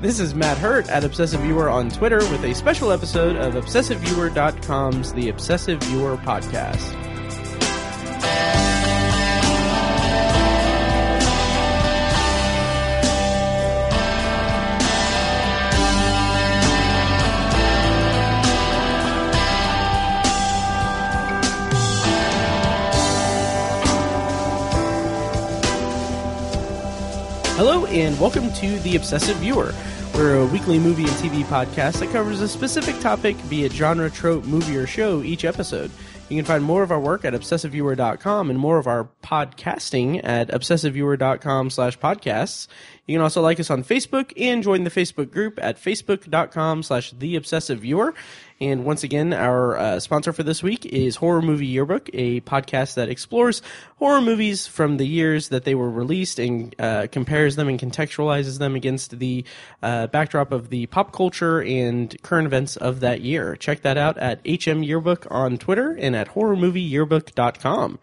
This is Matt Hurt at Obsessive Viewer on Twitter with a special episode of ObsessiveViewer.com's The Obsessive Viewer Podcast. Hello, and welcome to The Obsessive Viewer. We're a weekly movie and TV podcast that covers a specific topic, be it genre, trope, movie, or show, each episode. You can find more of our work at obsessiveviewer.com and more of our podcasting at obsessiveviewer.com slash podcasts. You can also like us on Facebook and join the Facebook group at facebook.com slash the obsessive viewer. And once again, our uh, sponsor for this week is Horror Movie Yearbook, a podcast that explores horror movies from the years that they were released and uh, compares them and contextualizes them against the uh, backdrop of the pop culture and current events of that year. Check that out at HM Yearbook on Twitter and at horrormovieyearbook.com.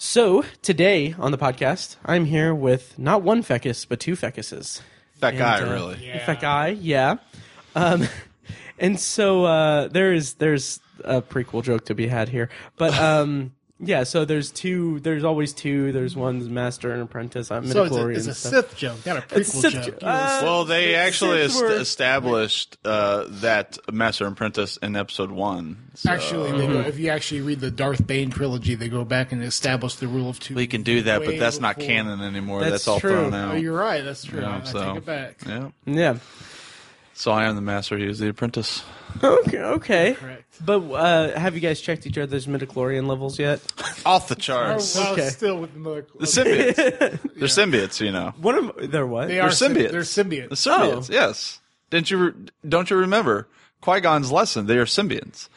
So today on the podcast, I'm here with not one fecus, but two fecuses. That guy, And, uh, really. In fact, I yeah. Um, and so uh, there is there's a prequel joke to be had here, but um, yeah. So there's two. There's always two. There's one's master and apprentice. I'm So it's a, midichlorian it's a and stuff. Sith joke, not a prequel It's Sith joke. jo- uh, Well, they it's actually Sith est- word. established uh, that Master and Apprentice in episode one. So actually, they Mm-hmm. go, if you actually read the Darth Bane trilogy, they go back and establish the rule of two. we can do that, but way that's not before- canon anymore. That's That's, all true. thrown Oh, out. you're right. That's true. Yeah, I so- take it back. Yeah. yeah. So I am the master. He was the apprentice. Okay. Okay. Correct. But uh, have you guys checked each other's midichlorian levels yet? Off the Oh, charts. wow, Okay. still with the mother- The symbiotes. They're symbiotes, you know. One of they're what? They They're are symb- symbiotes. They're The symbiotes. symbiotes. Yes. Didn't you? Re- don't you remember Qui Gon's lesson? They are symbiotes.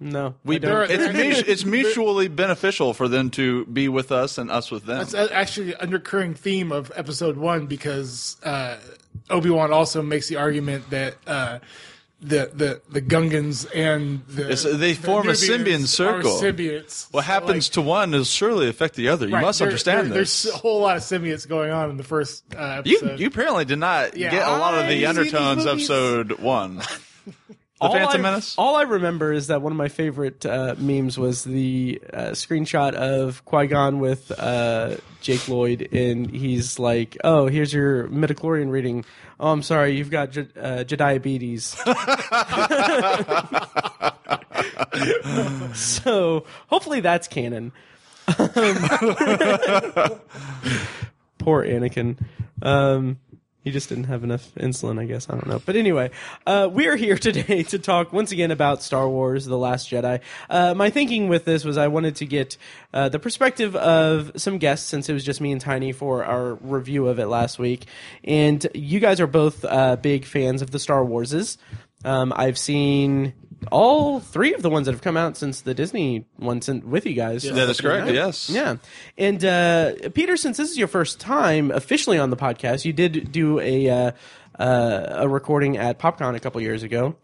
no. We I don't. They're- it's, mu- it's mutually beneficial for them to be with us and us with them. That's a- uh, actually an recurring theme of episode one because uh, Obi Wan also makes the argument that. Uh, the, the the Gungans and the It's- they the form a Nubians symbion are circle. Symbiotes. What So, happens like, to one is surely affect the other. You Right, must there- understand there- this. There's a whole lot of symbiotes going on in the first uh, You, episode. you apparently did not Yeah, get a lot of I the see undertones these movies. episode one. The Phantom I, Menace. all I remember is that one of my favorite uh, memes was the uh, screenshot of Qui Gon with uh, Jake Lloyd, and he's like, "Oh, here's your midichlorian reading. Oh, I'm sorry, you've got Je- uh, Jediabetes." so hopefully that's canon. Um, Poor Anakin. Um, he just didn't have enough insulin, I guess. I don't know. But anyway, uh, we're here today to talk once again about Star Wars The Last Jedi. Uh, my thinking with this was I wanted to get uh, the perspective of some guests, since it was just me and Tiny for our review of it last week. And you guys are both uh, big fans of the Star Warses. Um, I've seen all three of the ones that have come out since the Disney one sent with you guys. That is correct. Yes. Yeah. And uh, Peter, since this is your first time officially on the podcast, you did do a uh, uh, a recording at PopCon a couple years ago.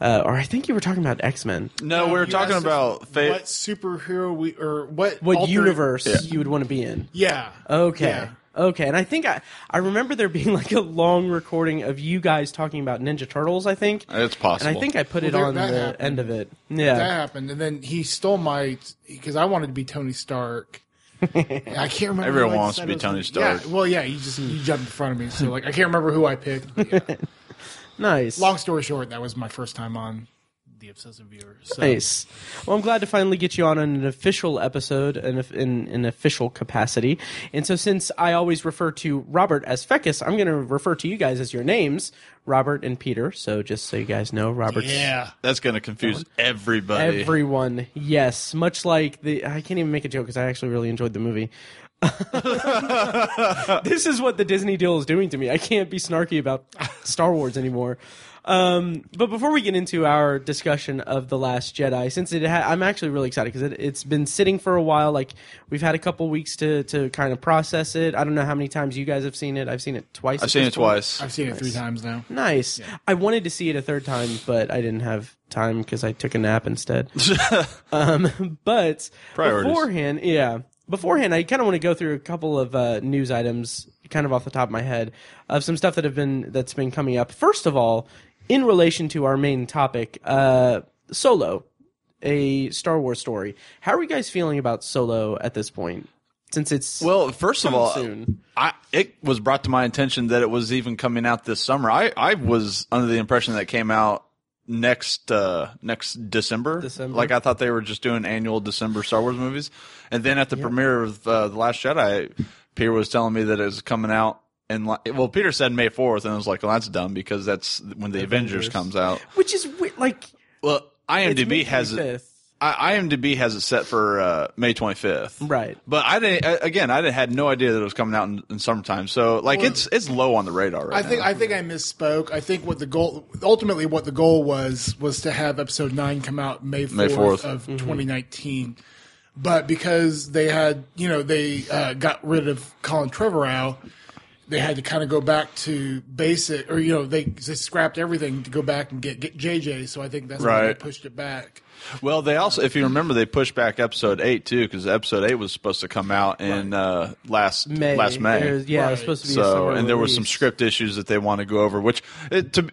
Uh, or I think you were talking about X Men. No, we were You talking asked us about fa- what superhero we or what What alternate- universe you would want to be in? Yeah. Okay. Yeah. Okay. And I think I, I remember there being like a long recording of you guys talking about Ninja Turtles, I think. It's possible. And I think I put it there- on the that happened. end of it. That Yeah. happened, and then he stole my because I wanted to be Tony Stark. I can't remember. Everyone who I wants to decided be was Tony gonna- Stark. Yeah, well, yeah, you just you jumped in front of me, so like I can't remember who I picked. but yeah. Nice. Long story short, that was my first time on the Obsessive Viewer. So. Nice. Well, I'm glad to finally get you on an official episode in, in an official capacity. And so, since I always refer to Robert as Fecus, I'm going to refer to you guys as your names, Robert and Peter. So, just so you guys know, Robert's Yeah. that's going to confuse everybody. everyone. Yes, much like the. I can't even make a joke because I actually really enjoyed the movie. this is what the Disney deal is doing to me. I can't be snarky about Star Wars anymore. Um, but before we get into our discussion of the Last Jedi, since it ha- I'm actually really excited because it, it's been sitting for a while. Like we've had a couple weeks to to kind of process it. I don't know how many times you guys have seen it. I've seen it twice. I've seen it twice. I've seen it three times now. Nice. I wanted to see it a third time, but I didn't have time because I took a nap instead. um, but Priorities. beforehand, yeah. beforehand, I kind of want to go through a couple of uh, news items, kind of off the top of my head, of some stuff that have been that's been coming up. First of all, in relation to our main topic, uh, Solo, a Star Wars story. How are you guys feeling about Solo at this point? Since it's Well, first of Coming all, soon. I, it was brought to my attention that it was even coming out this summer. I, I was under the impression that it came out next uh, next December. December. Like I thought they were just doing annual December Star Wars movies, and then at the premiere of uh, the Last Jedi, Peter was telling me that it was coming out. And well, Peter said May fourth, and I was like, "Well, that's dumb because that's when the Avengers. Avengers, comes out." which is we- like Well, it's May IMDb has it. 25th. I, IMDb has it set for uh, May 25th. Right. But I didn't. I- Again, I didn't- had no idea that it was coming out in, in summertime. So like, it's it's low on the radar right I think now. I think I misspoke. I think what the goal ultimately what the goal was was to have episode nine come out May May fourth 4th. of twenty nineteen, but because they had you know they uh, got rid of Colin Trevorrow, they had to kind of go back to basic or you know they, they scrapped everything to go back and get, get JJ. So I think that's why they Right. pushed it back. well, they also, if you remember, they pushed back episode eight too because episode eight was supposed to come out in uh, last May. last May. There's- yeah, it was Right. supposed to be. a so summer and there were some release. script issues that they want to go over. Which it, to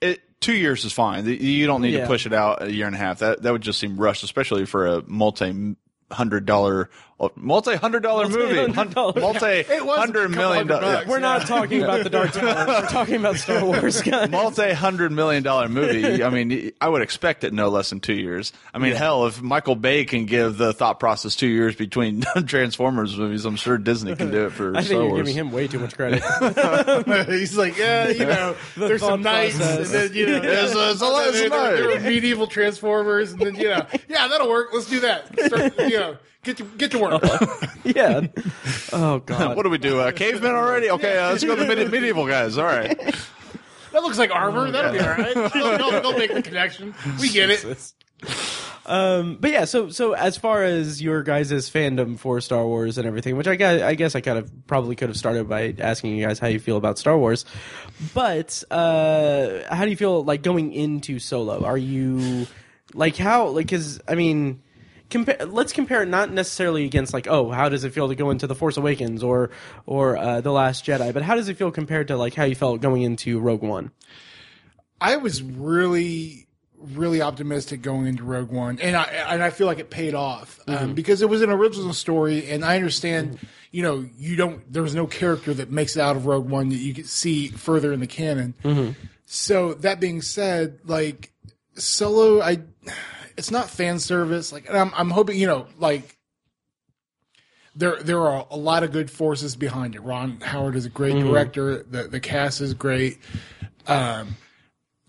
it, two years is fine. You- You don't need Yeah. to push it out a year and a half. That that would just seem rushed, especially for a multi hundred dollar multi hundred dollar movie, Multi-hundred dollar. multi hundred million hundred dollar. bucks. We're not talking about the Dark Tower. We're talking about Star Wars, guys. multi hundred million dollar movie. I mean, I would expect it no less than two years. I mean, hell, if Michael Bay can give the thought process two years between Transformers movies, I'm sure Disney can do it for I think Star you're Wars. giving him way too much credit. He's like, yeah, you know, there's some thought knights, and process. then you know, There's a- there's a lot of there- there- there were knights. medieval transformers, and then you know, yeah, that'll work. Let's do that. Start, you know, get to get to work. yeah. Oh God. What do we do? Uh, cavemen already? Okay, uh, let's go to the medi- medieval guys. All right. That looks like armor. That'll be all right. They'll, they'll- they'll make the connection. We get it. Um, but yeah, so so as far as your guys' fandom for Star Wars and everything, which I guess I guess I kind of probably could have started by asking you guys how you feel about Star Wars, but uh, how do you feel like going into Solo? Are you like how like because I mean. Compare, let's compare it not necessarily against like oh how does it feel to go into the Force Awakens or or uh, the Last Jedi, but how does it feel compared to like how you felt going into Rogue One? I was really, really optimistic going into Rogue One, and I and I feel like it paid off um, because it was an original story, and I understand, you know, you don't there's no character that makes it out of Rogue One that you could see further in the canon. So that being said, like Solo, I it's not fan service. Like and I'm I'm hoping you know like. There, there are a lot of good forces behind it. Ron Howard is a great director. The, the cast is great. I'm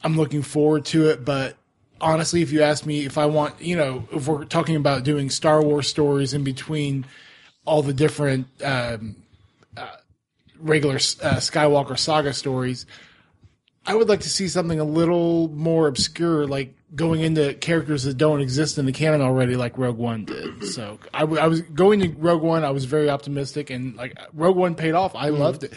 looking forward to it, but honestly, if you ask me if I want, you know, if we're talking about doing Star Wars stories in between all the different um, uh, regular uh, Skywalker saga stories, I would like to see something a little more obscure, like going into characters that don't exist in the canon already, like Rogue One did. So I, w- I was going to Rogue One. I was very optimistic, and like Rogue One paid off. I loved it.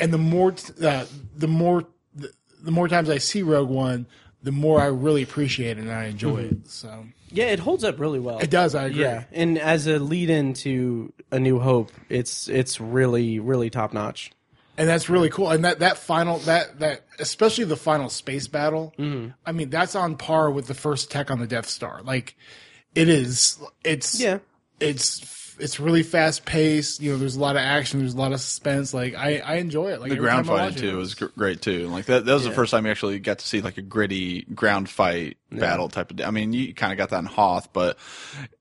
And the more, t- uh, the more, the, the more times I see Rogue One, the more I really appreciate it and I enjoy it. So Yeah, it holds up really well. it does. I agree. Yeah, and as a lead in to A New Hope, it's it's really really top notch. and that's really cool. And that that final that that especially the final space battle. Mm-hmm. I mean, that's on par with the first attack on the Death Star. Like, it is. It's Yeah. It's it's really fast paced. You know, there's a lot of action. There's a lot of suspense. Like, I I enjoy it. Like The every ground time I watch fighting too it. was gr- great too. Like that, that was the first time you actually got to see like a gritty ground fight battle type of. I mean, you kind of got that in Hoth, but I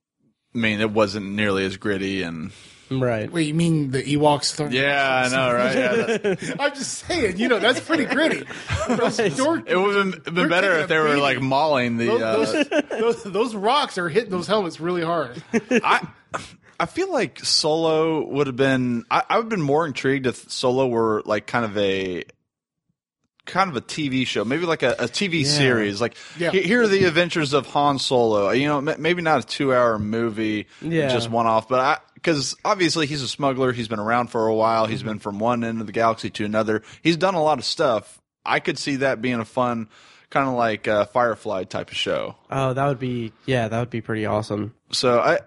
mean, it wasn't nearly as gritty and. Right. Wait, you mean the Ewoks? Th- Yeah, I know, right? Yeah, that's- I'm just saying. You know, that's pretty gritty. Those, door- it would have been, been better taking if a they were beating. like mauling the. those, Uh, those, those rocks are hitting those helmets really hard. I I feel like Solo would have been. I, I would have been more intrigued if Solo were like kind of a kind of a TV show, maybe like a, a TV series. Like Yeah. he- here are the adventures of Han Solo. You know, m- maybe not a two-hour movie, Yeah. just one off, but I. Because obviously he's a smuggler. He's been around for a while. He's been from one end of the galaxy to another. He's done a lot of stuff. I could see that being a fun, kind of like uh, Firefly type of show. Oh, that would be yeah, that would be pretty awesome. So I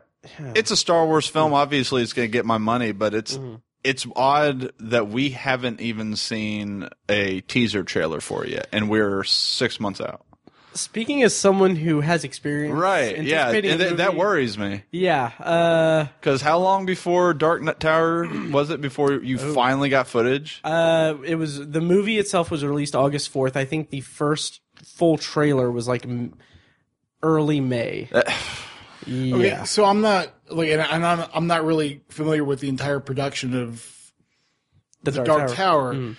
it's a Star Wars film. Obviously, it's going to get my money, but it's Mm-hmm. it's odd that we haven't even seen a teaser trailer for it yet, and we're six months out. Speaking as someone who has experience, Right? Yeah, and anticipating a th- that movie- worries me Yeah, uh, because how long before Dark Knight Tower was it before you Oh. finally got footage? uh, it was the movie itself was released August fourth. I think the first full trailer was like m- early May. Uh, yeah, Okay, so I'm not like, and, I- and I'm I'm not really familiar with the entire production of the, Dark, Tower, Mm.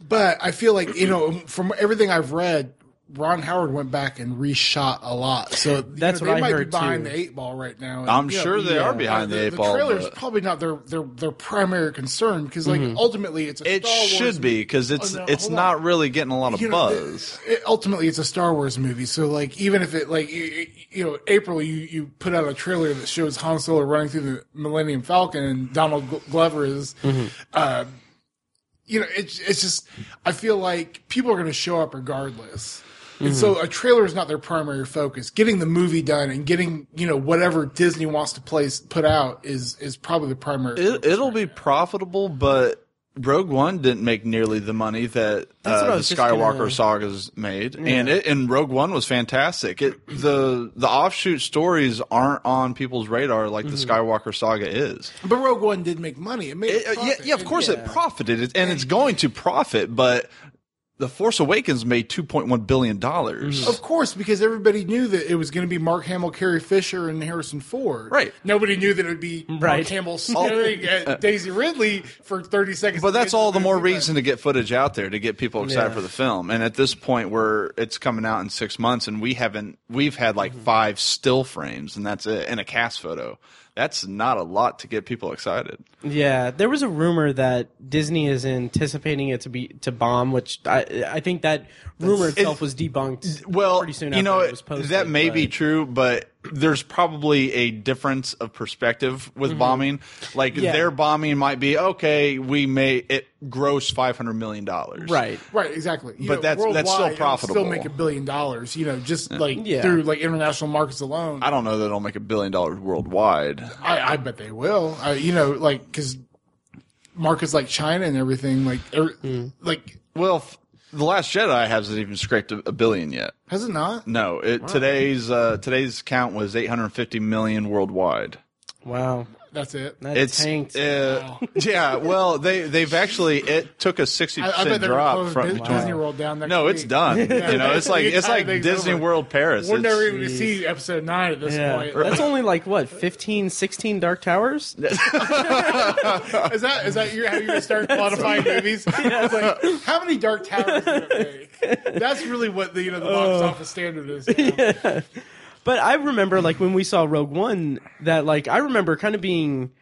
but I feel like you know from everything I've read, Ron Howard went back and reshot a lot. So you That's know, what they I might heard, be behind too. the eight ball right now. And, I'm you know, sure they yeah. are behind the, the, eight the ball. trailer's but- probably not their their their primary concern because like Mm-hmm. ultimately it's a it Star Wars should be because it's Oh, no, it's hold on. not really getting a lot of you know, buzz. it- ultimately, it's a Star Wars movie, so like even if it like you, you know April, you you put out a trailer that shows Han Solo running through the Millennium Falcon and Donald Gl- Glover is, Mm-hmm. uh, you know, it's it's just I feel like people are going to show up regardless. And so Mm-hmm. a trailer is not their primary focus. Getting the movie done and getting you know whatever Disney wants to place put out is is probably the primary. It, it'll be profitable, but Rogue One didn't make nearly the money that That's what I uh, the was just gonna- Skywalker sagas made, and it, and Rogue One was fantastic. It the the offshoot stories aren't on people's radar like the Skywalker saga is. but Rogue One did make money. It made Mm-hmm. It- uh, yeah, profit. yeah, of And- course it yeah. profited, it- and it's going to profit, but. The Force Awakens made two point one billion dollars. Of course, because everybody knew that it was going to be Mark Hamill, Carrie Fisher, and Harrison Ford. Right. Nobody knew that it would be Right. Mark Hamill staring at Daisy Ridley for thirty seconds. But that's all the more But- reason to get footage out there to get people excited Yeah. for the film. And at this point, where it's coming out in six months, and we haven't, we've had like Mm-hmm. five still frames, and that's it, and a cast photo. That's not a lot to get people excited. Yeah, there was a rumor that Disney is anticipating it to be to bomb, which I I think that rumor itself was debunked. Well, pretty soon you know, after it was posted, that may be but- true, but there's probably a difference of perspective with bombing. Like Mm-hmm. Yeah. their bombing might be okay. We may it gross five hundred million dollars, right. Right, exactly. You But that's- that's still worldwide, it'll profitable. Uh, Still make a billion dollars, you know, just like Yeah. through like international markets alone. I don't know that it'll make a billion dollars worldwide. I, I bet they will. I, you know, like because markets like China and everything, like er, like Well, f- the Last Jedi hasn't even scraped a, a billion yet. has it not? No, it, today's uh, today's count was 850 million worldwide. Wow, That's it. that It's tanked. uh, yeah. Well, they they've actually it took a 60 I, I bet percent they're gonna drop close from Dis- Disney World down next No, it's week. done. You know, it's like The it's entire like thing's Disney over. World Paris. We're It's- never even going to see episode nine at this yeah, point. that's only like what 15, 16 Dark Towers. Is that is that your, how you start quantifying movies? It's like how many dark towers did it make? That's really what the you know the box Oh. office standard is. now. But I remember like when we saw Rogue One that like I remember kind of being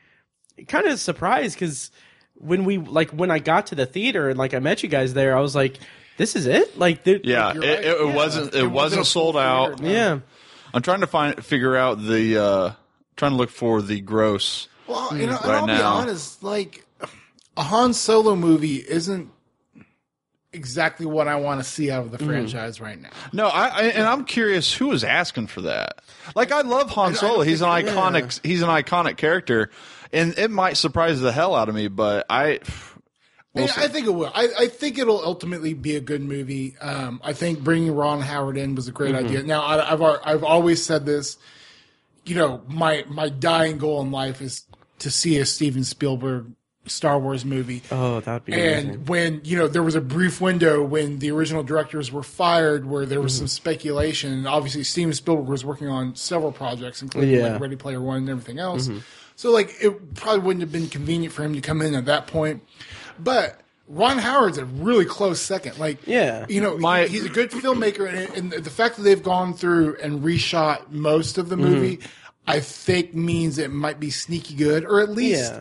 kind of surprised because when we like when I got to the theater and like I met you guys there, I was like, this is it. Like, there- Yeah, You're it, right. it, it Yeah. wasn't It it, wasn't wasn't a full sold out. theater. yeah. I'm trying to find figure out the uh, trying to look for the gross. Well, you know, and Mm, Right I'll be now. honest, like a Han Solo movie isn't exactly what I want to see out of Mm. the franchise right now. No, I, I and I'm curious who was asking for that. Like I love Han Solo. He's an iconic he's an iconic character and it might surprise the hell out of me, but I Yeah, I think it will. I, I think it'll ultimately be a good movie. Um, I think bringing Ron Howard in was a great idea. Now, I, I've al- I've always said this. You know, my my dying goal in life is to see a Steven Spielberg Star Wars movie. Oh, that'd be amazing. And when you know there was a brief window when the original directors were fired, where there was some Mm-hmm. speculation. And obviously, Steven Spielberg was working on several projects, including Yeah. Mm-hmm. like Ready Player One and everything else. So, like, it probably wouldn't have been convenient for him to come in at that point. But Ron Howard's a really close second. Like, Yeah. you know, My- he- he's a good filmmaker, and, and the fact that they've gone through and reshot most of the movie, Mm-hmm. I think means it might be sneaky good, or at least Yeah.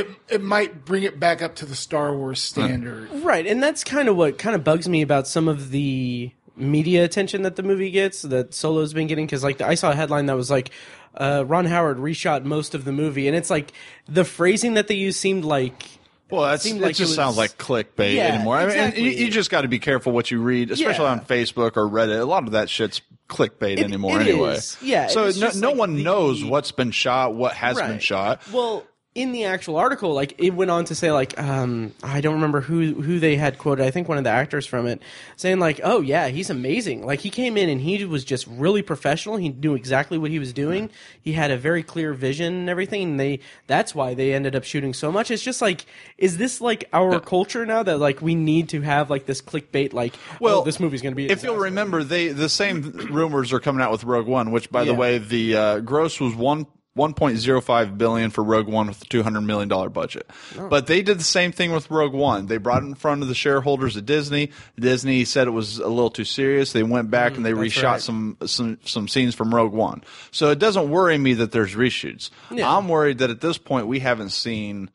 it it might bring it back up to the Star Wars standard. Right, and that's kind of what kind of bugs me about some of the media attention that the movie gets that Solo's been getting because like I saw a headline that was like uh, Ron Howard reshot most of the movie, and it's like the phrasing that they use seemed like well, that's, it seemed like it just sounds was- like clickbait Yeah, anymore. I mean, and exactly. you, you just got to be careful what you read, especially Yeah. on Facebook or Reddit. A lot of that shit's clickbait It- anymore it anyway. is. Yeah, So it's no, just no like one the- knows what's been shot, what has been Right. shot. Well, in the actual article, like it went on to say, like um, I don't remember who who they had quoted. I think one of the actors from it saying, like, "Oh yeah, he's amazing. Like he came in and he was just really professional. He knew exactly what he was doing. He had a very clear vision and everything. And they that's why they ended up shooting so much. It's just like, is this like our culture now that like we need to have like this clickbait? Like, well, Well, this movie's going to be. a If you'll disaster. remember, they the same rumors are coming out with Rogue One, which, by the Yeah. way, the uh, gross was one. 1.05 billion for Rogue One with a 200 million dollar budget. Oh. But they did the same thing with Rogue One. They brought it in front of the shareholders at Disney. Disney said it was a little too serious. They went back and they reshot Mm, right. some some some scenes from Rogue One. So it doesn't worry me that there's reshoots. I'm worried that at this point we haven't seen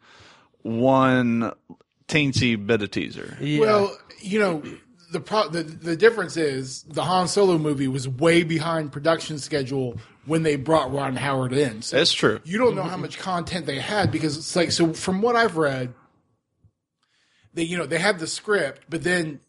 one teensy bit of teaser. Yeah. Well, you know, the, pro- the the difference is the Han Solo movie was way behind production schedule when they brought Ron Howard in. So That's true. You don't know how much content they had because it's like so. From what I've read, they you know they had the script, but then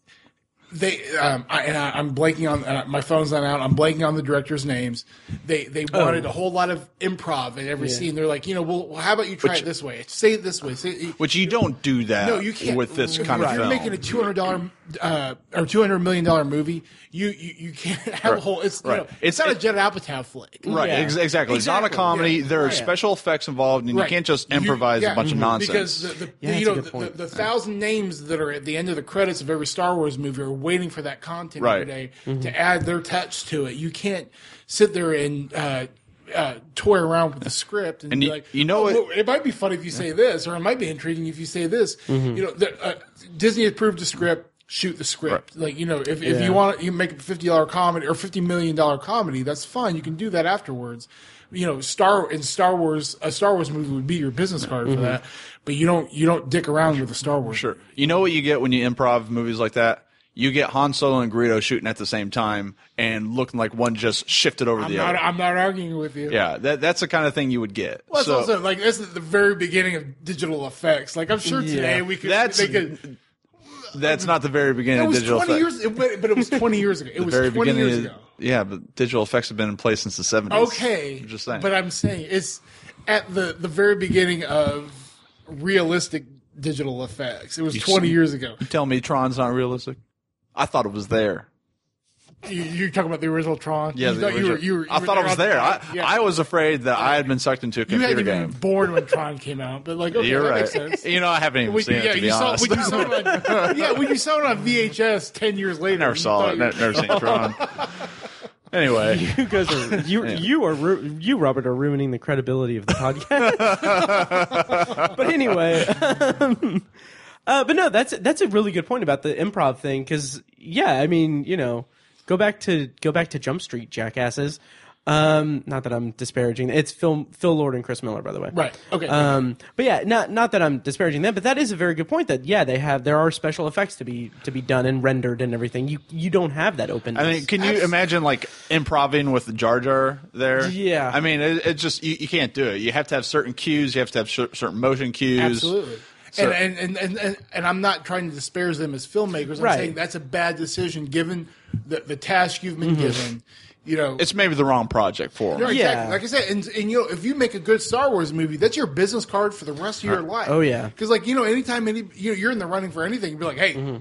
they um, I, and I, I'm blanking on uh, my phone's not out. I'm blanking on the directors' names. They they Oh. wanted a whole lot of improv in every scene. They're like, you know, well, how about you try it this way? Say it this way. Say it, Which you don't do that no, you can't. with this if kind of you're film. making a two hundred dollar uh, or two hundred million dollar movie, you, you you can't have a whole. It's you Right. know, It's- it's not a it- Judd Apatow flick, Right, Yeah. ex- exactly. It's not a Exactly. comedy. Yeah. There are Right. special effects involved, and Right. you can't just You- improvise yeah, a bunch mhm. of nonsense. Because the, the, Yeah, the- that's a you know good the, the, point. the thousand names that are at the end of the credits of every Star Wars movie are waiting for that content Right. every day Mm-hmm. to add their touch to it. You can't sit there and. Uh, uh, toy around with the script and, And be you- like, you know oh, it- well, it might be funny if you say this, or it might be intriguing if you say this. Mm-hmm. You know, the, uh, Disney approved the script. Shoot the script, like you know, if, if Yeah. you want, you make a fifty dollar comedy or fifty million dollar comedy. That's fine. You can do that afterwards. You know, Star in Star Wars, a Star Wars movie would be your business card for that. But you don't, you don't dick around with a Star Wars. Mm-hmm. sure. You know what you get when you improv movies like that? You get Han Solo and Greedo shooting at the same time and looking like one just shifted over I'm the not, other. I'm not arguing with you. yeah, that, that's the kind of thing you would get. Well, that's So- also like this is the very beginning of digital effects. Like I'm sure today Yeah. we could, That's- they could. that's not the very beginning It of was digital 20 effects. years, it, but but it was 20 years ago. It the was very 20 beginning years of- ago. Yeah, but digital effects have been in place since the 70s. Okay, I'm just saying. But I'm saying it's at the the very beginning of realistic digital effects. It was 20 see- years ago. Tell me Tron's not realistic? I thought it was there. You, you're talking about the original Tron. Yeah, you the thought you were, original- you were, you I were thought I was on the there. I, time. Yeah. I was afraid that I had been sucked into a you computer hadn't even game. been born when Tron came out, but like, okay, You're that right. makes sense. You know, I haven't even When- seen it to be you saw, honest. when you saw it on, yeah, when you saw it on VHS ten years later, never you saw thought it. you were- Never, never seen Tron. Anyway, You guys are you you are ru- you Robert are ruining the credibility of the podcast. but anyway, um, uh, but no, that's that's a really good point about the improv thing because yeah, I mean you know go back to go back to Jump Street jackasses. Um, not that I'm disparaging. It's Phil Phil Lord and Chris Miller, by the way. Right. Okay. Um, but yeah, not not that I'm disparaging them, but that is a very good point. That yeah, they have there are special effects to be to be done and rendered and everything. You you don't have that openness. I mean, can you imagine like improving with Jar Jar there? Yeah. I mean, it, it just you, you can't do it. You have to have certain cues. You have to have cer- certain motion cues. Absolutely. So- and, and, and, and and I'm not trying to disparage them as filmmakers. I'm Right. saying that's a bad decision given the, the task you've Mm-hmm. been given. You know, It's maybe the wrong project for 'em. No, exactly. Yeah. Like I said, and, and you know, if you make a good Star Wars movie, that's your business card for the rest of your life. Oh, yeah. because like you know, anytime any you know, you're in the running for anything, you'd be like, hey, Mm-hmm.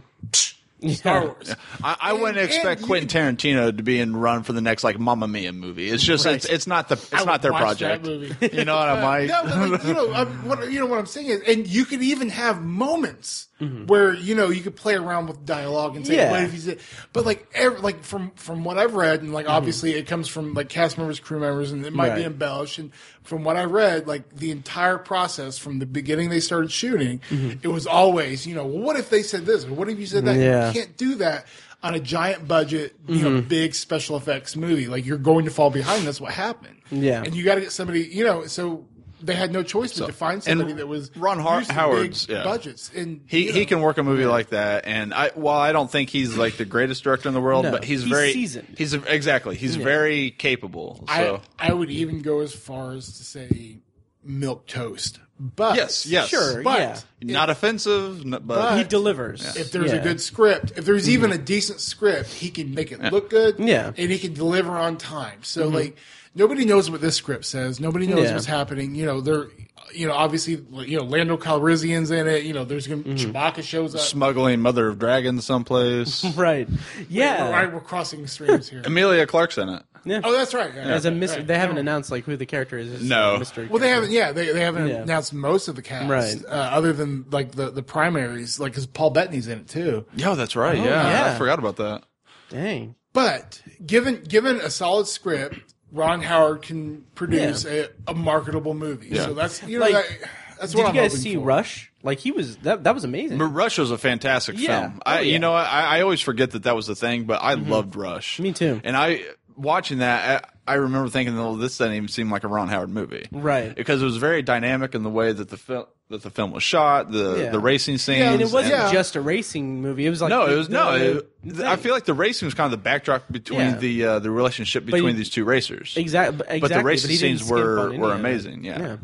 Star Wars. I, I And- wouldn't expect and Quentin Tarantino to be in run for the next like Mamma Mia movie. It's just it's, it's not the it's I not would their watch that project. movie. You know what I'm like? No, but like, you know, I'm, what you know what I'm saying is, and you could even have moments where you know you could play around with dialogue and say, Mm-hmm. Yeah. "What if you said?" But like, ev like from from what I've read, and like obviously it comes from like cast members, crew members, and it might be Mm-hmm. Right. embellished. And from what I read, like the entire process from the beginning they started shooting, Mm-hmm. it was always, you know, well, what if they said this? Or what if you said that? Yeah. You can't do that. On a giant budget, you know, big special effects movie, like you're going to fall behind. That's what happened. Yeah. and you got to get somebody, you know, so they had no choice but to find somebody that was Ron Har- used to Howard's, big yeah. budgets and He, you he know, can work a movie like that, and I while I don't think he's like the greatest director in the world, No, but he's, he's very seasoned. He's exactly he's very capable. So I I would even go as far as to say milk toast. But Yes, yes. Sure, But yeah. Not offensive, n- but He But- delivers. if there's Yeah. Mm-hmm. a good script, if there's even a decent script, he can make it look good. Uh, Yeah. Mm-hmm. And he can deliver on time. So like nobody knows what this script says. Nobody knows Yeah. what's happening. You know, they're you know, obviously you know, Lando Calrissian's in it, you know, there's gonna Mm-hmm. Chewbacca shows up. smuggling Mother of Dragons someplace. Right. Yeah. All right, we're crossing streams here. Amelia Clark's in it. Yeah. oh, that's right. As a mystery, mystery, they haven't announced like who the character is. It's No. a mystery Well, they character. haven't. Yeah, they, they haven't Yeah. announced most of the cast, Right. Uh, other than like the the primaries, like because Paul Bettany's in it too. Yeah, that's right. yeah. yeah. I forgot about that. Dang. But given given a solid script, Ron Howard can produce a, a marketable movie. Yeah. So that's you know Like, that, that's Did what you I'm guys hoping see for. Rush? Like he was that. That was amazing. But Rush was a fantastic Yeah. film. Oh, I, yeah. Mm-hmm. you know, I, I always forget that that was the thing, but I loved Rush. Me too. And I watching that, I, I remember thinking, "Well, this doesn't even seem like a Ron Howard movie, Right. Because it was very dynamic in the way that the film that the film was shot, the Yeah. the racing scenes. and it wasn't and- Yeah. just a racing movie. It was like no, it was the- no. the- It, I feel like the racing was kind of the backdrop between Yeah. the uh, the relationship you- between these two racers. exactly. Exactly. But the he racing didn't scenes skimp on were any were of it. amazing. Yeah. Yeah.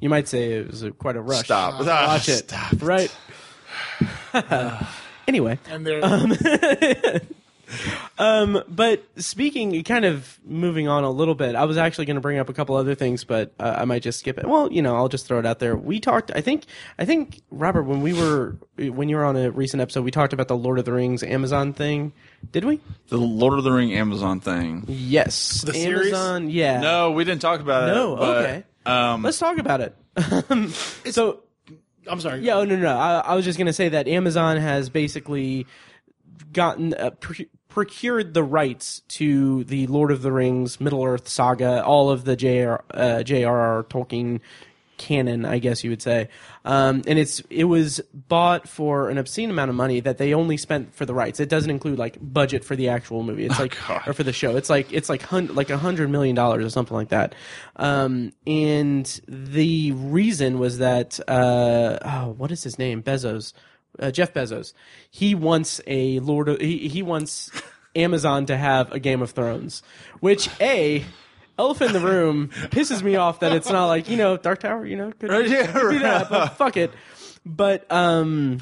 You might say it was a, quite a rush. Stop. Watch it. Stop. Right. anyway, And they're Um, but speaking, kind of moving on a little bit, I was actually going to bring up a couple other things, but uh, I might just skip it. Well, you know, I'll just throw it out there. We talked, I think, I think Robert, when we were when you were on a recent episode, we talked about the Lord of the Rings Amazon thing, did we? The Lord of the Ring Amazon thing. Yes, The series? Amazon. Yeah. No, we didn't talk about it. No, but, okay. Um, Let's talk about it. so I'm sorry. Yeah, oh, no, no, no. I, I was just going to say that Amazon has basically gotten uh, pr- procured the rights to the Lord of the Rings, Middle Earth saga, all of the J.R. Uh, J.R.R. Tolkien canon, I guess you would say. Um, and it's it was bought for an obscene amount of money that they only spent for the rights. It doesn't include like budget for the actual movie. It's like God. or for the show. It's like it's like hun- like a hundred million dollars or something like that. Um, and the reason was that uh, oh, what is his name? Bezos, uh, Jeff Bezos. He wants a Lord. Of, he he wants Amazon to have a Game of Thrones, which a elephant in the room pisses me off that it's not like you know Dark Tower. You know, could, yeah, could do that, but fuck it. But um,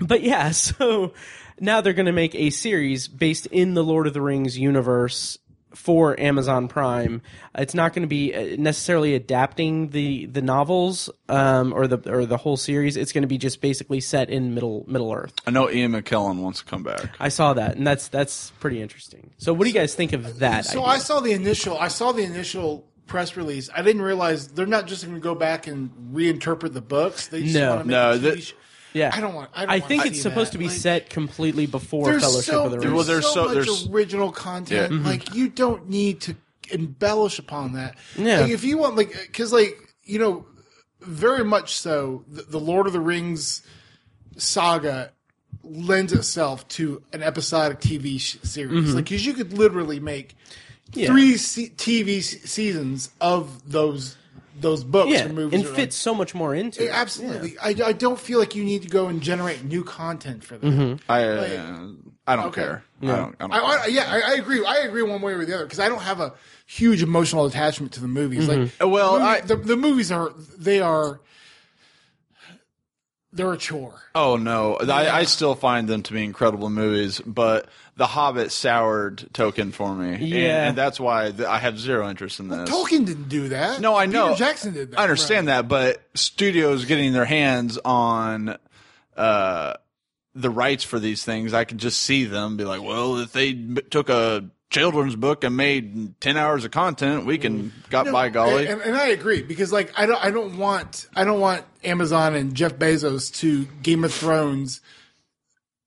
but yeah, so now they're going to make a series based in the Lord of the Rings universe for Amazon Prime. It's not going to be uh, necessarily adapting the the novels um, or the or the whole series. It's going to be just basically set in Middle Middle Earth. I know Ian McKellen wants to come back. I saw that, and that's that's pretty interesting. So, what do you guys think of that? So I idea? saw the initial. I saw the initial press release. I didn't realize they're not just going to go back and reinterpret the books. They just No. want to make No, a TV that- show. yeah, I don't want- I don't I wanna think see it's supposed that. to be Like- set completely before There's Fellowship so, of the there's Ring. Well, there's so so- much there's- original content. Yeah. Like you don't need to embellish upon that. Yeah. Like, if you want, like, because like you know, very much so, the, the Lord of the Rings saga lends itself to an episodic TV sh- series. Like, because you could literally make Mm-hmm. Yeah. three se- TV s- seasons of those those books yeah, or and movies fits or, so much more into like, it. Absolutely, I, I don't feel like you need to go and generate new content for that. Mm-hmm. I uh, I don't care. I don't. I don't I, I, yeah, I, I agree. I agree one way or the other because I don't have a huge emotional attachment to the movies. Like, Mm-hmm. Well, movie- I- the, the movies are they are they're a chore. oh no, I, I still find them to be incredible movies, but The Hobbit soured Tolkien for me. And- Yeah. and, that's why th- I have zero interest in this. Tolkien didn't do that. no, I know Peter Jackson did that. I understand that, but studios getting their hands on. Uh, the rights for these things, I could just see them be like, well, if they m- took a children's book and made 10 hours of content, we can, got by golly. Mm. And, and I agree because like I don't I don't want I don't want Amazon and Jeff Bezos to Game of Thrones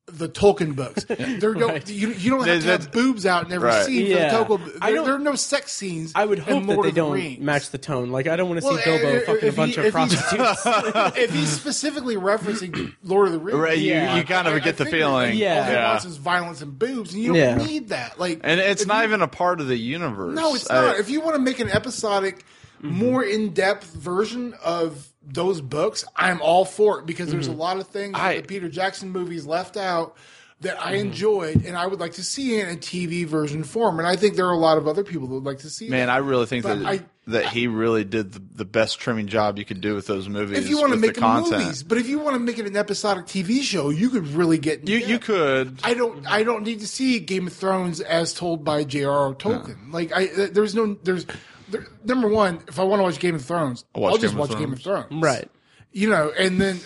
the Tolkien books. There don't Right. you, you don't have to That- have boobs out in every Right. scene Yeah. for the Tolkien. I There, don't- there are no sex scenes. I would in hope that Lord they of the don't Rings. match the tone. Like I don't want to Well, see Bilbo if- fucking a if bunch he- of if he's- prostitutes. if he's specifically referencing Lord of the Rings, Right, you- Yeah. you kind of I- I get the figure feeling. Yeah. All he Yeah. wants is violence and boobs, and you don't Yeah. need that. Like, And it's if not uh, you- even a part of the universe. No, it's I- not. if you want to make an episodic, Mm-hmm. more in-depth version of those books, I'm all for it because there's a lot of Mm-hmm. things I- Mm-hmm. that the Peter Jackson movies left out that I enjoyed and I would like to see in a TV version form. And I think there are a lot of other people that would like to see Man, I really think But that I- that he really did the, the best trimming job you could do with those movies. if you want to with make the them content, movies, but if you want to make it an episodic TV show, you could really get you yeah. you could. I don't I don't need to see Game of Thrones as told by J.R.R. Tolkien. Like I th- there's no there's there, number one if I want to watch Game of Thrones, I'll, I'll watch just Game watch of Game of Thrones. Right. You know, and then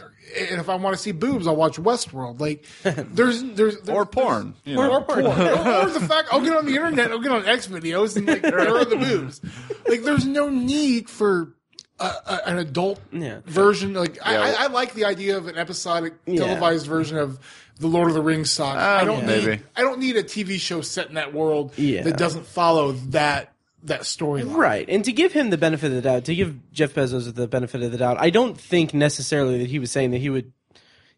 and if I want to see boobs, I'll watch Westworld. Like there's there's or porn. you or, know. or porn. or, or the fact I'll get on the internet, I'll get on X videos, and like there are the boobs. Like there's no need for a, a, an adult Yeah. version. Like I Yeah. I, I like the idea of an episodic televised version of the Lord of the Rings saga. I don't yeah. need Maybe. I don't need a TV show set in that world Oh, Yeah. that doesn't follow that that storyline. Right. And to give him the benefit of the doubt, to give Jeff Bezos the benefit of the doubt, I don't think necessarily that he was saying that he would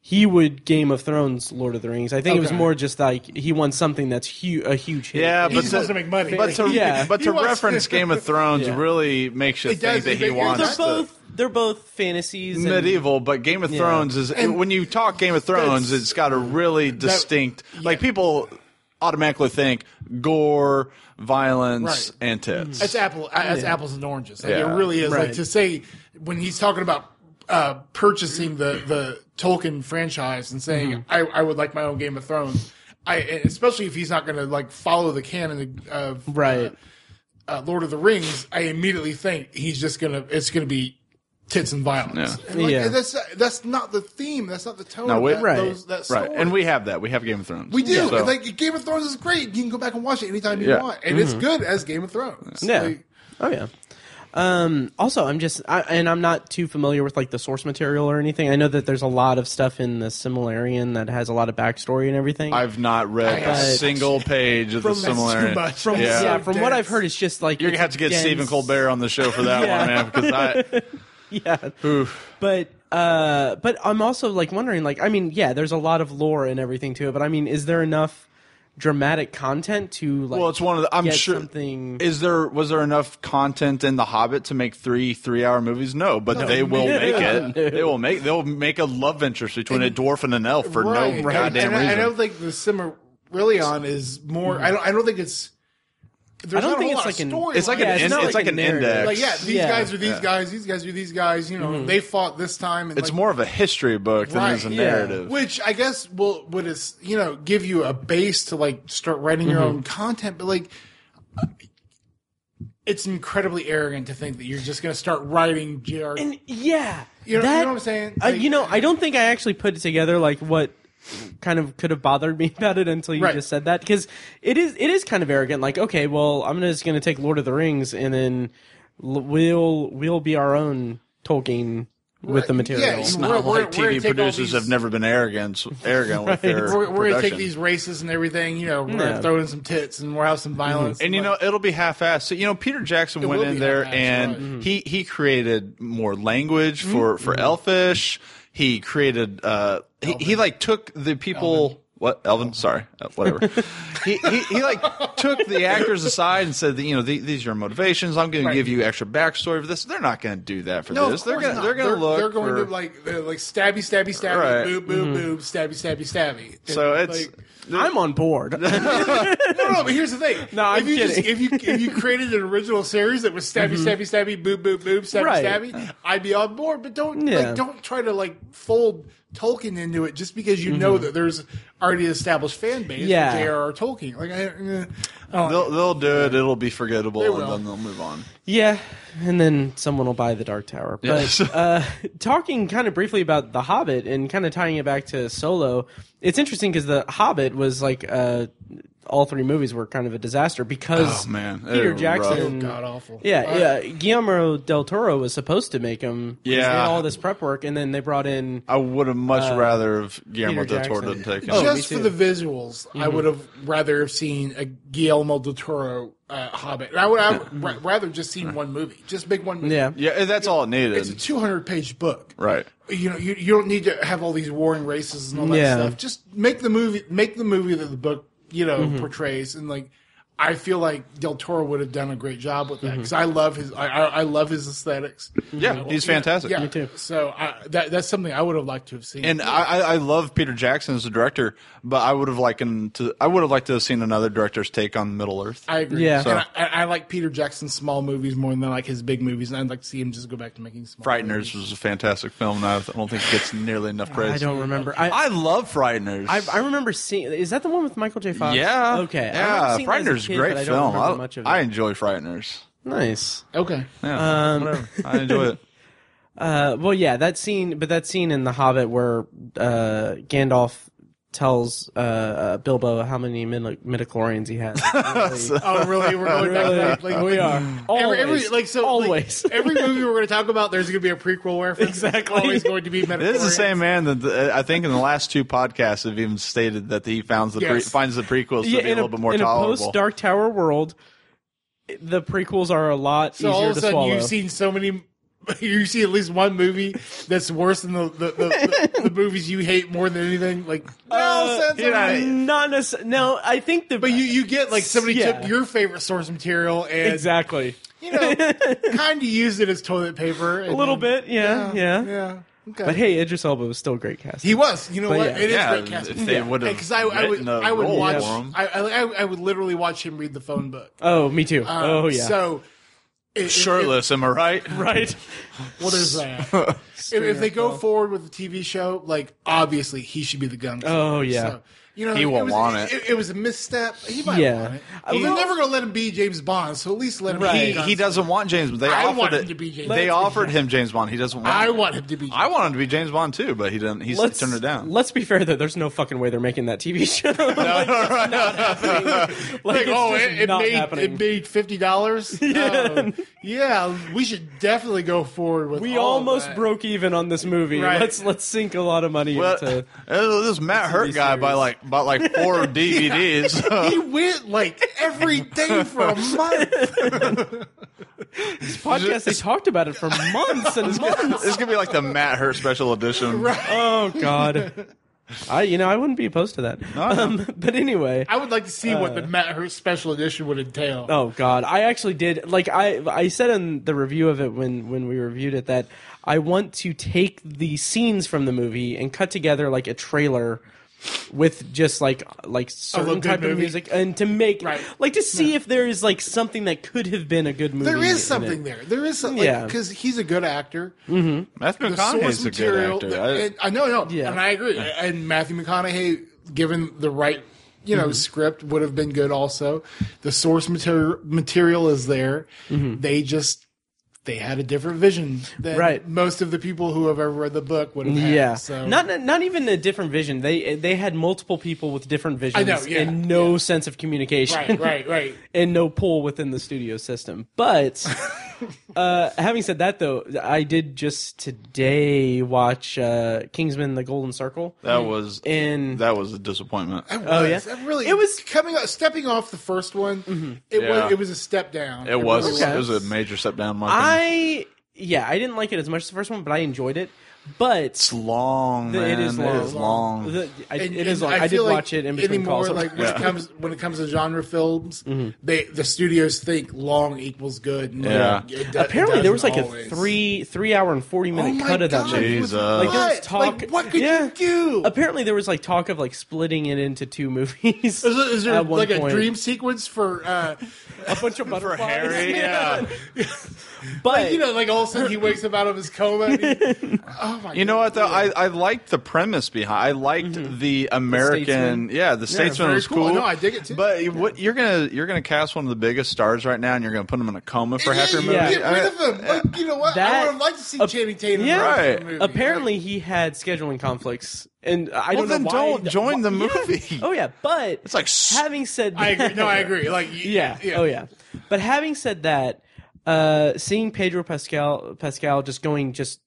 he would Game of Thrones Lord of the Rings. I think it was Okay. more just like he wants something that's hu- a huge hit. Yeah, He but just wants to make money. But to, Yeah. but He to wants- reference Game of Thrones Yeah. really makes you It think does. that It he makes- wants They're That's the- both they're both fantasies and- medieval, but Game of Thrones is when you talk Game of Thrones, that's- it's got a really distinct like people automatically think gore, violence, Right. and tits. That's apple. uh, That's apples and oranges. Like, Yeah. It really is. Right. Like to say when he's talking about uh, purchasing the the Tolkien franchise and saying Mm-hmm. I, I would like my own Game of Thrones. I especially if he's not going to like follow the canon of uh, Right. uh, Lord of the Rings. I immediately think he's just gonna. It's gonna be tits and violence. Yeah. And, like, Yeah. That's that's not the theme. That's not the tone. No, of we- that, Right. Those, that Right, story. and we have that. We have Game of Thrones. We do. So- And, like Game of Thrones is great. You can go back and watch it anytime you Yeah. Mm-hmm. want, and it's good as Game of Thrones. Yeah. Like, oh yeah. Um, also, I'm just, I, and I'm not too familiar with like the source material or anything. I know that there's a lot of stuff in the Similarian that has a lot of backstory and everything. I've not read a But- single page of the From- that's similarity. too much. from yeah, yeah. from dense. what I've heard, it's just like You're it's gonna have to get dense. Stephen Colbert on the show for that Yeah. one, man, because I Yeah, but uh, but I'm also like wondering, like, I mean, yeah, there's a lot of lore and everything to it, but I mean, is there enough dramatic content to like? well, it's one of the. I'm get sure. something. Is there was there enough content in The Hobbit to make three three hour movies? No, but they will no, make no, it. They will make they'll make a love interest between a dwarf and an elf for no Right. goddamn and, I- reason. Mm-hmm. And I don't think the Silmarillion is more. I don't. I don't think it's. There's I don't not a think whole it's lot like of an. story It's like yeah, an it's in- not it's like an narrative. index. Like, yeah, these Yeah. Mm-hmm. guys are these guys. These guys are these guys. You know, they fought this time. And it's like, more of a history book than Right, it is a yeah. narrative. Which I guess will would is you know give you a base to like start writing your Mm-hmm. own content, but like it's incredibly arrogant to think that you're just going to start writing JR. And yeah, You know- you that, know what I'm saying? Uh, Like- you know, I don't think I actually put together like what kind of could have bothered me about it until you Right. just said that because it is it is kind of arrogant. Like, okay, well, I'm just going to take Lord of the Rings and then l- we'll we'll be our own Tolkien with the Right. material. Yeah, you- Not We're- we're- like we're gonna TV take all producers these- have never been arrogant arrogant with their we're, we're gonna take production. these races and everything, you know. We're Yeah. gonna throw in some tits and we'll have some violence. Mm-hmm. And you like- know it'll be half-assed. So, you know Peter Jackson went will in be there half-assed, and right. Mm-hmm. he he created more language for for Elfish. He created uh he, he like took the people what Elvin sorry uh, whatever he, he he like took the actors aside and said that you know the, these are your motivations. I'm going to give you extra backstory for this. They're not going to do that for No, of this. They're course going to not. they're going to look They're going for- to like they're like stabby, stabby, stabby, Right. boob, boob, boob, stabby, stabby, stabby. so And, it's like, I'm on board. no, no. But here's the thing. No, if I'm you kidding. if you if you created an original series that was stabby, stabby, stabby, boob, boob, boob, stabby, Right. stabby, I'd be on board. But don't Yeah. like don't try to like fold Tolkien into it just because you know that there's already an established fan base. for Yeah. J.R.R. Tolkien. Like I, eh, I don't they'll they'll do it. It'll be forgettable and will. then they'll move on. Yeah, and then someone will buy the Dark Tower. But Yes. uh, talking kind of briefly about The Hobbit and kind of tying it back to Solo, it's interesting because The Hobbit was like uh, all three movies were kind of a disaster because Oh, man. They Peter were Jackson. rough. God awful. Yeah, I- yeah. Guillermo del Toro was supposed to make him. He did Yeah. Uh, all this prep work, and then they brought in. I would have much rather have Guillermo Uh, Peter del Toro Jackson. taken. Oh, just me for too. Mm-hmm. the visuals, I would have rather have seen a Guillermo del Toro uh, Hobbit. And I would, I would ra- rather just seen one movie, just make one movie. Yeah. Yeah, that's all it needed. It's a 200 page book. right. You know, you, you don't need to have all these warring races and all that Yeah. Mm-hmm. stuff. Just make the movie, make the movie that the book, you know, portrays. And like, I feel like Del Toro would have done a great job with Mm-hmm. that because I love his I, I I love his aesthetics. Yeah, he's fantastic. Yeah, Me too. So I, that that's something I would have liked to have seen. And I, I I love Peter Jackson as a director, but I would have liked him to. I would have liked to have seen another director's take on Middle Earth. I agree. Yeah. and I, I like Peter Jackson's small movies more than I like his big movies, and I'd like to see him just go back to making small. Frighteners was a fantastic film, and I don't think it gets nearly enough praise. I don't remember. I, I love Frighteners. I, I remember seeing. Is that the one with Michael J. Fox? yeah. uh, Okay. I remember Yeah. seeing that as a Frighteners, kid, great but I don't film. remember I, much of I it. enjoy Frighteners. nice. Okay. Yeah. Um, whatever. I enjoy it. Uh, well, yeah, that scene, but that scene in The Hobbit where uh, Gandalf tells uh, uh, Bilbo how many midi- midichlorians he has. Oh, really? We're going back. to like, we are Every, every, Always. like so, like, always. every movie we're going to talk about, there's going to be a prequel reference. Exactly. It's always going to be. It is the same man that the, I think in the last two podcasts have even stated that he founds the pre- Yes. finds the prequels to yeah, be a in little bit more in a tolerable. post Dark Tower world, the prequels are a lot So easier all of to a sudden, swallow. you've seen so many. You see at least one movie that's worse than the the, the, the, the movies you hate more than anything. Like, Uh, Uh, not necessarily. No, I think the but you you get like somebody Yeah. took your favorite source material and exactly you know kind of used it as toilet paper uh, a little bit. Yeah, yeah. yeah. Okay. But hey, Idris Elba was still a great cast. He was. You know But what? yeah. It is Yeah, great casting. if they would've because I, I would, written a I would role watch. for 'em. I, I, I would literally watch him read the phone book. oh, me too. Uh, oh yeah. So it- it- Shirtless, am I right? right. it- well, there's that. if, if they go forward with the TV show, like obviously he should be the gun. Oh, yeah. you know He won't was, want it. it. was a misstep. He might Yeah. want it. I Well, they're will- never gonna let him be James Bond, so at least let him. Right. Be He, Gunn. he doesn't want James. They I offered want it, him to be James They Bond. offered him James Bond. He doesn't want. I it. want him to be. James I want him to be James Bond too, but he didn't. He Let's turned it down. Let's be fair though. There's no fucking way they're making that TV show. like, Like, it's oh, just it, it not made happening. it made fifty dollars. yeah. yeah, we should definitely go forward with. we all of almost that. broke even on this movie. Right. Let's let's sink a lot of money Well, into. uh, this Matt Hurt be guy by serious. like bought like four DVDs. He went like every day for a month. podcast. They talked about it for months and months. this could be like the Matt Hurt special edition. Oh God. I you know I wouldn't be opposed to that. Um, but anyway. I would like to see what the Matt Hurt special edition would entail. Uh. Oh God, I actually did. Like I, I said in the review of it when when we reviewed it that I want to take the scenes from the movie and cut together like a trailer with just like like certain good type of movie. music and to make Right. like to see if there is like something that could have been a good movie. there in is it. something there. There is something Yeah. because he's a good actor. Matthew The source McConaughey's a good material. actor. the- I- and, I know, no, Yeah. and I agree. And Matthew McConaughey, given the right you Mm-hmm. know script, would have been good. Also, the source material material is there. Mm-hmm. They just they had a different vision than Right. most of the people who have ever read the book would have had. Yeah, So not not even a different vision. They they had multiple people with different visions know, yeah, and no sense of communication. right, right, right. and no pull within the studio system. But uh, having said that, though, I did just today watch uh, Kingsman: The Golden Circle. that was And that was a disappointment. oh yeah? really. It was- Mm-hmm. coming up, stepping off the first one. It Yeah. was it was a step down. It was really Okay. it was a major step down. Mike. I yeah, I didn't like it as much as the first one, but I enjoyed it. But it's long. it man. is long. It is long. the, I, And- it is and long. I, did feel like watch it in between anymore, calls. Mm-hmm. Like when it Yeah. comes when it comes to genre films, they the studios think long equals good. and, like, Yeah. it do- it Apparently, there was doesn't like a always. three three hour and forty Oh minute my cut of that God, movie. Jesus. Like, Like, there was what? talk- Like, what could Yeah. you do? Apparently, there was like talk of like splitting it into two movies. Is, there- is there at one like a point. dream sequence for uh, A bunch of butterflies. Harry, yeah. but you know like all of a sudden he wakes up out of his coma? And he, oh my! You know what though? I, I liked the premise behind. I liked Mm-hmm. the American. Statesman. yeah, the statesman very was cool. cool. No, I dig it, too. But you- what you're gonna you're gonna cast one of the biggest stars right now, and you're gonna put him in a coma for half your yeah, movie. Yeah. Get rid I- of him. Like you know what? I That- would have liked to see ap- Channing Tatum. yeah. in a Right. movie. apparently he had scheduling conflicts, and I don't well, know then why. don't join the why- yeah. movie. Oh yeah, but It's like s- having said that, I agree. No, I agree. Like y- yeah, oh yeah, but having said that, uh, seeing Pedro Pascal Pascal just going just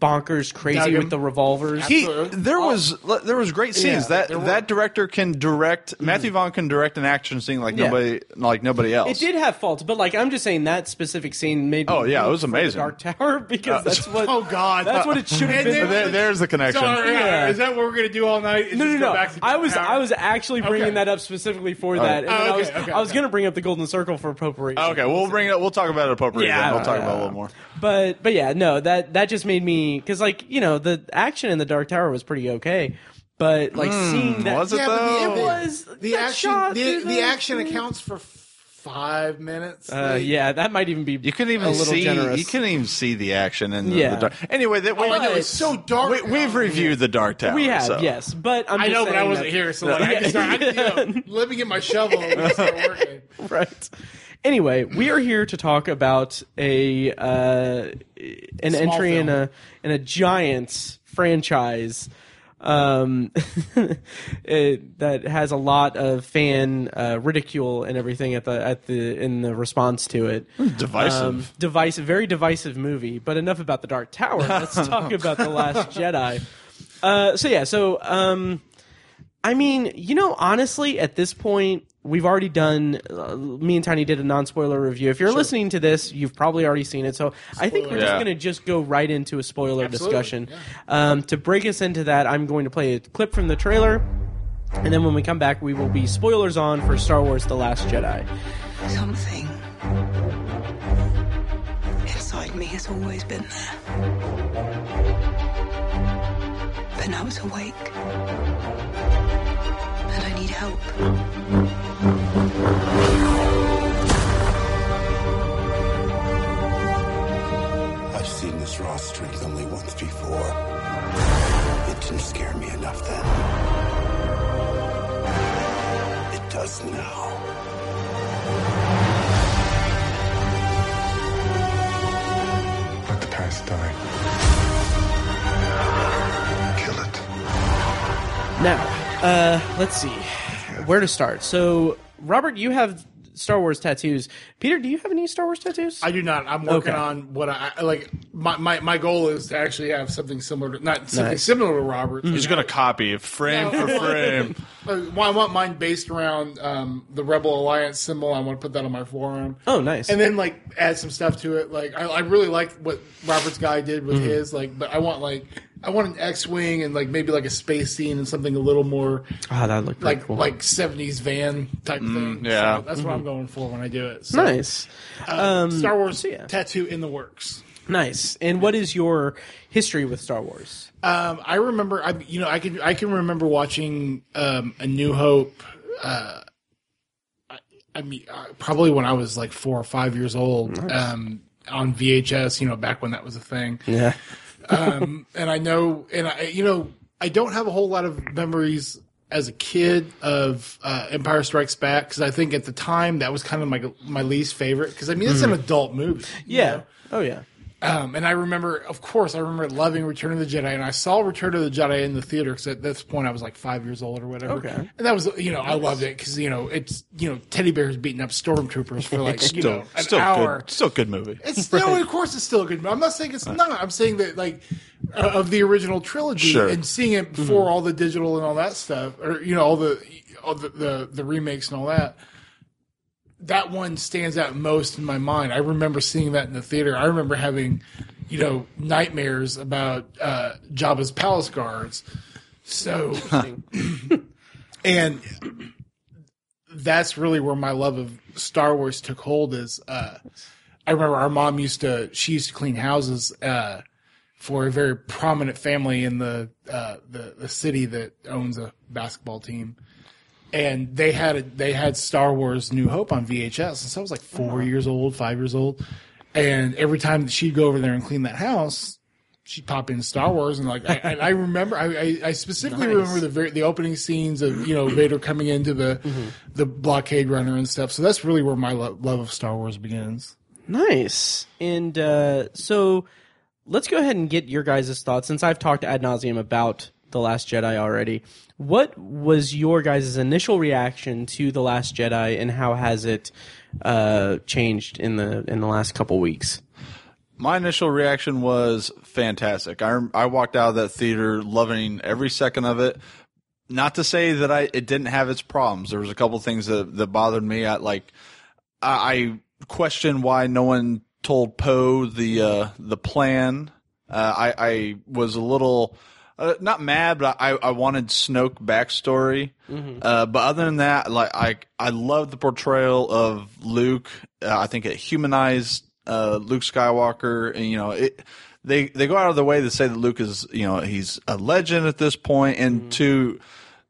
bonkers crazy Dug 'em. with the revolvers. He, Absolutely. there was there was great scenes Oh. Yeah, that there were. Mm-hmm. that director can direct. Matthew Vaughn can direct an action scene like Yeah. nobody like nobody else. It did have faults, but like I'm just saying that specific scene made. me Oh, yeah, it was for the amazing. Dark Tower because Uh, that's what. Oh God, that's what it should have And been. there- There- there's the connection. Sorry, Yeah. is that what we're gonna do all night? is No, just no, go no. to I was Tower? I was actually bringing Okay. that up specifically for that. And Oh, then I okay, was okay, I was okay. going to bring up the Golden Circle for appropriation. Oh, Okay, we'll bring it. We'll talk about it appropriately. Yeah, then. We'll talk yeah. about it a little more. But but yeah, no, that that just made me because like you know the action in the Dark Tower was pretty okay, but like seeing that Hmm, Was it Yeah, but the- though? it was- was the that action. shot the, through the action screen. accounts for f- five minutes. Uh, Like, yeah, that might even be you couldn't a even little see. generous. You couldn't even see the action in the, Yeah. the dark. Anyway, that we, Oh, I know, it's so dark. We, we've reviewed the Dark Tower. we have so. yes, but I'm I just know, but I saying wasn't that- here, so like, I Yeah. can start, I can, you know, let me get my shovel. and start working. right. Anyway, we are here to talk about a uh, an entry in film. a in a giant franchise um, it, that has a lot of fan uh, ridicule and everything at the at the in the response to it. Divisive. Um, divisive, very divisive movie. But enough about the Dark Tower. Let's talk about the Last Jedi. Uh, so yeah, so um, I mean, you know, honestly, at this point, we've already done. Uh, me and Tiny did a non-spoiler review. If you're listening to this, you've probably already seen it. So I think we're just Yeah. going to just go right into a spoiler Absolutely, discussion. Um, to break us into that, I'm going to play a clip from the trailer. And then when we come back, we will be spoilers on for Star Wars The Last Jedi. Something inside me has always been there. But now it's awake. And I need help. I've seen this raw strength only once before. It didn't scare me enough then. It does now. Let the past die. Kill it. Now, uh, let's see where to start. So, Robert, you have Star Wars tattoos. Peter, do you have any Star Wars tattoos? I do not. I'm working Okay. on what I I- like. My, my my goal is to actually have something similar to not something Nice. Mm-hmm. similar to Robert. He's gonna copy frame No. for frame. Uh, well, I want mine based around um, the Rebel Alliance symbol. I want to put that on my forearm. oh, nice. and then like add some stuff to it. Like I, I really like what Robert's guy did Mm-hmm. with his. Like, but I want like I want an X-wing and like maybe like a space scene and something a little more Ah, that looked pretty like cool. Mm-hmm. like seventies van type thing. yeah. So that's what I'm going for when I do it. So, nice, uh, Star Wars so yeah. tattoo in the works. nice. And what is your history with Star Wars? Um, I remember, I you know, I can I can remember watching um, a New Hope. Uh, I, I mean, uh, probably when I was like four or five years old. Um, on VHS, you know, back when that was a thing. Yeah, um, and I know, and I, you know, I don't have a whole lot of memories as a kid of uh, Empire Strikes Back because I think at the time that was kind of my my least favorite because I mean it's an adult movie, Mm. you yeah. know? Oh, yeah. Um, and I remember, of course, I remember loving Return of the Jedi, and I saw Return of the Jedi in the theater because at this point I was like five years old or whatever. Okay. And that was, you know, I loved it because you know it's you know teddy bears beating up stormtroopers for like Still, you know an still hour. good. Still good movie. It's still, of course, it's still a good. movie. I'm not saying it's not. I'm saying that like uh, of the original trilogy Sure. and seeing it before all the digital and all that stuff, or you know all the all the, the the remakes and all that. That one stands out most in my mind. I remember seeing that in the theater. I remember having, you know, nightmares about uh, Jabba's palace guards. So, and that's really where my love of Star Wars took hold. Is uh, I remember our mom used to she used to clean houses uh, for a very prominent family in the uh, the the city that owns a basketball team, and they had a, they had Star Wars New Hope on VHS, and so I was like 4 years old, five years old, and every time that she'd go over there and clean that house. She'd pop in Star Wars and like I, and I remember I, I, I specifically remember the very, the opening scenes of you know Vader coming into the the blockade runner and stuff. So that's really where my lo- love of Star Wars begins. Nice. And uh, so let's go ahead and get your guys' thoughts since I've talked ad nauseum about The Last Jedi already. What was your guys' initial reaction to The Last Jedi and how has it uh, changed in the in the last couple weeks? My initial reaction was fantastic. I I walked out of that theater loving every second of it. Not to say that I it didn't have its problems. There was a couple things that that bothered me. I like I, I question why no one told Poe the uh, the plan. Uh, I, I was a little uh, not mad, but I, I wanted Snoke backstory. Uh, but other than that, like I I love the portrayal of Luke. Uh, I think it humanized uh, Luke Skywalker, and you know it. They they go out of their way to say that Luke is you know he's a legend at this point, and to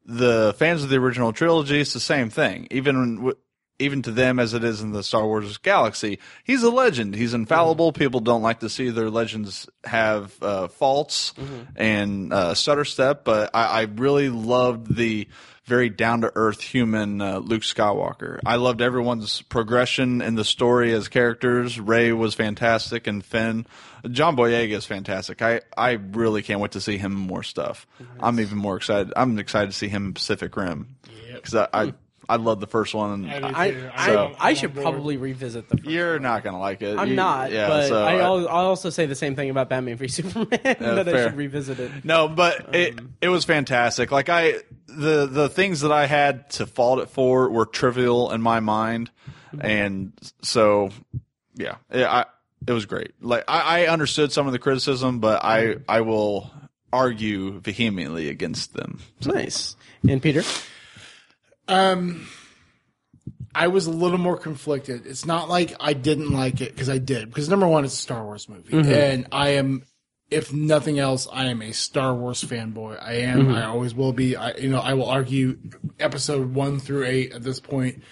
the fans of the original trilogy, it's the same thing. Even w- even to them, as it is in the Star Wars galaxy, he's a legend. He's infallible. People don't like to see their legends have uh, faults and uh, stutter step. But I, I really loved the very down to earth human uh, Luke Skywalker. I loved everyone's progression in the story as characters. Ray was fantastic, and Finn. John Boyega is fantastic. I, I really can't wait to see him in more stuff. I'm even more excited. I'm excited to see him in Pacific Rim because I, I I love the first one. I And do I- I too. I, So- I should probably revisit the. First you're not gonna like it. I'm You- not, but so uh, I, al- I'll also say the same thing about Batman v Superman that I fair. should revisit it. No, but it it was fantastic. Like I the the things that I had to fault it for were trivial in my mind, Mm-hmm. and so yeah, it, I it was great. Like I, I understood some of the criticism, but I I will argue vehemently against them. Nice. And Peter, Um, I was a little more conflicted. It's not like I didn't like it because I did. Because number one, it's a Star Wars movie, and I am, if nothing else, I am a Star Wars fanboy. I am. Mm-hmm. I always will be. I, you know, I will argue Episode one through eight at this point.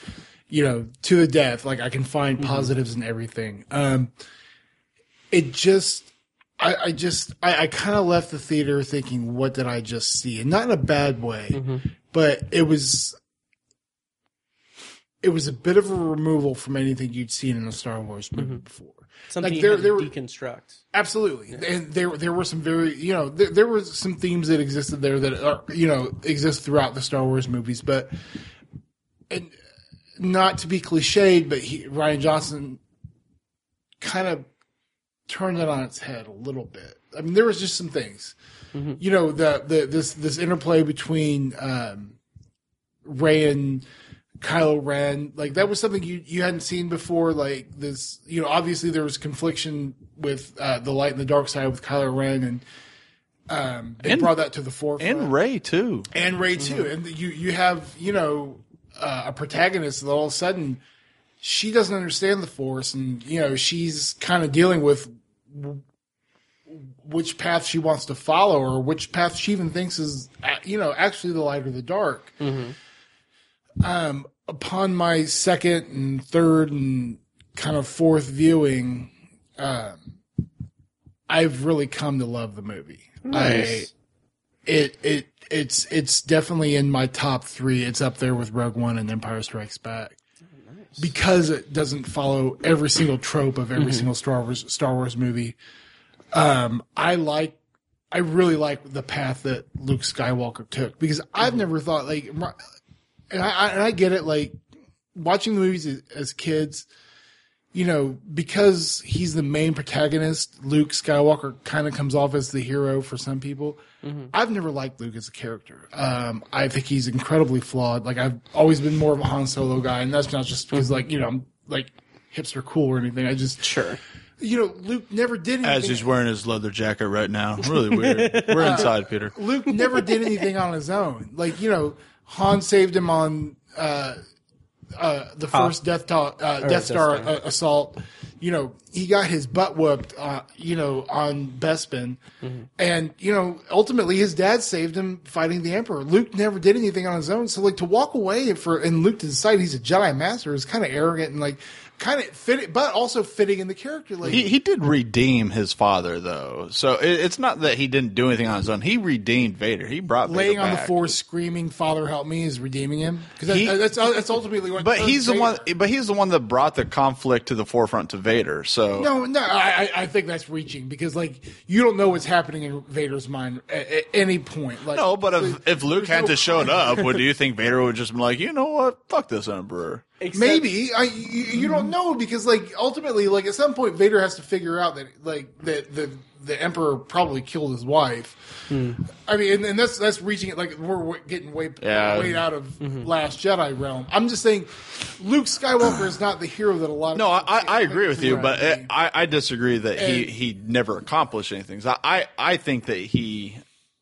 You know, to the death. Like I can find Mm-hmm. positives in everything. Um, it just I, I just I, I kind of left the theater thinking, what did I just see? And not in a bad way, Mm-hmm. but it was it was a bit of a removal from anything you'd seen in a Star Wars movie before. Mm-hmm. something Like, you there- had there to were- deconstruct. Absolutely, and there there were some very you know there, there were some themes that existed there that are you know exist throughout the Star Wars movies, but and not to be cliched, but he, Ryan Johnson kind of turned it on its head a little bit. I mean, there was just some things, Mm-hmm. you know, the the this this interplay between um, Ray and Kylo Ren, like that was something you you hadn't seen before. Like this, you know, obviously there was confliction with uh, the light and the dark side with Kylo Ren, and um, they And- brought that to the forefront And Ray too. and Ray too. And you you have you know uh, a protagonist that all of a sudden she doesn't understand the force, and you know she's kind of dealing with w- which path she wants to follow, or which path she even thinks is uh, you know actually the light or the dark. Um, upon my second and third and kind of fourth viewing, um, I've really come to love the movie. I, it it it's it's definitely in my top three. It's up there with Rogue One and Empire Strikes Back because it doesn't follow every single trope of every single Star Wars Star Wars movie. Um, I like. I really like the path that Luke Skywalker took because I've never thought like, and I, I and I get it like watching the movies as, as kids, you know, because he's the main protagonist, Luke Skywalker kind of comes off as the hero for some people. I've never liked Luke as a character. Um, I think he's incredibly flawed. Like I've always been more of a Han Solo guy, and that's not just because like you know I'm like hipster cool or anything. I just Sure. you know Luke never did anything. As he's wearing his leather jacket right now, really weird. We're inside, Peter. Luke never did anything on his own. Like you know, Han saved him on uh, uh, the first Death, Ta- uh, Death Ah. Death Star, Star. Uh, assault. You know, he got his butt whooped. Uh, you know, on Bespin, Mm-hmm. and you know, ultimately his dad saved him fighting the Emperor. Luke never did anything on his own. So like to walk away for and Luke to decide he's a Jedi Master is kind of arrogant and like kind of fit, but also fitting in the character. Like He, he did redeem his father though, so it, it's not that he didn't do anything on his own. He redeemed Vader. He brought laying Vader on the back. floor screaming "Father, help me" is redeeming him because He- that's that's ultimately what. But he's the Vader- one. But he's the one that brought the conflict to the forefront to Vader. So No, no, I, I- I think that's reaching because like you don't know what's happening in Vader's mind at, at any point. Like, No, but if if Luke there's had no- to showed up, would you think Vader would just be like, you know what, fuck this emperor? Except- Maybe I you, you don't know because like ultimately like at some point Vader has to figure out that like that the the Emperor probably killed his wife. I mean, and, and that's that's reaching it like we're, we're getting way Yeah. way out of Last Jedi realm. I'm just saying, Luke Skywalker is not the hero that a lot. of No, I, people I, think- I agree with you, Right. but uh, it, I, I disagree that he, And- he never accomplished anything. So I, I think that he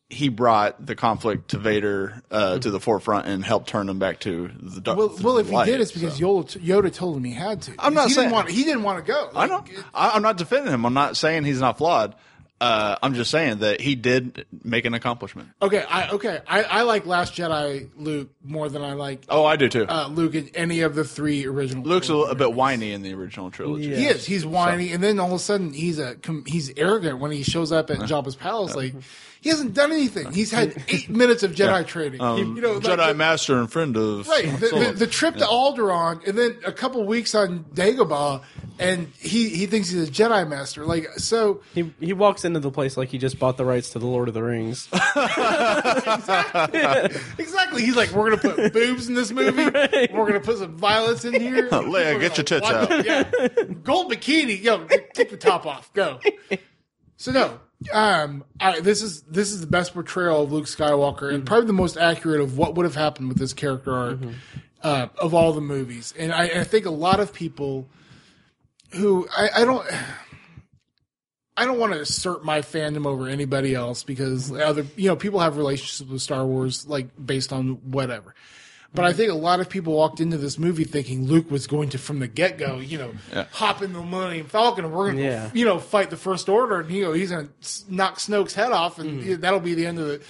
he brought the conflict to Vader uh, to the forefront and helped turn him back to the dark. well, well, if he did, it's because Yoda, Yoda told him he had to. I'm not he saying- didn't want he didn't want to go. I Like, know. I, I'm not defending him. I'm not saying he's not flawed. Uh, I'm just saying that he did make an accomplishment. Okay, I okay I, I like Last Jedi Luke more than I like Oh, I do too. uh, Luke in any of the three original. Luke's a, trilogy. little- a bit whiny in the original trilogy. Yeah. He is. He's whiny, and then all of a sudden he's a com- he's arrogant when he shows up at Uh-huh. Jabba's palace. Like he hasn't done anything. He's had eight minutes of Jedi training. you know, like, Um, Jedi the- Master and friend of Right, the, Solo. the, the trip to Alderaan, and then a couple weeks on Dagobah, and he, he thinks he's a Jedi master. Like so, He, he walks into the place like he just bought the rights to the Lord of the Rings. exactly, he's like, we're gonna put boobs in this movie. We're gonna put some violence in here. Leia, get your tits out. Yeah. Gold bikini. Yo, t- take the top off. Go. So no, um, I, this is this is the best portrayal of Luke Skywalker and probably the most accurate of what would have happened with this character arc uh, of all the movies. And I, I think a lot of people who I, I don't. I don't want to assert my fandom over anybody else because other you know people have relationships with Star Wars like based on whatever. But I think a lot of people walked into this movie thinking Luke was going to from the get go, you know, hop in the Millennium Falcon and we're going to, Yeah. you know, fight the First Order and you know he's going to knock Snoke's head off and yeah, that'll be the end of it.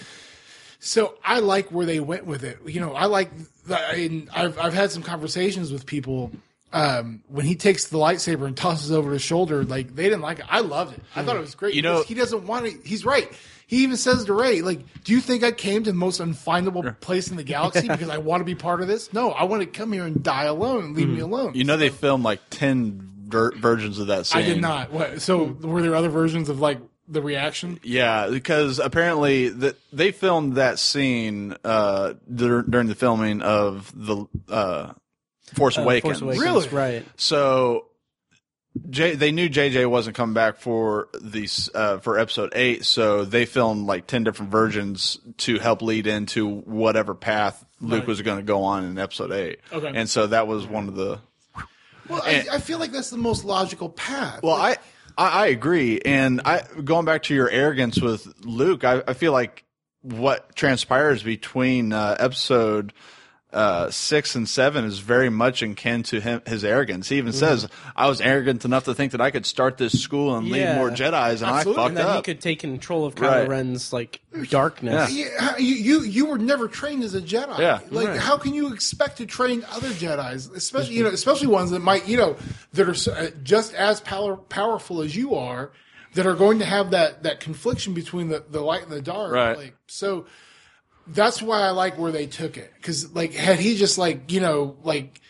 So I like where they went with it. You know, I like. The, and I've I've had some conversations with people. Um, when he takes the lightsaber and tosses it over his shoulder, like they didn't like it. I loved it. I thought it was great. You know- because he doesn't want it. He's right. He even says to Ray, like, "Do you think I came to the most unfindable place in the galaxy because I want to be part of this? No, I want to come here and die alone and leave me alone." Hmm. You know they filmed like ten ver- versions of that scene. I did not. What? So were there other versions of like the reaction? Yeah, because apparently the, they filmed that scene uh, dur- during the filming of the uh, Force, Uh, Awakens. Force Awakens. Really? Right. So J- they knew JJ wasn't coming back for these uh, for episode eight, so they filmed like ten different versions to help lead into whatever path Luke was going to go on in episode eight. Okay. and so that was one of the Well, And- I, I feel like that's the most logical path. Well, I, I I agree, and I going back to your arrogance with Luke, I, I feel like what transpires between uh, episode uh, six and seven is very much akin to him his arrogance. He even says, "I was arrogant enough to think that I could start this school and lead Yeah. more Jedi's, and Absolutely. I And fucked that he up." could take control of Kylo Right. Ren's like darkness. Yeah, you, you you were never trained as a Jedi. Yeah. like Right. how can you expect to train other Jedi's, especially you know, especially ones that might you know that are so, uh, just as power, powerful as you are, that are going to have that that confliction between the the light and the dark. Right. Like, so that's why I like where they took it because like had he just like you know like.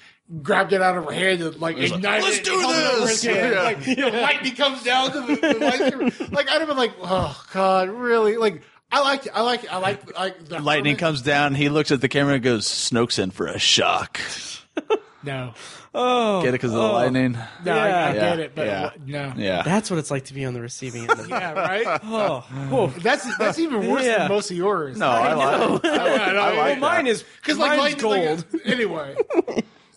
Grabbed it out of her hand and like ignited. "Let's it do and held it over this!" his hand. Yeah. Like, the lightning comes down to the, the lightsaber. Like I'd have been like, oh god, really? Like I like I like I like like the Lightning comes down. He looks at the camera and goes, "Snoke's in for a shock." No, Oh, Get it because of the lightning. no, I- I, Yeah. get it, but Yeah. what- no, Yeah. that's what it's like to be on the receiving end. Of it. yeah, right. Oh, oh. That's that's even worse Yeah. than most of yours. no, I, like. I, I know. I well, like mine that. is because because like like lightning's like gold. a- anyway,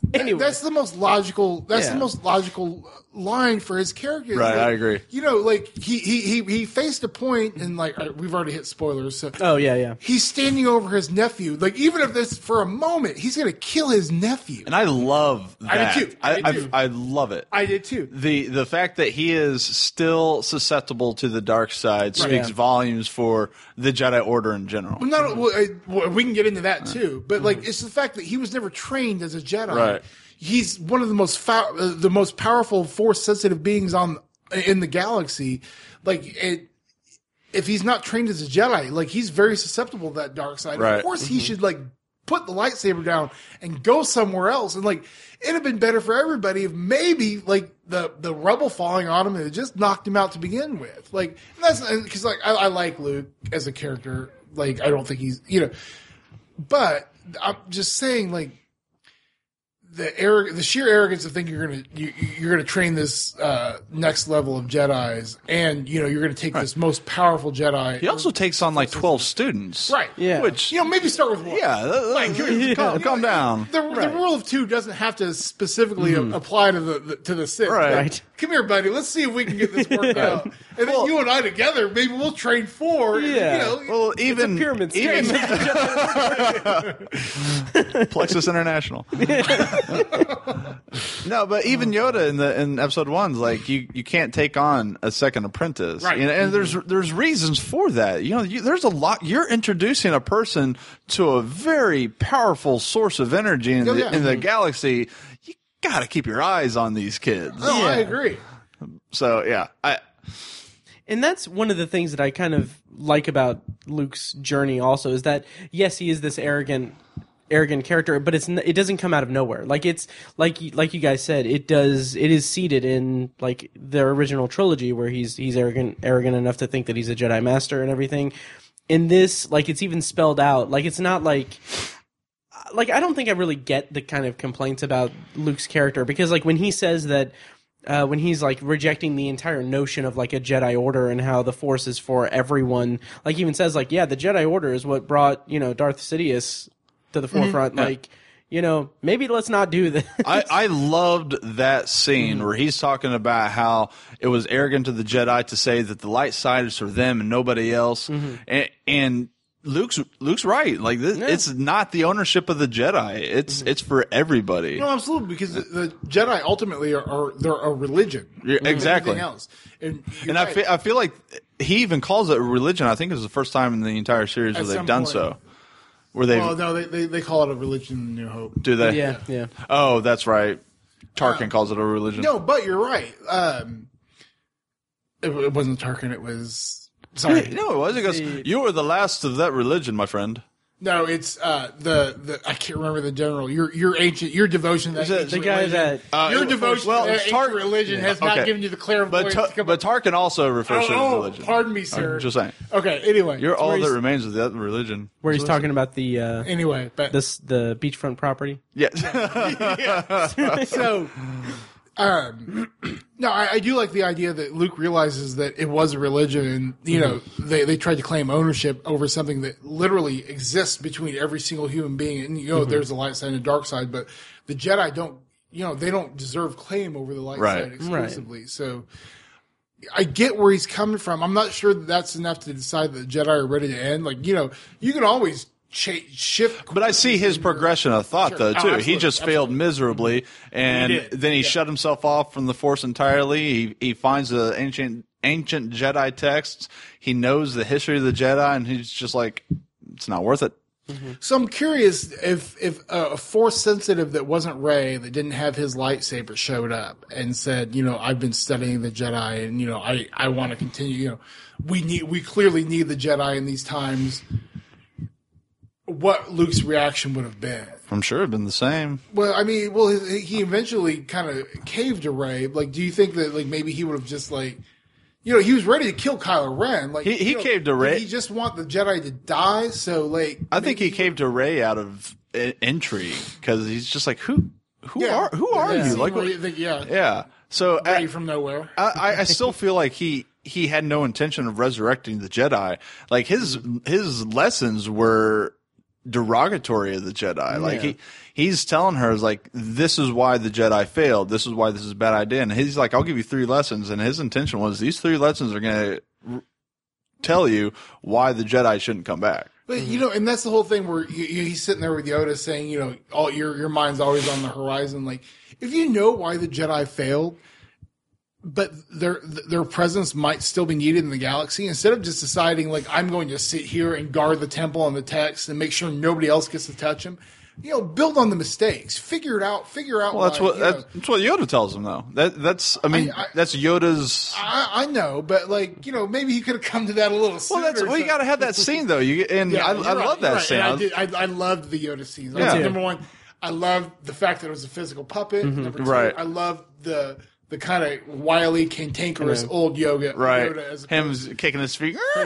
anyway, that's the most logical. That's Yeah. the most logical line for his character. Right, Like, I agree. You know, like he he he, he faced a point, and like all right, we've already hit spoilers, so oh yeah, yeah. he's standing over his nephew. Like even if this for a moment, he's gonna kill his nephew. and I love do that. too. I I, do I, too. I love it. I did too. the the fact that he is still susceptible to the dark side speaks Yeah. volumes for the Jedi Order in general. Well, not well, I, well, we can get into that too, but like it's the fact that he was never trained as a Jedi. Right. He's one of the most fa- uh, the most powerful force sensitive beings on in the galaxy. Like it, if he's not trained as a Jedi, like he's very susceptible to that dark side. Right. Of course, he should like put the lightsaber down and go somewhere else. And like it'd have been better for everybody if maybe like the the rubble falling on him had just knocked him out to begin with. Like and that's because like I, I like Luke as a character. Like I don't think he's you know, but I'm just saying like the arrog- the sheer arrogance of thinking you're gonna you, you're gonna train this uh, next level of Jedi's, and you know you're gonna take this most powerful Jedi. He also takes on like twelve students, Right. Yeah. Which you know maybe start with one. yeah, like, calm, calm down. Mm-hmm. The, the rule of two doesn't have to specifically a- apply to the, the to the six. Right. Right. Come here, buddy. Let's see if we can get this worked out. And then you and I together, maybe we'll train four. and, Yeah. you know, Well, even pyramid scheme. Hmm. even Plexus International. no, but even Yoda in the in episode one's like you you can't take on a second apprentice, Right. Mm-hmm. You know, and there's there's reasons for that. You know, you, there's a lot. You're introducing a person to a very powerful source of energy in, Oh, the, yeah. in the galaxy. You got to keep your eyes on these kids. no, I agree. So yeah, I and that's one of the things that I kind of like about Luke's journey. Also, is that yes, he is this arrogant, arrogant character, but it's n- it doesn't come out of nowhere. Like it's like y- like you guys said, it does. It is seated in like the original trilogy where he's he's arrogant, arrogant enough to think that he's a Jedi Master and everything. In this, like it's even spelled out. Like it's not like like I don't think I really get the kind of complaints about Luke's character because like when he says that uh, when he's like rejecting the entire notion of like a Jedi Order and how the Force is for everyone, like even says like yeah the Jedi Order is what brought you know Darth Sidious to the forefront. Like you know maybe let's not do this. I, I loved that scene where he's talking about how it was arrogant of the Jedi to say that the light side is for them and nobody else, and, and Luke's Luke's right. Like this, it's not the ownership of the Jedi. It's it's for everybody. No, absolutely, because the, the Jedi ultimately are, are they're a religion. Yeah, Like exactly. everything Else. And, you're and I right. feel, I feel like he even calls it a religion. I think it was the first time in the entire series At where some they've done point. so. Where they Well, have no, they, they they call it a religion in New Hope. do they? yeah yeah Oh, that's right. Tarkin calls it a religion. No, but you're right. Um, it, it wasn't Tarkin. It was sorry. no, it was because you were the last of that religion, my friend. No, it's uh, the the I can't remember the general. Your your ancient your devotion that it ancient the guy religion- that Uh, your it- devotion well, to that Tar- ancient religion has not okay. given you the clairvoyance. But, to Ta- come but Tarkin also refers to it as oh, religion. pardon me, sir. I'm just saying. okay. Anyway, You're all he's- that remains of that religion. where he's talking about the uh, anyway, but this the beachfront property. Yeah. so um no I, I do like the idea that luke realizes that it was a religion and you know Mm-hmm. they, they tried to claim ownership over something that literally exists between every single human being and you Mm-hmm. know there's a light side and a dark side but the jedi don't you know they don't deserve claim over the light Right. side exclusively so I get where he's coming from. I'm not sure that that's enough to decide that the Jedi are ready to end. Like, you know, you can always cha- shift but I see his progression of thought, Sure. though, Oh, too. he absolutely, just failed miserably, and He did. then he Yeah. shut himself off from the Force entirely. He, he finds the ancient ancient Jedi texts. He knows the history of the Jedi, and he's just like, it's not worth it. So I'm curious if if uh, a force sensitive that wasn't Ray that didn't have his lightsaber showed up and said, you know, I've been studying the Jedi and you know I I want to continue. You know, we need we clearly need the Jedi in these times. What Luke's reaction would have been? I'm sure it'd been the same. Well, I mean, well, he he eventually kind of caved to Ray. Like, do you think that like maybe he would have just like, you know, he was ready to kill Kylo Ren. Like, He- he you know, caved to did Rey. He just want the Jedi to die. So like, I think he caved to Ray out of i- intrigue because he's just like, who, who are, who are Yeah. you? Like, Where what- you think, yeah, yeah. So uh, I- Ray from nowhere. I, I- I still feel like he he had no intention of resurrecting the Jedi. Like his his lessons were derogatory of the Jedi. Like he he's telling her like this is why the Jedi failed. This is why this is a bad idea. And he's like, I'll give you three lessons. And his intention was these three lessons are going to tell you why the Jedi shouldn't come back. But you know, and that's the whole thing where you, you, he's sitting there with Yoda saying, you know, all your your mind's always on the horizon. Like, if you know why the Jedi failed, but their their presence might still be needed in the galaxy. Instead of just deciding like I'm going to sit here and guard the temple and the text and make sure nobody else gets to touch him, you know, build on the mistakes, figure it out, figure out. Well, that's why, what you know. that's, that's what Yoda tells him though. That that's I mean I- I- that's Yoda's. I, I know, but like you know, maybe he could have come to that a little. well, sooner that's or we something. got to have that scene though. You and I, I you're love that right, you're right. scene. And I- I, did, I, I loved the Yoda scenes. Yeah. Mm-hmm. Number one, I loved the fact that it was a physical puppet. Number two, Right. I loved the the the kind of wily, cantankerous I know. old yoga. Right. Yoda as- Him kicking his feet. Yeah,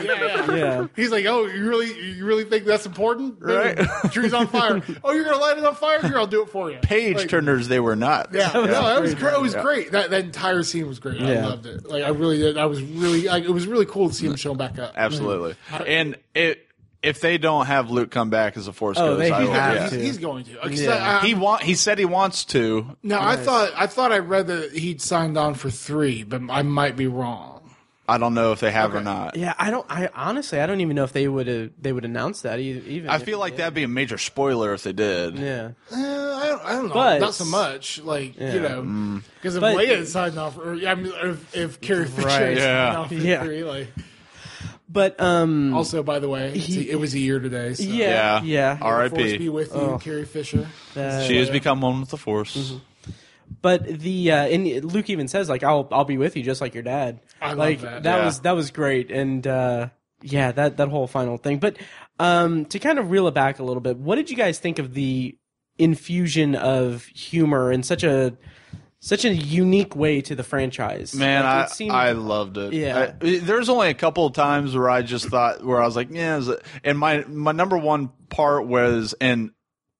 yeah. Yeah. He's like, oh, you really, you really think that's important? Right. Boom. Tree's on fire. Oh, you're gonna light it on fire? Here, I'll do it for you. Page Like, turners, they were not. Yeah, no, that was great. It was Yeah. great. That that entire scene was great. I Yeah. loved it. Like I really did. I was really. Like, it was really cool to see him show back up. Absolutely. And it if they don't have Luke come back as a force Oh, ghost, they I have will, to. yeah. Yeah, he's, he's going to. 'Cause Yeah. I- I- he want he said he wants to. no, I thought I thought I read that he'd signed on for three, but I might be wrong. I don't know if they have or not. Yeah, I don't. I honestly, I don't even know if they would have. They would announce that e- even. I if feel they like did. that'd be a major spoiler if they did. Yeah, Uh, I, don't, I don't know. But- Mm. Not so much. Like you know, because if But- Leia had signed off, or I mean, or if, if Carrie Fisher Right. had signed Yeah. off for Yeah. three, like but um, also by the way, it's He- a- it was a year today. So yeah, Oh. Yeah. yeah. All right. Force R.I.P.. be with you, Carrie Fisher. that- She has become one with the Mm-hmm. force. but the uh, and Luke even says like I'll I'll be with you just like your dad. I love like that. Yeah. was that was great and uh, yeah that that whole final thing. But um, to kind of reel it back a little bit, what did you guys think of the infusion of humor in such a such a unique way to the franchise? Man, Like, I, it seemed- I loved it. Yeah. I- there's only a couple of times where I just thought where I was like, yeah. is it-" And my my number one part was and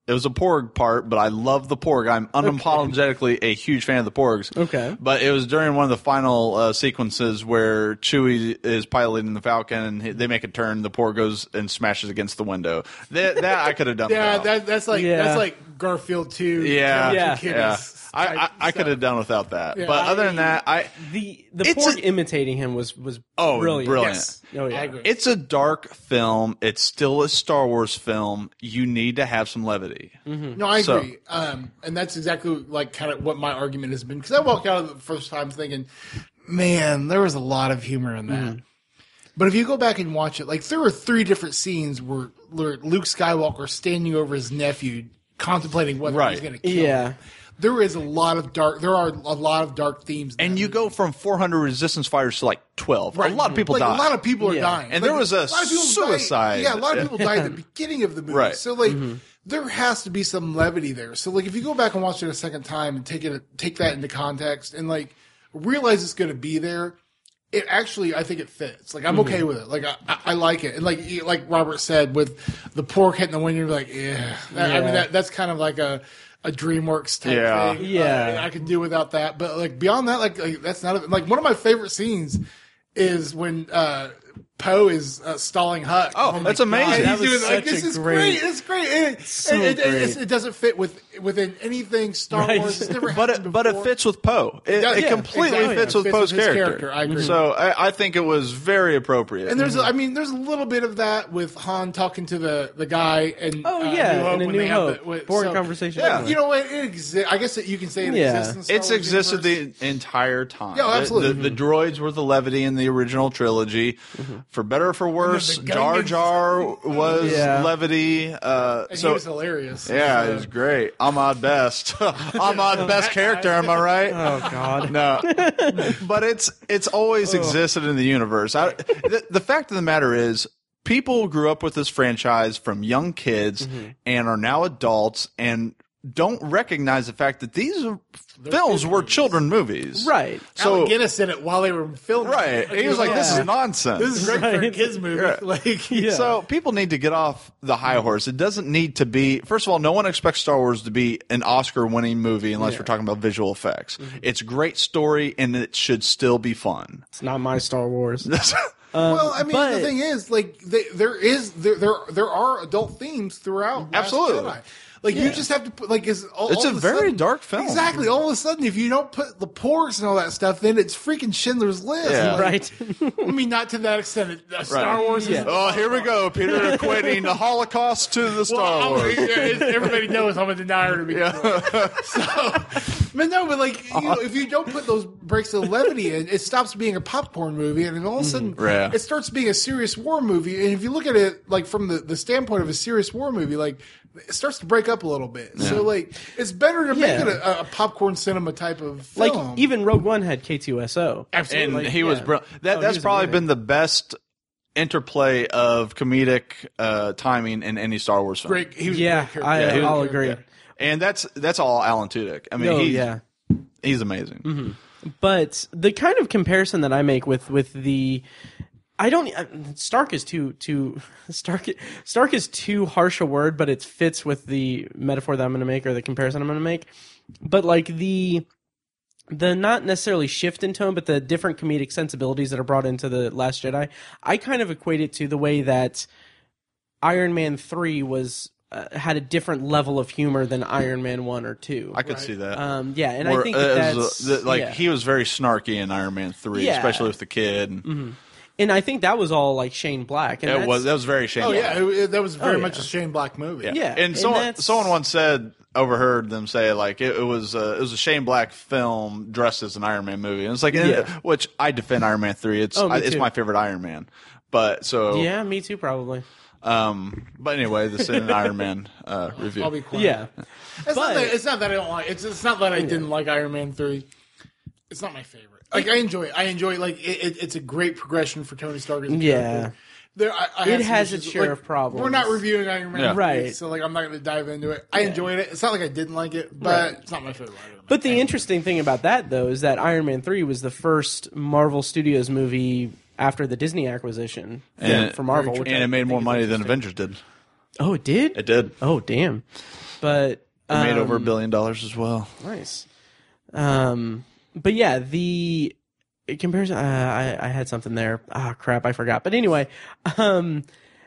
it was a Porg part, but I love the Porg. I'm unapologetically a huge fan of the Porgs. Okay. But it was during one of the final uh, sequences where Chewie is piloting the Falcon and he- they make a turn. The Porg goes and smashes against the window. That, that I could have done. Yeah, without. that, that's like Yeah. that's like Garfield two. Yeah. Yeah. yeah. I, I, I could have done without that. but other than that, I the the It's Porg a- imitating him was was Oh, brilliant. brilliant. Oh yeah. I agree. It's a dark film. It's still a Star Wars film. You need to have some levity. No, I So- agree, um, and that's exactly like kind of what my argument has been. Because I walked out of the first time thinking, man, there was a lot of humor in that. Mm-hmm. But if you go back and watch it, like there were three different scenes where where Luke Skywalker standing over his nephew, contemplating whether he's Right. going to kill. him. Yeah. There is a lot of dark. There are a lot of dark themes, in And that you movie. go from 400 resistance fighters to like 12. A lot of people Like, die. A lot of people are Yeah. dying, And Like, there was a lot of people died- suicide. Yeah, a lot of people died at the beginning of the movie. Right. Mm-hmm. So like, there has to be some levity there. So like, if you go back and watch it a second time and take it take that into context and like realize it's going to be there. It actually, I think it fits. Like I'm Mm-hmm. okay with it. Like I, I, I like it, and like you- like Robert said, with the pork hitting the window, you're like, yeah. That- I Yeah. mean, that that's kind of like a a DreamWorks type Yeah. thing. Yeah. Uh, I could do without that. But like beyond that, like, like that's not a, like one of my favorite scenes is when uh Poe is uh, stalling Huck. Oh, that's amazing. He's That was doing like such this a is great- great. It's great. And it, So and it, it, great. it doesn't fit with within anything Star Right. Wars. It's never but it, happened but it before. fits with Poe. It, Yeah, it yeah, completely exactly. fits Yeah, with fits Poe's with his character. character. I agree. So I, I think it was very appropriate. And there's, Mm-hmm. a, I mean, there's a little bit of that with Han talking to the the guy and Oh uh, yeah. New Hope and a when new they have hope. the- with- Boring so- conversation. Yeah. You know what? It exi- I guess that you can say it Yeah. exists. In the Star it's Wars existed universe. the entire time. Yeah, The- absolutely. The, the, droids were the levity in the original trilogy. For better or for worse, Mm-hmm. the Jar Gungans- Jar was Yeah. levity. Uh, And so he was hilarious. Yeah, So- it's great. Ahmad Best. Ahmad Best character, am I right? Oh god. No, but it's it's always existed in the universe. I, the, the fact of the matter is, people grew up with this franchise from young kids and are now adults and don't recognize the fact that these films were children movies, Right. Alec So Guinness did it while they were filming. right, he was like, "This Yeah. is nonsense." This is great for a kids movie. Yeah. Like, So people need to get off the high horse. It doesn't need to be. First of all, no one expects Star Wars to be an Oscar-winning movie unless we're talking about visual effects. It's a great story, and it should still be fun. It's not my Star Wars. well, I mean, but- the thing is, like, they, there is there, there there are adult themes throughout. Last Absolutely. Jedi. Like, you just have to put like is all, It's all a of very sudden- dark film. Exactly. All of a sudden, if you don't put the porgs and all that stuff in, it's freaking Schindler's List. Yeah. Like, right. I mean, not to that extent. It- uh, Star Wars. is Oh, here we go, Peter equating the Holocaust to the Star Well, I'm- Wars. yeah, it's- everybody knows I'm a denier to be. So, but no, but like you know, if you don't put those breaks of levity in, it stops being a popcorn movie, and then all of a Mm-hmm. sudden Yeah. it starts being a serious war movie. And if you look at it like from the, the standpoint of a serious war movie, like it starts to break up a little bit. So like it's better to Yeah. make it a, a popcorn cinema type of Like film. even Rogue One had K2SO. and absolutely. he was yeah. brilliant. Oh, That he that's was probably amazing. been the best interplay of comedic uh, timing in any Star Wars film. Great, he was a Yeah, great character. I, Yeah, he was I'll a agree. And that's that's all Alan Tudyk. I mean, No, he's, yeah. Mm-hmm. he's amazing. But the kind of comparison that I make with with the I don't uh, Stark is too too Stark Stark is too harsh a word, but it fits with the metaphor that I'm going to make or the comparison I'm going to make. But like the the not necessarily shift in tone, but the different comedic sensibilities that are brought into the Last Jedi, I kind of equate it to the way that Iron Man three was uh, had a different level of humor than Iron Man one or two. I could see that. um, yeah, and I Or, think uh, that it that's was, uh, the- like yeah. he was very snarky in Iron Man three, Yeah. especially with the kid. and I think that was all like Shane Black. And It that's- was that was very shameful. Oh yeah, it- it- that was very yeah. much a Shane Black movie. Yeah, and and someone that's- someone once said overheard them say like it, it was uh, it was a Shane Black film dressed as an Iron Man movie, and it's like and- Yeah. which I defend Iron Man three. It's Oh, me I, it's too. my favorite Iron Man, but so yeah, me too, probably. um but anyway, this is an Iron Man uh, review. I'll be quiet. Yeah, it's, but- not that, it's not that I don't like. It's it's not that I didn't like Iron Man three. It's not my favorite. Like I enjoy. it. I enjoy. it. Like it, it, it's a great progression for Tony Stark. As a Yeah. character. There, I, I It had some has its issues. share Like, of problems. We're not reviewing Iron Man, Yeah. three, Right. So like, I'm not going to dive into it. I enjoyed it. It's not like I didn't like it, but it's not my favorite. Iron Man. but the interesting thing about that though is that Iron Man three was the first Marvel Studios movie after the Disney acquisition And- for- for Marvel, which and I it made think more is money than interesting. Avengers did. Oh, it did. It did. Oh, damn. But It made um, over a billion dollars as well. Nice. Um, but yeah, the comparison. Uh, I I had something there. Ah, crap, I forgot. But anyway, um,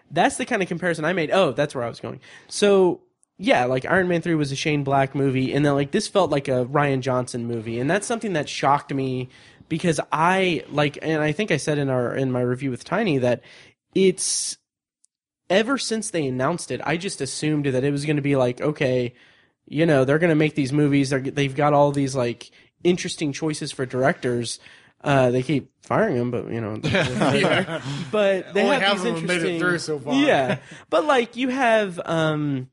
that's the kind of comparison I made. Oh, that's where I was going. So yeah, like Iron Man three was a Shane Black movie, and then like this felt like a Ryan Johnson movie, and that's something that shocked me because I like, and I think I said in our in my review with Tiny that it's ever since they announced it, I just assumed that it was going to be like, okay, you know, they're going to make these movies. They're, they've got all these like interesting choices for directors. Uh, they keep firing them, but you know, but they Only have half these of 'em made it interesting. through so far. Yeah, but like you have um,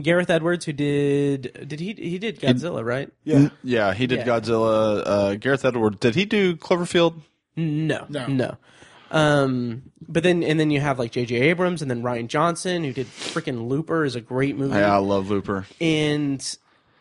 Gareth Edwards, who did did he he did Godzilla, right? Yeah, yeah, he did Yeah. Godzilla. Uh, Gareth Edwards did he do Cloverfield? No, no, No. Um, but then and then you have like J.J. Abrams, and then Ryan Johnson, who did freaking Looper, is a great movie. Yeah, I love Looper, and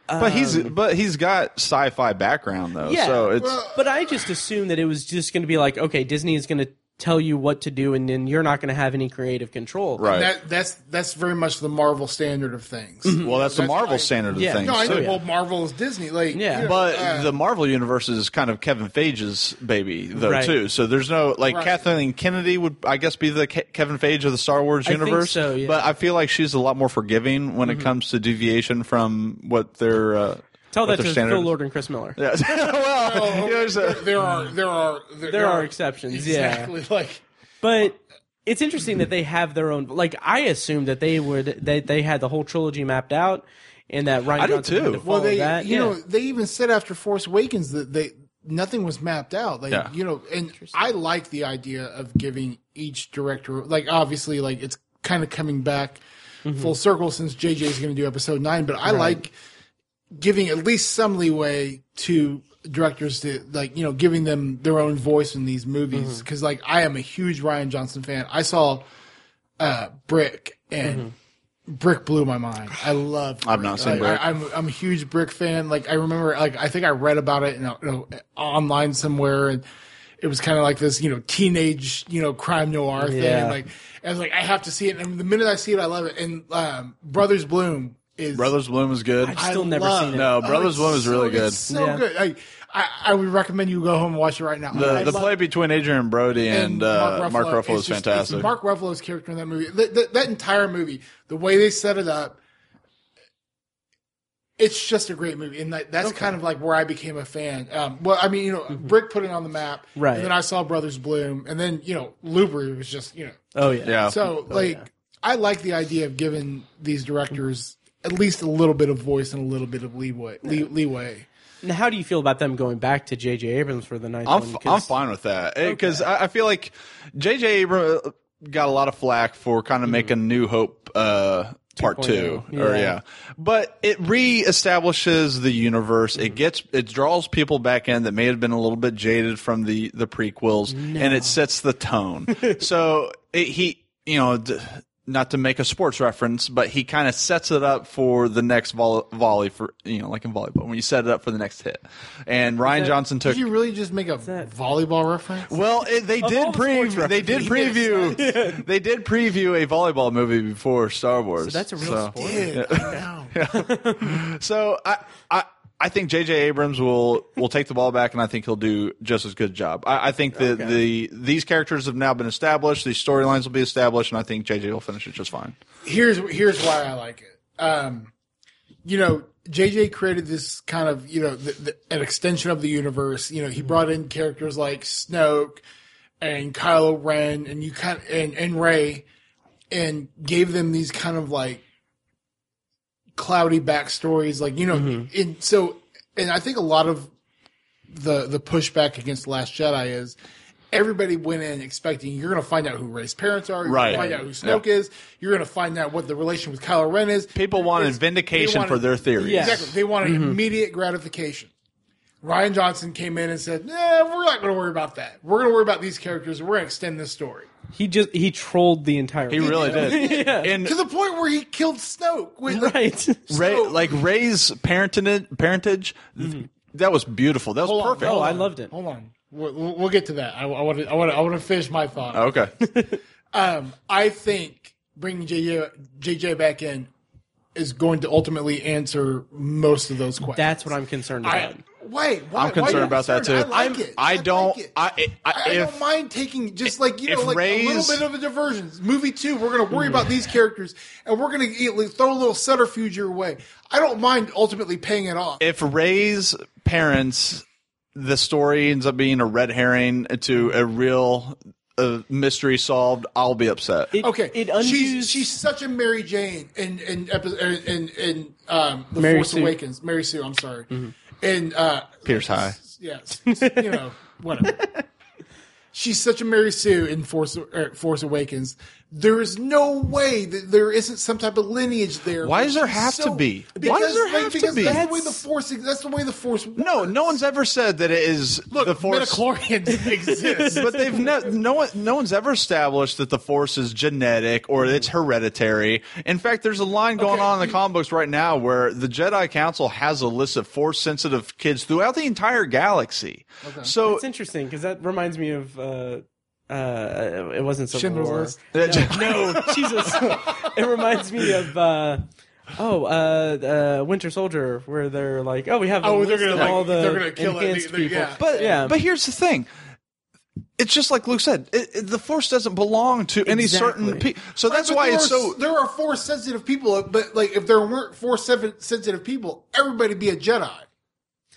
but he's but he's got sci-fi background though, Um, Yeah. so it's but I just assumed that it was just going to be like, okay, Disney is going to tell you what to do, and then you're not going to have any creative control. right. that that's that's very much the Marvel standard of things. Well, that's the That's Marvel why- standard of Mm-hmm. Yeah. things. No, I too. know. Well, Marvel is Disney. Like, Yeah. you know, But uh, the Marvel universe is kind of Kevin Feige's baby, though, Right. too. So there's no like Right. Kathleen Kennedy would, I guess, be the Ke- Kevin Feige of the Star Wars think universe. so, yeah. Mm-hmm. But I feel like she's a lot more forgiving when it comes to deviation from what their uh, Tell what that to their standard Phil is. Lord and Chris Miller. Yeah. well, you know, it's a- oh, there are there are there, There are exceptions, yeah. Exactly. Like. But it's interesting that they have their own. Like I assumed that they would that they had the whole trilogy mapped out, and that Ryan I did Johnson had too. to Well, follow Well, they, that. you yeah. know, they even said after Force Awakens that they nothing was mapped out. Like, Yeah. you know, and I like the idea of giving each director, like, obviously, like it's kind of coming back Mm-hmm. full circle since JJ is going to do Episode Nine, but I like giving at least some leeway to directors to like you know giving them their own voice in these movies Mm-hmm. because like I am a huge Ryan Johnson fan. I saw uh, Brick and. Brick blew my mind. I love. Mm-hmm. I've not seen like, Brick. I, I'm I'm a huge Brick fan. Like I remember, like I think I read about it in, a- in a- online somewhere, and it was kind of like this, you know, teenage, you know, crime noir Yeah. thing. Like I was like, I have to see it, and the minute I see it, I love it. And um, Brothers Bloom is Oh, Brothers Bloom was good. I've still never seen it. No, Brothers it's Bloom is really so, good. It's so Yeah. good. Like, I I would recommend you go home and watch it right now. the I the love- play between Adrian Brody and, uh, Mark Ruffalo, it's is just- it's fantastic. Mark Ruffalo's character in that movie, that, that, that entire movie, the way they set it up, it's just a great movie, and that, that's kind of like where I became a fan. Um, well, I mean, you know, Mm-hmm. Brick put it on the map, Right. And then I saw Brothers Bloom, and then you know, Looper was just you know. oh yeah. yeah. So like, I like the idea of giving these directors at least a little bit of voice and a little bit of leeway. lee- leeway. And how do you feel about them going back to J.J. Abrams for the ninth I'm, one? f- 'Cause- I'm fine with that because I, I feel like J.J. Abrams got a lot of flack for kind of making New Hope uh, part 2.0. two, or Yeah. yeah, but it reestablishes the universe. It gets it draws people back in that may have been a little bit jaded from the the prequels, and it sets the tone. so it, he, you know. D- not to make a sports reference, but he kind of sets it up for the next vol- volley for you know, like in volleyball, when you set it up for the next hit. And Ryan Johnson took. Did you really just make a that- volleyball reference? well, it, they all the did sports preview. They did preview. they did preview a volleyball movie before Star Wars. So that's a real So- sport. Yeah, I know. So I, I, I think J.J. Abrams will will take the ball back, and I think he'll do just as good a job. I, I think that the these characters have now been established, these storylines will be established, and I think J.J. will finish it just fine. here's here's why I like it. Um, you know, JJ created this kind of you know the, the, an extension of the universe. You know, he brought in characters like Snoke and Kylo Ren, and you kind and and Ray, and gave them these kind of like cloudy backstories. Like you know, and so and I think a lot of the the pushback against Last Jedi is everybody went in expecting you're going to find out who Ray's parents are, you're Right. Gonna find out who Snoke is, you're going to find out what the relation with Kylo Ren is. People wanted It's- vindication they wanted- for their theories. Mm-hmm. Yeah. Exactly, they wanted immediate gratification. Ryan Johnson came in and said, "Nah, we're not going to worry about that. We're going to worry about these characters. and We're going to extend this story." He just he trolled the entire. He really did. And To the point where he killed Snoke. With right. Ray, like Ray's parentage, parentage Mm-hmm. th- that was beautiful. That was Hold on, perfect. Oh, hold I on, loved it. Hold on, we'll, we'll we'll get to that. I want to, I want to, I want to finish my thought. okay. Um, I think bringing JJ, JJ back in is going to ultimately answer most of those questions. That's what I'm concerned I, about. wait, why, why are I'm you concerned about that too. concerned? I like I'm- it. I like don't. it. I, I, I if, don't mind taking just like you know, if like a Ray's- little bit of a diversion. Movie two, we're going to worry about these characters, and we're going to throw a little subterfuge your way. I don't mind ultimately paying it off. if Ray's parents, the story ends up being a red herring to a real uh, mystery solved, I'll be upset. It- Okay, It undoes. she's she's such a Mary Jane in in epi- in, in, in um, the Mary Force Sue. Awakens. Mary Sue, I'm sorry, Mm-hmm. and uh, Pierce High. yes, you know whatever. She's such a Mary Sue in Force er, Force Awakens. There is no way that there isn't some type of lineage there. Why does there She's have to be? Why does there have to because be? That's the way the Force. That's the way the Force. No, no one's ever said that it is the force. Midichlorians exist. but they've no, no one no one's ever established that the force is genetic or it's Mm. hereditary. In fact, there's a line going Okay. on in the comic books right now where the Jedi Council has a list of force sensitive kids throughout the entire galaxy. So It's interesting because that reminds me of. Uh, uh, it wasn't Civil Schindler's War. List. No, no, Jesus. It reminds me of. Uh, Oh, uh, uh, Winter Soldier, where they're like, oh, we have a Oh, list they're gonna, of like, all the they're gonna kill it. enhanced They- they- people. yeah. But yeah, but here's the thing. It's just like Luke said. It, it- the force doesn't belong to any Exactly. certain people. So that's But why there it's are- so. There are four sensitive people, but like if there weren't four seven sensitive people, everybody be a Jedi.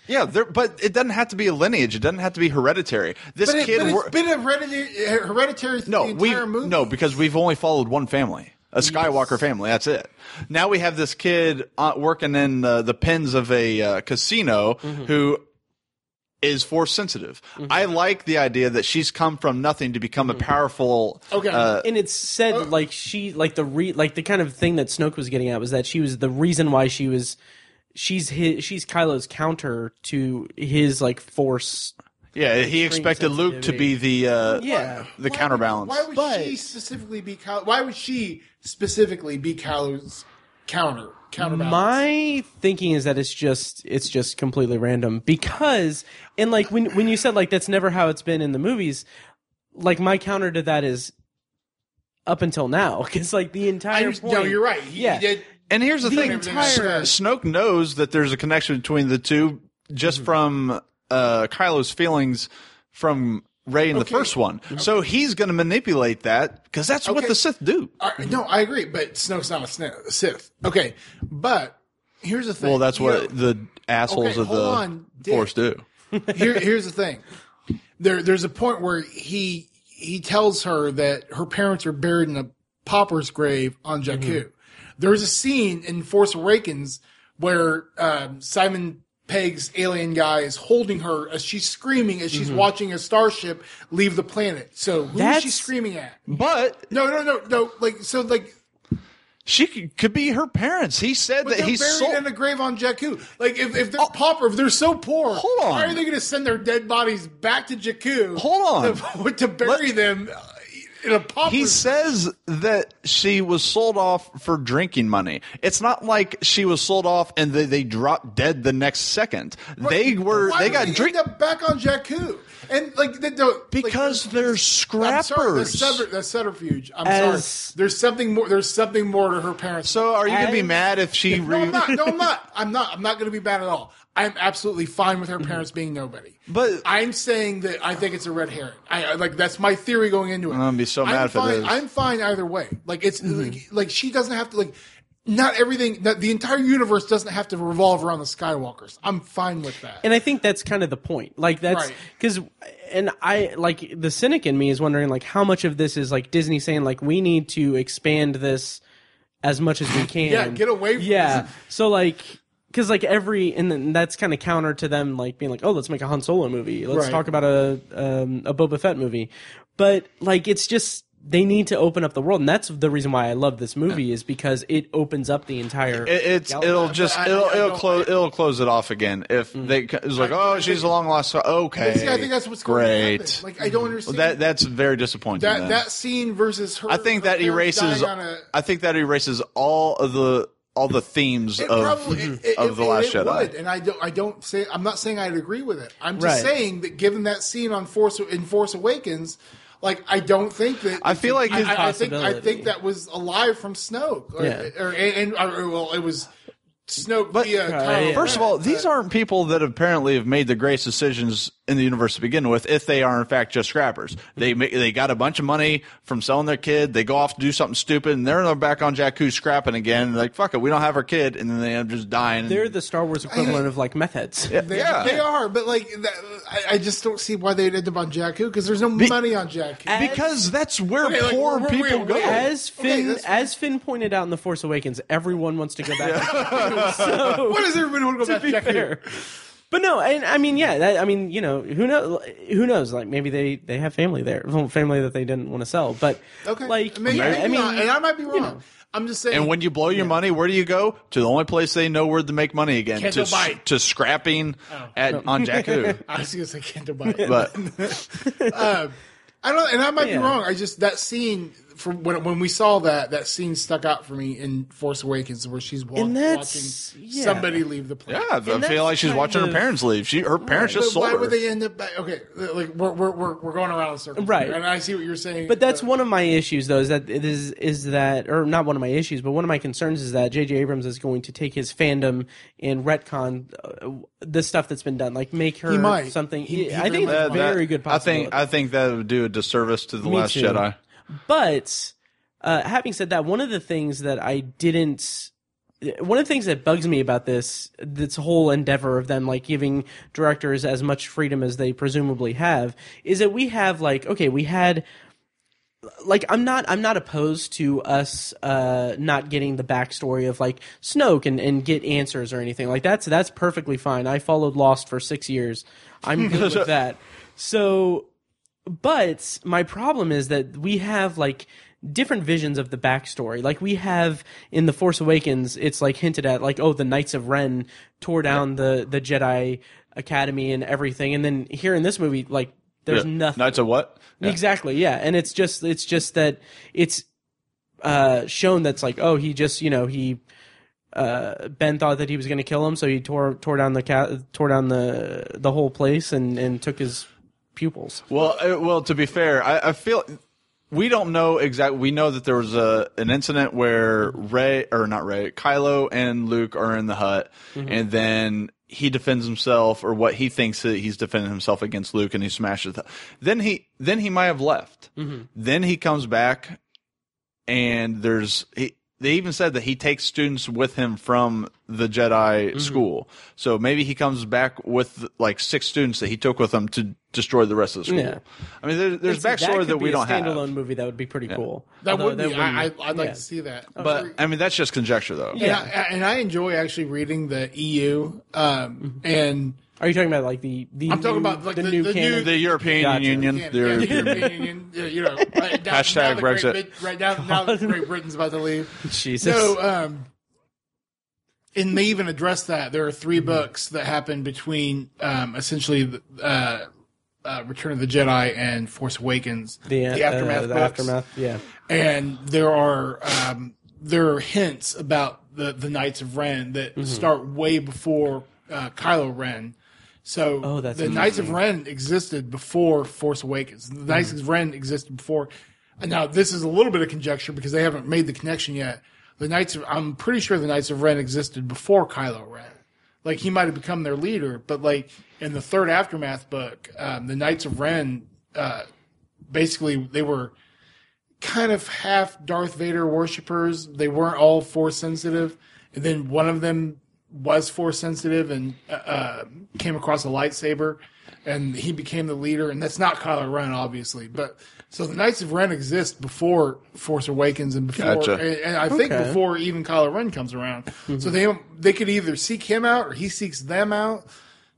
Yeah, there, but it doesn't have to be a lineage. It doesn't have to be hereditary. This But, it, kid. but wor- it's been a hereditary, hereditary through no, the we entire movie. no because we've only followed one family, a Skywalker family. That's it. Now we have this kid uh, working in the, the pens of a uh, casino Mm-hmm. who is force sensitive. I like the idea that she's come from nothing to become a powerful. Mm-hmm. Okay. oh. uh, and it's said like she like the re like the kind of thing that Snoke was getting at was that she was the reason why she was she's his, she's Kylo's counter to his like force. yeah, he expected Luke to be the uh, Yeah. the Why counterbalance. Would, why would But- she specifically be? Cal- why would she specifically be Kylo's counter counterbalance? My thinking is that it's just it's just completely random because and like when when you said like that's never how it's been in the movies, like my counter to that is up until now because like the I, entire point, no, you're right. He, yeah. he did. And here's the, The thing: entire- S- Snoke knows that there's a connection between the two, just Mm-hmm. from uh, Kylo's feelings from Ray in the first one. So he's going to manipulate that because that's what Okay. the Sith do. Uh, no, I agree. But Snoke's not a Sna- Sith. Okay, but here's the thing. Well, that's You what know- the assholes Okay, of hold the on, Dick. Force do. Here, here's the thing. There, there's a point where he he tells her that her parents are buried in a pauper's grave on Jakku. There's a scene in Force Awakens where um, Simon Pegg's alien guy is holding her as she's screaming as she's watching a starship leave the planet. So who is she That's- screaming at? But No, no, no, no. Like so, like she could, could be her parents. He said but that they're he's buried sold. Oh. in a grave on Jakku. Like if, if they're pauper, if they're so poor, Hold on. why are they going to send their dead bodies back to Jakku? Hold on. to, to bury them uh, in a pauper. He says that she was sold off for drinking money. It's not like she was sold off and they, they dropped dead the next second. They were Why they would got end drink up back on Jakku, and like they don't because they're I'm sorry, that's, scrappers. sever- that's subterfuge. I'm As- sorry. There's something more. There's something more to her parents. so are you gonna be As- mad if she no, re- I'm not. No, I'm not. I'm not. I'm not going to be bad at all. I'm absolutely fine with her Mm-hmm. parents being nobody. But- I'm saying that I think it's a red herring. I I- like that's my theory going into it. I'm gonna be so mad I'm if it fine, is. Mm-hmm. I'm fine either way. Like it's like, like she doesn't have to like. Not everything. Not, the entire universe doesn't have to revolve around the Skywalkers. I'm fine with that. and I think that's kind of the point. Like that's Right. because, and I like the cynic in me is wondering like how much of this is like Disney saying like we need to expand this as much as we can. Yeah, get away from yeah. this. So like. Because like every and then that's kind of counter to them like being like oh let's make a Han Solo movie let's Right. talk about a um, a Boba Fett movie, but like it's just they need to open up the world and that's the reason why I love this movie is because it opens up the entire It, it's it'll just I- it'll I it'll don't- close it'll close it off again if they it's like I- oh she's a long lost okay See, I think that's what's great going to happen. Like I don't understand that that's very disappointing that then. that scene versus her. I think her that parents erases. dying on a- I think that erases all of the all the themes It of probably- it- it- of the it- Last it Jedi. would, and I don't. I don't say. I'm not saying I'd agree with it. I'm just Right. saying that given that scene on Force in Force Awakens, like I don't think that. I feel like it's- I, I think I Possibility. think that was alive from Snoke, or, Yeah. or and, and or, well, it was Snoke. But via Kylo First of Ren, all, these but- aren't people that apparently have made the greatest decisions in the universe to begin with. If they are in fact just scrappers, they ma- they got a bunch of money from selling their kid. They go off to do something stupid, and they're they're back on Jakku scrapping again. They're like fuck it, we don't have our kid, and then they end up just dying. they're the Star Wars equivalent of like meth heads. They, yeah. they are, but like, that, I, I just don't see why they'd end up on Jakku because there's no money on Jakku. because that's where Okay, like, poor wait, people wait, go. wait. As Okay, Finn, that's- as Finn pointed out in The Force Awakens, everyone wants to go back. so, Why does everybody want to go to back be to fair. Jakku? But no, and I mean, yeah, that, I mean, you know, who knows? Who knows? Like maybe they they have family there, well, family that they didn't want to sell. But Okay, like maybe, yeah, I mean, not, and I might be wrong. know. I'm just saying. And when you blow your money, where do you go? To the only place they know where to make money again. Can't to, go buy. Oh. s- to scrapping at, on Jakku. I was gonna say Canto Bite. but I don't, and I might Yeah. be wrong. I just that scene from when when we saw that that scene stuck out for me in Force Awakens where she's walk, And watching that's- yeah. somebody leave the planet. yeah, I that's feel like she's kind watching of- her parents leave. She her parents But just sold why her. would they end up back? Okay, like we're we're we're, we're going around in circles, Right. And I see what you're saying, But that's one of my issues, though, is that it is is that or not one of my issues, but one of my concerns is that J.J. Abrams is going to take his fandom and retcon uh, the stuff that's been done, like make her He might. something. He- he I think really it's Uh, a very good. I Possibility. think I think that would do a disservice to the Me Last too. Jedi. But uh, having said that, one of the things that I didn't. One of the things that bugs me about this this whole endeavor of them like giving directors as much freedom as they presumably have is that we have like okay we had like I'm not I'm not opposed to us uh, not getting the backstory of like Snoke and, and get answers or anything like that's that's perfectly fine. I followed Lost for six years. I'm good with that. So, but my problem is that we have like different visions of the backstory. Like we have in the Force Awakens, it's like hinted at like oh the Knights of Ren tore down the the Jedi Academy and everything, and then here in this movie like there's Yeah. nothing. Knights of what? Yeah. Exactly. Yeah, and it's just it's just that it's uh, shown that's like oh he just you know he uh, Ben thought that he was going to kill him, so he tore tore down the ca- tore down the the whole place and and took his pupils. Well, uh, well. To be fair, I, I feel we don't know exactly. We know that there was a an incident where Ray or not Ray, Kylo and Luke are in the hut, Mm-hmm. and then he defends himself or what he thinks that he's defending himself against Luke, and he smashes. The, then he then he might have left. Mm-hmm. Then he comes back, and there's he. They even said that he takes students with him from the Jedi Mm-hmm. school, so maybe he comes back with like six students that he took with him to destroy the rest of the school. Yeah. I mean, there, there's It's- backstory could that, we be don't a standalone have. movie that would be pretty cool. that Although would be. I, I, Oh, wouldn't- I'd like yeah. Oh, to see that. But I mean, that's just conjecture, though. Yeah. and I, and I enjoy actually reading the EU um, Mm-hmm. and. Are you talking about like the the I'm talking new- about, like, the, the- new the canon? new- The European Gotcha. Union, Yeah, the yeah, European European Union, yeah, you know, right now, Hashtag now the Great Brexit. Brit- right now, now that Great Britain's about to leave. Jesus. No, um, and they even Mm-hmm. address that. There are three books that happened between um, essentially the, uh, uh, Return of the Jedi and Force Awakens, The, uh, aftermath, the books. aftermath. Yeah, and there are um, there are hints about the the Knights of Ren that Mm-hmm. start way before uh, Kylo Ren. So Oh, that's the Knights of Ren existed before Force Awakens. The Knights Mm-hmm. of Ren existed before. and Now this is a little bit of conjecture because they haven't made the connection yet. The Knights of I'm pretty sure the Knights of Ren existed before Kylo Ren. Like he might have become their leader, but like in the third aftermath book, um, the Knights of Ren uh, basically they were kind of half Darth Vader worshippers. They weren't all force sensitive, and then one of them was force sensitive and uh, uh, came across a lightsaber, and he became the leader. And that's not Kylo Ren, obviously, but so the Knights of Ren exist before Force Awakens and before, Gotcha. and, and I think Okay. before even Kylo Ren comes around. So they they could either seek him out or he seeks them out.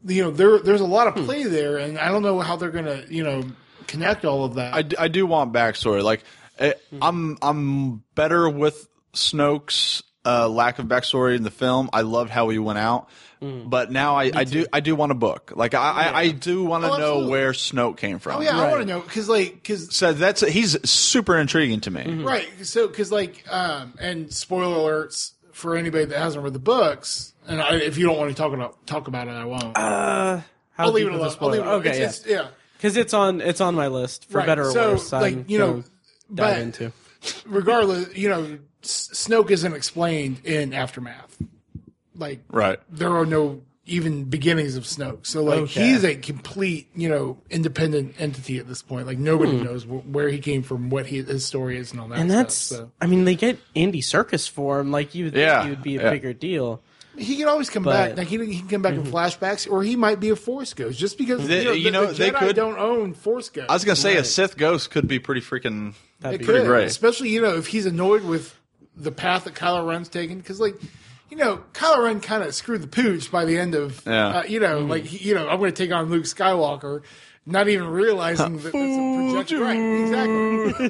You know, there there's a lot of play there, and I don't know how they're gonna you know connect all of that. I, d- I do want backstory. Like eh, I'm I'm better with Snoke's uh, lack of backstory in the film. I loved how he went out, Mm. but now I, I do I do want a book. Like I I, I do want to Oh, know absolutely. where Snoke came from. Oh yeah, I want to know because like because So that's he's super intriguing to me. right so because like um and spoiler alerts for anybody that hasn't read the books and I, if you don't want to talk about talk about it I won't How I'll leave it deep of a alone. I'll spoiler? leave it alone. Okay, It's- it's- yeah. because it's on it's on my list for Right, better or so, worse. like, I'm you know, gonna dive but- into. Regardless, you know S- Snoke isn't explained in aftermath. Like Right. there are no even beginnings of Snoke. So like Okay. he's a complete you know independent entity at this point. Like nobody knows wh- where he came from, what he, his story is, and all that. Hmm. And stuff, that's so. I mean they get Andy Circus for him. Like you would Yeah, think he would be a yeah. bigger deal. He can always come But- back. Like he, he can come back in flashbacks, or he might be a Force ghost. Just because They- you know, you the- know, the they Jedi could- don't own Force ghosts. I was gonna say a Sith ghost could be pretty freaking. That'd It be could, great. especially you know if he's annoyed with the path that Kylo Ren's taken, because like you know Kylo Ren kind of screwed the pooch by the end of Yeah. uh, you know like he, you know I'm going to take on Luke Skywalker, not even realizing that it's a projected right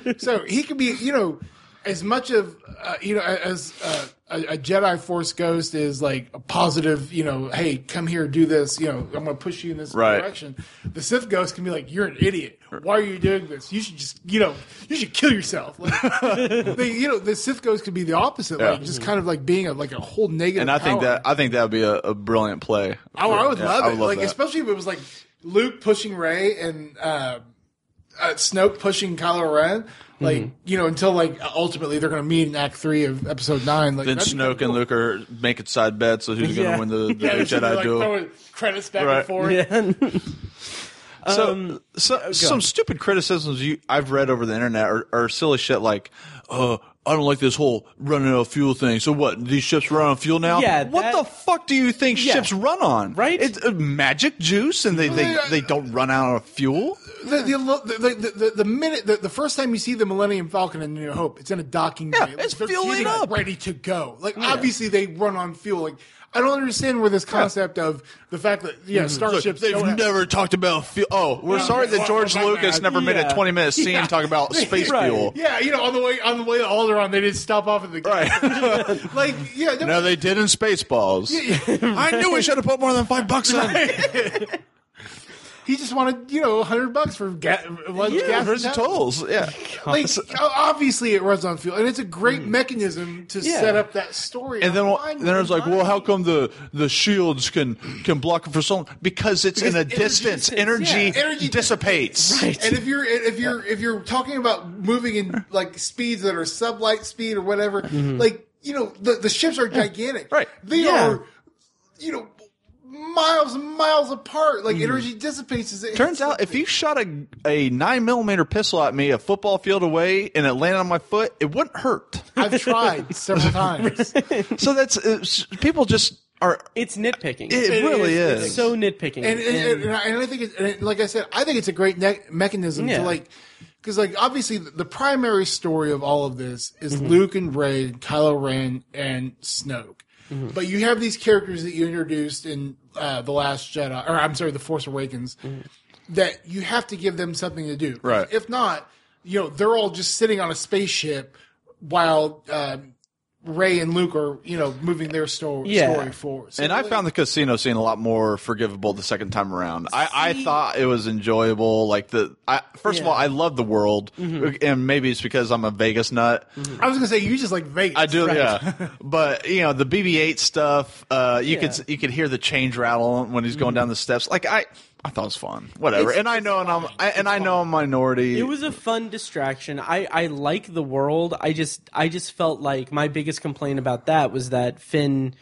exactly. so he could be you know as much of uh, you know as uh, a, a Jedi Force ghost is like a positive you know hey come here do this you know I'm going to push you in this Right. direction direction, the Sith ghost can be like, "You're an idiot. Why are you doing this? You should just, you know, you should kill yourself." Like, they, you know, the Sith ghost could be the opposite, like Yeah. just kind of like being a like a whole negative. And I think power. that I think that would be a, a brilliant play. Oh, I would Yeah, love I it. would love like that. especially if it was like Luke pushing Ray and uh, uh, Snoke pushing Kylo Ren. Like you know, until like ultimately they're going to meet in Act Three of Episode Nine. Like Then that'd be Snoke kinda and Luke are making side bets of who's Yeah. gonna win the, the cool. Yeah, Jedi just be, like, duel. throwing Credits back Right. and forth. Yeah. So, Um, uh, so some stupid criticisms you I've read over the internet are, are silly shit like, "Uh, I don't like this whole running out of fuel thing." So what? These ships run on fuel now? Yeah, What that- the fuck do you think Yeah. ships run on? Right? It's uh, magic juice, and they they, they don't run out of fuel. the, the, the, the, the, the minute the, the first time you see the Millennium Falcon in New Hope, it's in a docking Yeah, bay. it's They're fueling getting up. ready to go. Like obviously they run on fuel. Like I don't understand where this concept of the fact that yeah Mm-hmm. Look, starships they've don't have- never talked about fuel. Oh, we're Yeah. sorry that Well, George my Lucas bad. never made Yeah. a twenty minute scene talking about space Right. fuel. yeah you know on the way on the way to Alderaan they didn't stop off at the Right. like yeah no, no, they did in Spaceballs. I knew we should have put more than five bucks on. he just wanted you know hundred bucks for ga- lunch gas Yeah, and versus towels. tolls. Yeah. Like obviously it runs on fuel and it's a great mechanism to Yeah. set up that story Mm. And then, I'm well, fine then I with was like, mine. well, how come the, the shields can can block it for so long? Because it's in a energy distance. distance, Energy, yeah. Energy dissipates. And if you're if you're if you're talking about moving in like speeds that are sublight speed or whatever, like you know the the ships are gigantic. Mm-hmm. Right. They Yeah. are, you know, miles and miles apart. Like energy dissipates as it Mm. Turns out, if you shot a a nine millimeter pistol at me a football field away and it landed on my foot, it wouldn't hurt. I've tried several times. so that's it's, people just are. It's nitpicking. It, really is. It's so nitpicking. and and, and, and, I, and I think it's, and like I said, I think it's a great ne- mechanism Yeah. to like because like obviously the, the primary story of all of this is Mm-hmm. Luke and Ray, Kylo Ren and Snoke, Mm-hmm. but you have these characters that you introduced in uh, the Last Jedi, or I'm sorry, the Force Awakens, that you have to give them something to do. Mm-hmm. Right. If not, you know they're all just sitting on a spaceship while. Um, Ray and Luke are you know moving their sto- Yeah. story forward. So And I found the casino scene a lot more forgivable the second time around. I, I thought it was enjoyable. Like the I, first of Yeah. Mm-hmm. all, I love the world, and maybe it's because I'm a Vegas nut. I was gonna say you just like Vegas. I do, yeah. But you know the BB-8 stuff. Uh, you Yeah. Mm-hmm. could you could hear the change rattle when he's going down the steps. Like I, I thought it was fun. Whatever. It's- and I know, and I'm I, and I know I'm minority. It was a fun distraction. I, I like the world. I just I just felt like my biggest complaint about that was that Finn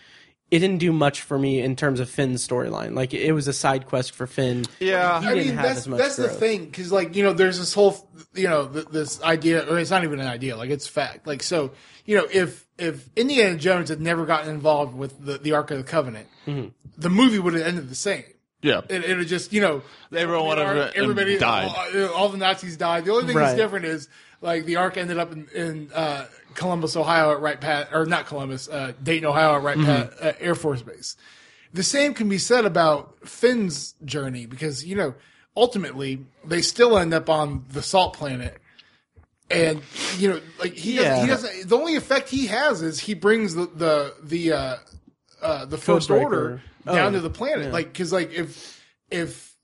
it didn't do much for me in terms of Finn's storyline. Like it was a side quest for Finn. Yeah. He I I didn't mean, have that's as much that's the growth. thing because like you know, there's this whole you know th- this idea, or it's not even an idea, like it's fact. Like so, you know, if if Indiana Jones had never gotten involved with the, the Ark of the Covenant, Mm-hmm. the movie would have ended the same. yeah. It it would just you know Everyone would have, uh, everybody died. All, all the Nazis died. The only thing Right. that's different is like the Ark ended up in, in uh, Columbus, Ohio at Wright Pat, or not Columbus, uh, Dayton, Ohio at Wright Pat uh, Air Force Base. The same can be said about Finn's journey because you know ultimately they still end up on the Salt Planet. And you know, like he, doesn't, he Yeah. doesn't. The only effect he has is he brings the the the uh, uh, the first Codebreaker. order down Oh, to the planet. Like 'cause Like, because like if if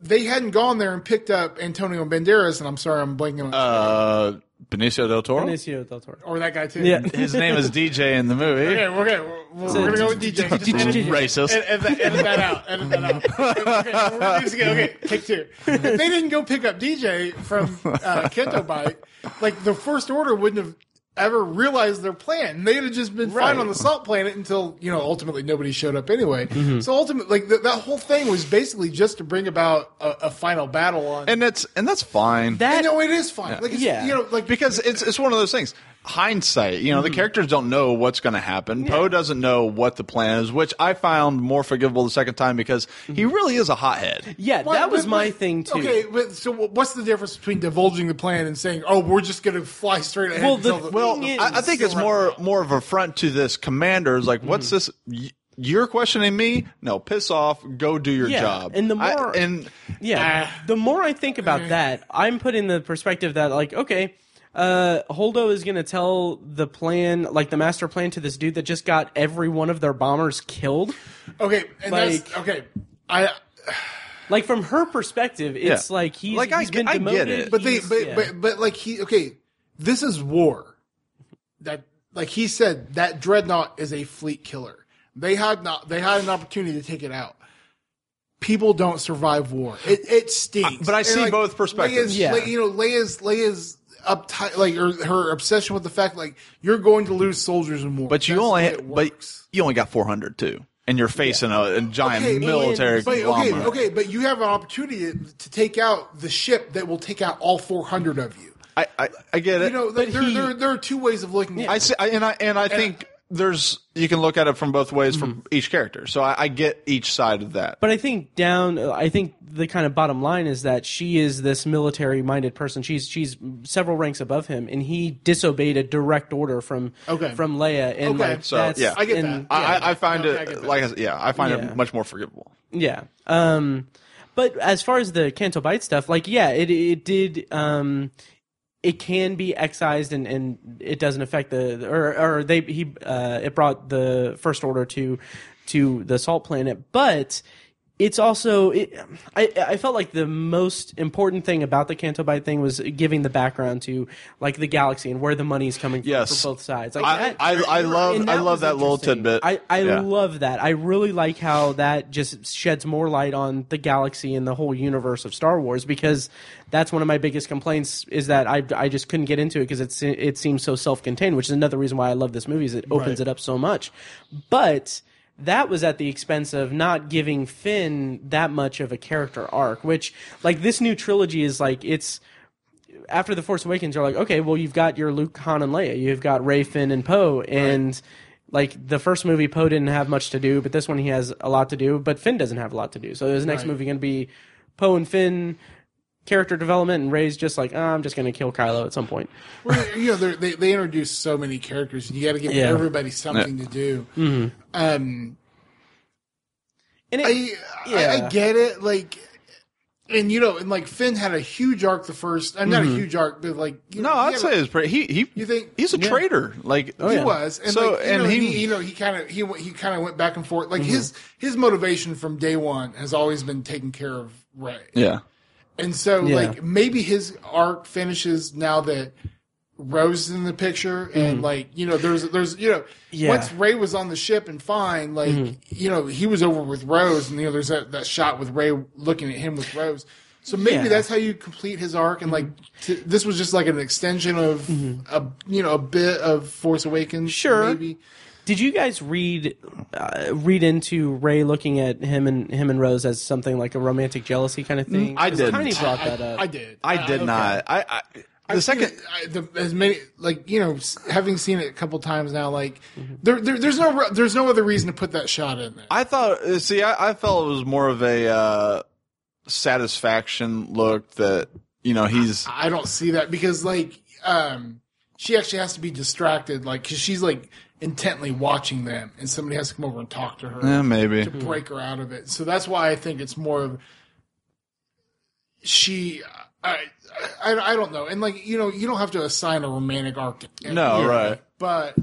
they hadn't gone there and picked up Antonio Banderas, and I'm sorry, I'm blanking on Uh, Benicio del Toro. Benicio del Toro. or that guy too. Yeah. His name is DJ in the movie. Okay, we're, okay, we're, we're gonna go with DJ. Just edit, Racist. edit, edit, edit that out. Edit that out. Okay, we're gonna do this again. okay, take two. If they didn't go pick up DJ from uh, Kento Bike, like the First Order wouldn't have ever realized their plan. They'd have just been Right. fine on the Salt Planet until you know ultimately nobody showed up anyway. Mm-hmm. So ultimately, like th- that whole thing was basically just to bring about a, a final battle on. and that's and that's fine. That And no, it is fine. Like it's, Yeah. you know, like because it's it's one of those things. Hindsight, you know, Hmm. the characters don't know what's going to happen. Poe doesn't know what the plan is, which I found more forgivable the second time because he Mm-hmm. really is a hothead. yeah, Why- that was but- my but- thing too. Okay, but so wh- what's the difference between divulging the plan and saying, "Oh, we're just going to fly straight ahead"? Well, and the- tell well, the- I, I think it's more more of a front to this commander. Is like, what's Mm-hmm. this? y- You're questioning me? No, piss off. Go do your Yeah, job. and the I- more- and Yeah. Ah. the more I think about that, I'm put in the perspective that like, okay, uh, Holdo is gonna tell the plan, like the master plan, to this dude that just got every one of their bombers killed. okay, and that's like- okay. I Like from her perspective, it's Yeah. like he's, Like, I he's get- been I get demoted. it. but they he's- but, yeah. but but like he okay, this is war. That like he said that dreadnought is a fleet killer. They had not they had an opportunity to take it out. People don't survive war. It it stinks. I- but I And, see both perspectives. Leia's- Yeah. Leia- you know, Leia's Leia's uptight like her, her obsession with the fact like you're going to lose soldiers in war. but you That's the way only it but works. you only got 400 too, and you're facing a, a giant Okay, military. But okay, conglomerate. okay, but you have an opportunity to take out the ship that will take out all 400 of you. I, I I get it. You know, there, there, there, there are two ways of looking at I it. see, I, and I and I think there's you can look at it from both ways from each character. So I, I get each side of that. But I think down, I think the kind of bottom line is that she is this military-minded person. She's she's several ranks above him, and he disobeyed a direct order from Okay. from Leia. And Okay. like, So, that's, yeah. I get and- that. I, I, I find Okay, I it get that. like I, said, yeah, I find Yeah. it much more forgivable. Yeah. Um, but as far as the Canto Bite stuff, like, yeah, it it did. Um, it can be excised, and, and it doesn't affect the or or they he uh, it brought the first order to to the Salt Planet, but. It's also it, I I felt like the most important thing about the Canto Bite thing was giving the background to like the galaxy and where the money's coming from Yes. for both sides. Like I- that- I- I and love- I love was that little interesting. tidbit. I I Yeah. love that. I really like how that just sheds more light on the galaxy and the whole universe of Star Wars because that's one of my biggest complaints is that I I just couldn't get into it because it's it seems so self-contained, which is another reason why I love this movie is it opens it up so much. But that was at the expense of not giving Finn that much of a character arc, which like this new trilogy is like it's after the Force Awakens, you're like, okay, well, you've got your Luke, Han, and Leia. You've got Ray, Finn, and Poe, and like the first movie, Poe didn't have much to do, but this one he has a lot to do. But Finn doesn't have a lot to do. So his next movie going to be Poe and Finn character development, and Ray's just like, ah, I'm just going to kill Kylo at some point. Well, you know, they're- they they introduce so many characters, and you got to give Yeah. everybody something to do. Mm-hmm. Um, And it, I, I, Yeah. I get it. Like, and you know, and like Finn had a huge arc the first. I'm not a huge arc, but like Mm-hmm. you No, know, I'd he had say a- it's pretty. He he. You think- he's a traitor? Like he yeah. was, and Oh, so like, you and know, he, Mm-hmm. he, you know, he kind of he w- he kind of went back and forth. Like his his motivation from day one has always been taking care of Ray, yeah and so Yeah. like maybe his arc finishes now that Rose is in the picture, and like you know, there's there's you know, Mm-hmm. Yeah. Mm-hmm. once Ray was on the ship and fine, like you know, he was over with Rose, and you know, there's that, that shot with Ray looking at him with Rose. So maybe Yeah. Mm-hmm. that's how you complete his arc, and like t- this was just like an extension of a you know a bit of Force Awakens. Sure. maybe. Did you guys read uh, read into Ray looking at him and him and Rose as something like a romantic jealousy kind of thing? Mm, I 'Cause didn't. Tiny brought that I, up. I did. uh, I did not. I, I the I've seen second it, I, the, as many like you know, s- having seen it a couple times now, like there, there there's no re- there's no other reason to put that shot in there. I thought. uh, See, I, I felt it was more of a uh, satisfaction look that you know he's I don't see that because like um she actually has to be distracted like cuz she's like intently watching them and somebody has to come over and talk to her eh, maybe. to break her out of it. So that's why I think it's more of she I, I I don't know. And like you know, you don't have to assign a romantic arc to every- No, right. But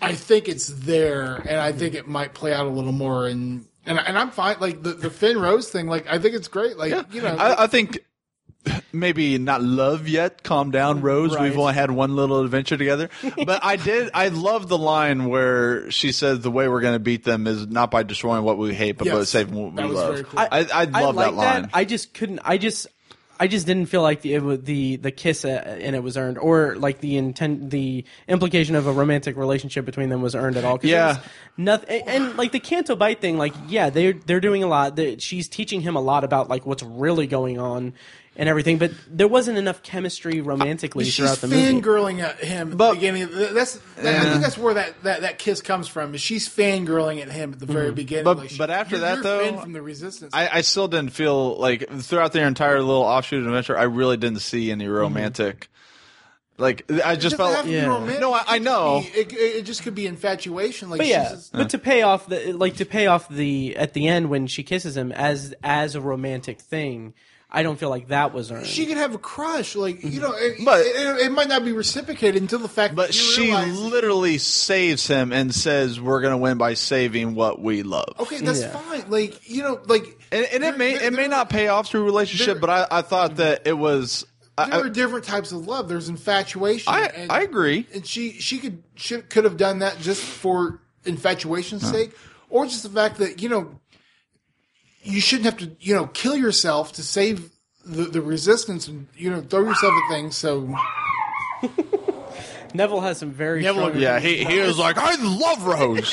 I think it's there and I think it might play out a little more and and, and I'm fine like the, the Finn Rose thing like I think it's great like you know I, I think maybe not love yet. Calm down, Mm, Rose. We've only had one little adventure together. But I did. I love the line where she says, "The way we're going to beat them is not by destroying what we hate, but by Yes. saving what That we was love." very cool. I- I, I, love like that line. I just couldn't. I just. I just didn't feel like the it, wa- the the kiss uh, and it was earned, or like the intent, the implication of a romantic relationship between them was earned at all. 'cause it Yeah. was nothing. And, and, like the Canto Bite thing, like yeah, they are they're doing a lot. They, she's teaching him a lot about like what's really going on and everything. But there wasn't enough chemistally romantically she's throughout the movie. fangirling at him at But- the beginning. That's that, I think that's where that, that, that kiss comes from. Is she's fangirling at him at the very Hmm. beginning? But- like she- but after you're- that, you're though, Finn from the resistance. I, I still didn't feel like throughout their entire little offshoot adventure, I really didn't see any romantic. Like I just Mm-hmm. It doesn't have felt to be Yeah. romantic. No, I- I It could know. be- It, it, it just could be infatuation. Like But she's yeah, just- but to pay off the like to pay off the at the end when she kisses him as as a romantic thing, I don't feel like that was earned. she could have a crush. Like you know, it, But- but it, it, it might not be reciprocated until the fact. But that you she realize- literally saves him and says, "We're going to win by saving what we love." Okay, that's Yeah. fine. Like you know, like And, and it there- may there- it may there- not pay off through relationship, there- but I, I thought that it was. there I, are different types of love. There's infatuation. I, and, I agree. and she she could she could have done that just for infatuation's sake, or just the fact that you know you shouldn't have to you know kill yourself to save the, the resistance and you know throw yourself at things. So Neville has some very Neville strong agrees. Yeah, he he was like, "I love Rose."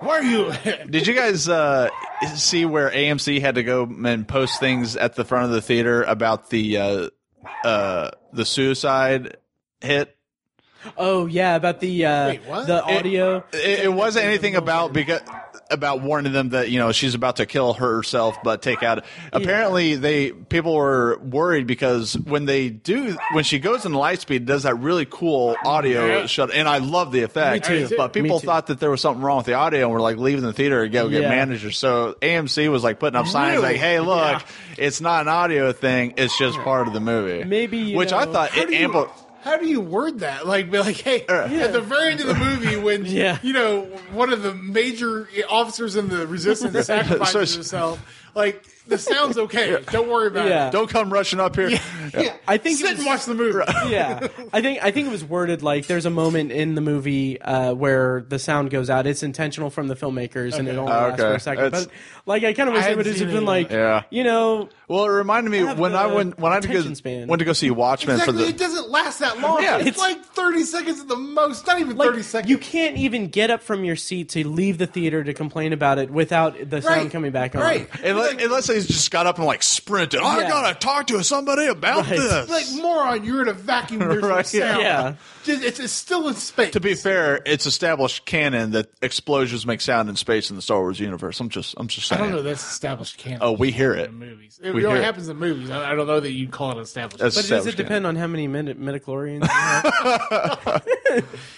why are you? Did you guys uh, see where AMC had to go and post things at the front of the theater about the uh, uh, the suicide hit? Oh yeah, about the uh, Wait, what? the It- audio. It, it wasn't anything about because about warning them that you know she's about to kill herself, but take out. Apparently, they people were worried because when they do when she goes in lightspeed, it does that really cool audio shut. And I love the effect, Me too. but people Me too. thought that there was something wrong with the audio and were like leaving the theater to go get Yeah. managers. So AMC was like putting up signs Really? like, "Hey, look, it's not an audio thing; it's just part of the movie." Maybe, you which I know, thought How it do you- ampli- How do you word that? Like, be like, hey, Uh. at the very end of the movie, when Yeah. you know one of the major officers in the resistance sacrifices So- herself. Like, this sounds okay. Don't worry about Yeah. Don't come rushing up here. it. Yeah. I think it sit and was- watch the movie. yeah, I think I think it was worded like there's a moment in the movie uh, where the sound goes out. It's intentional from the filmmakers, and it only lasts Okay. for a second. It's- but like, I kind of wish I it would hadn't have seen just been it. like, Yeah. you know, Well, it reminded me Have when I the went when I had to go, attention span. went to go see Watchmen Exactly. for the it doesn't last that long. Yeah. it's, It's- like 30 seconds at the most. Not even like 30 seconds. you can't even get up from your seat to leave the theater to complain about it without the sound coming back on. Right. unless, unless they just got up and like sprinted. I Yeah. gotta talk to somebody about Right. this. Like, moron, you're in a vacuum. There's no Right, yeah. sound. Yeah. Just, it's, it's still in space. to be fair, it's established canon that explosions make sound in space in the Star Wars universe. I'm just I'm just I saying. don't know. That's established canon. Oh, we hear it. in movies. It, We it only hear it. happens in movies. I, I don't know that you'd call it established. That's But does established it canon. depend on how many midi- midichlorians you have?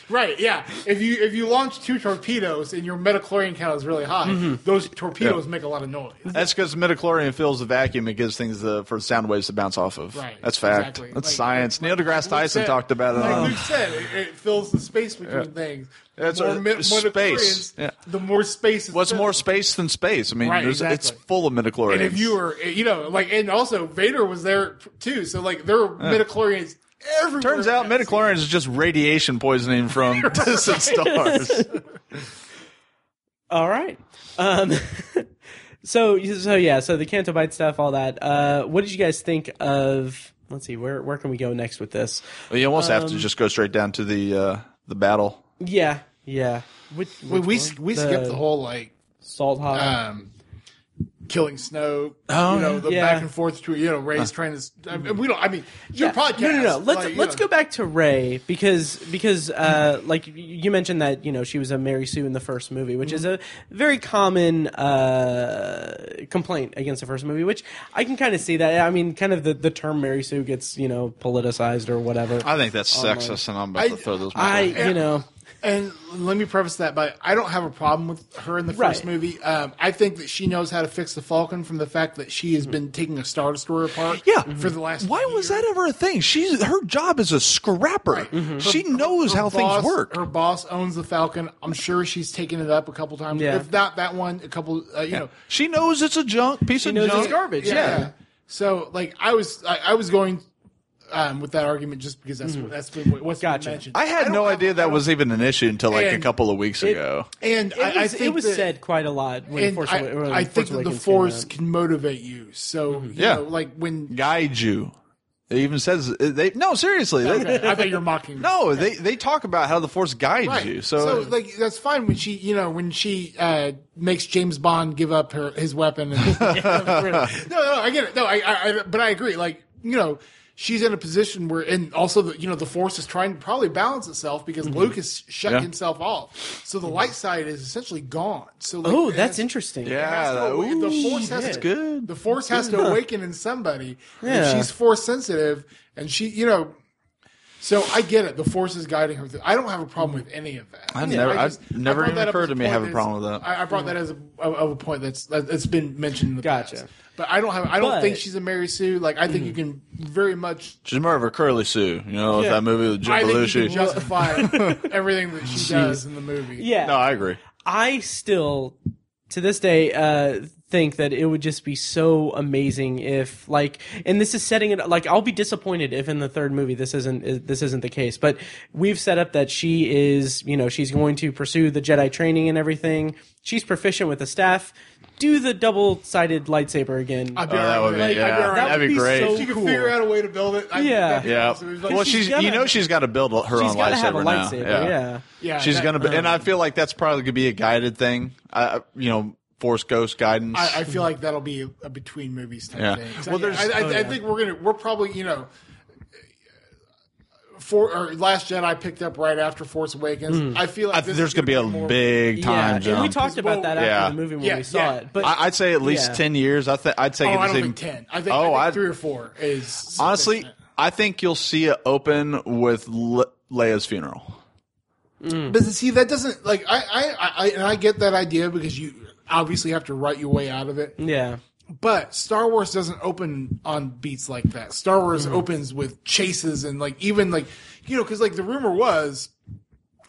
Right, yeah. If you if you launch Mm-hmm. two torpedoes and your metachlorian count is really high, those torpedoes make a lot of noise. That's because midichlorians Midichlorian fills the vacuum and gives things the, for sound waves to bounce off of. Right, That's fact. exactly. That's Like- science. Neil deGrasse Tyson said- talked about uh, it. Like on- Luke said, it, it fills the space between things. The That's more a- mi- space. midichlorians, Yeah. The more space. Is What's more filled. space than space? I mean, Right, there's, it's exactly. full of midichlorians. And if you were, you know, like, and also Vader was there too. So like, there were midichlorians everywhere. Turns out midichlorians is just radiation poisoning from distant stars. All right. Um, so so yeah. So the Canto Bite stuff, all that. Uh, what did you guys think of? Let's see. Where where can we go next with this? Well, you almost have to just go straight down to the uh, the battle. Yeah. Yeah. Which, We which we, one? we skipped the whole like salt hog. um, killing snow. Oh, you know, the yeah. back and forth between you know Ray's trying to. s- I mean, we don't. I mean, your Yeah. podcast. No, no, no. Let's like, you let's know. go back to Ray because because uh, like y- you mentioned that you know she was a Mary Sue in the first movie, which is a very common uh, complaint against the first movie. Which I can kind of see that. I mean, kind of the, the term Mary Sue gets you know politicized or whatever. I think that's sexist, and I'm about I- to throw those. I you know And let me preface that by I don't have a problem with her in the first Right. movie. Um, I think that she knows how to fix the Falcon from the fact that she Mm-hmm. has been taking a Star Destroyer apart. Yeah. for the last. Why year. was that ever a thing? She's her job is a scrapper. She knows Her how boss- things work. Her boss owns the Falcon. I'm sure she's taken it up a couple times. Yeah. If not that one, a couple. Uh, you know, she knows it's a junk piece of knows junk. it's garbage. Yeah. Yeah. So like I was I, I was going um, with that argument just because that's what that's been, what's Mm. Gotcha. been mentioned. I had don't no have- idea that was even an issue until like a And couple of weeks ago. and it was, I, I it think was that, said quite a lot. When And Force I, Awa- when I think Force that the Awakens came out. force can motivate you. So Mm-hmm. you Yeah. know, like when Guide you. It even says they no seriously. They, okay, I thought you're mocking. me. No, they they talk about how the force guides Right. you. So, So, like that's fine when she you know when she uh, makes James Bond give up her his weapon. And, no, no, I get it. No, I, I, I but I agree. Like you know. She's in a position where, and also the you know the force is trying to probably balance itself because Mm-hmm. Luke has shut Yeah. himself off, so the light side is essentially gone. So like, oh, it that's has- interesting. it has yeah, to that- awa- the ooh, force has that's to, good. The force has to awaken in somebody. And Yeah. she's force sensitive, and she, you know, so I get it. The force is guiding her. Through. I don't have a problem with any of that. I never- I I never brought even that up occurred as to me to point have a that's- problem with that. I, I brought that as a, of a point that's that's been mentioned. In the Gotcha. past. But I don't have. I don't But- think she's a Mary Sue. Like I think Mm. you can very much. she's more of a curly Sue, you know, with Yeah. that movie with Jim I think you Belushi. can justify everything that she does in the movie. Yeah. no, I agree. I still, to this day, uh, think that it would just be so amazing if, like, and this is setting it like I'll be disappointed if in the third movie this isn't is- this isn't the case. But we've set up that she is, you know, she's going to pursue the Jedi training and everything. She's proficient with the staff. Do the double sided lightsaber again. I'd be Oh, that all would right with be- it. I'd yeah, all right that'd with be great. it. If She could figure out a way to build it. I- Yeah. that'd be Yeah. awesome. Like, Well, she's she's, you gotta- know she's got to build her She's own got to lightsaber have a now. lightsaber. yeah. Yeah, she's that- gonna be, and I feel like that's probably gonna be a guided thing. I, you know, force ghost guidance. I, I feel like that'll be a, a between movies type Yeah. thing. 'Cause Well, I, there's- Oh, I, I, I think we're gonna we're probably you know. For or Last Jedi picked up right after Force Awakens. I feel like I this think is there's gonna be gonna a more- big yeah. time and jump. we talked about that after Yeah. the movie when Yeah, we saw yeah. it. But I, I'd say at least Yeah. ten years. I think I'd say. Oh, I it's don't even- think ten. I think, oh, I I'd- think three or four is honestly, sufficient. I think you'll see it open with Le- Leia's funeral. But see, that doesn't like I I, I I and I get that idea because you obviously have to write your way out of it. yeah. But Star Wars doesn't open on beats like that. Star Wars Mm-hmm. opens with chases and like even like you know because like the rumor was,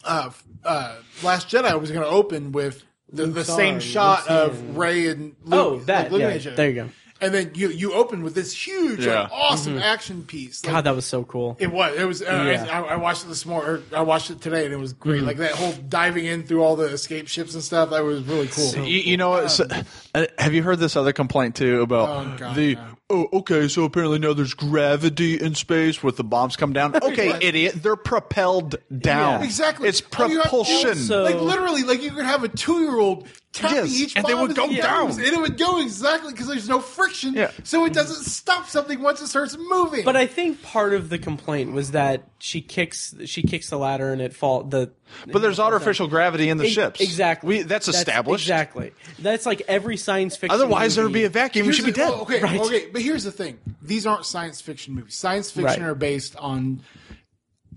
uh, uh, Last Jedi was going to open with the, the Luke's same arm, shot Luke's of hand. Ray and Luke. Oh, like, that, looking yeah. at each other. There you go. Mm-hmm. And then you you open with this huge, like, Yeah. awesome action piece. Like, God, that was so cool. it was. It was. Uh, Yeah. Mm-hmm. I, I watched it this morning. I watched it today, and it was great. Like that whole diving in through all the escape ships and stuff. That was really Oh, cool. Um, You, you know, what? so, uh, have you heard this other complaint too about Oh, God, the? no. Oh, okay. So apparently now there's gravity in space with the bombs come down. Okay, idiot. They're propelled down. Yeah. Exactly. It's All you have to do is- propulsion. So- like literally, like you could have a two-year-old tapping Yes, each, and they bomb would as go it goes, down. and it would go exactly because there's no friction, Yeah. so it doesn't stop something once it starts moving. But I think part of the complaint was that she kicks she kicks the ladder and it fall the. but there's artificial gravity in the E- ships. Exactly. We, that's, established. Exactly. That's like every science fiction. Otherwise, there would be movie. a vacuum. We Here's should be the- dead. oh, okay, Right. okay. But here's the thing: these aren't science fiction movies. Science fiction Right. are based on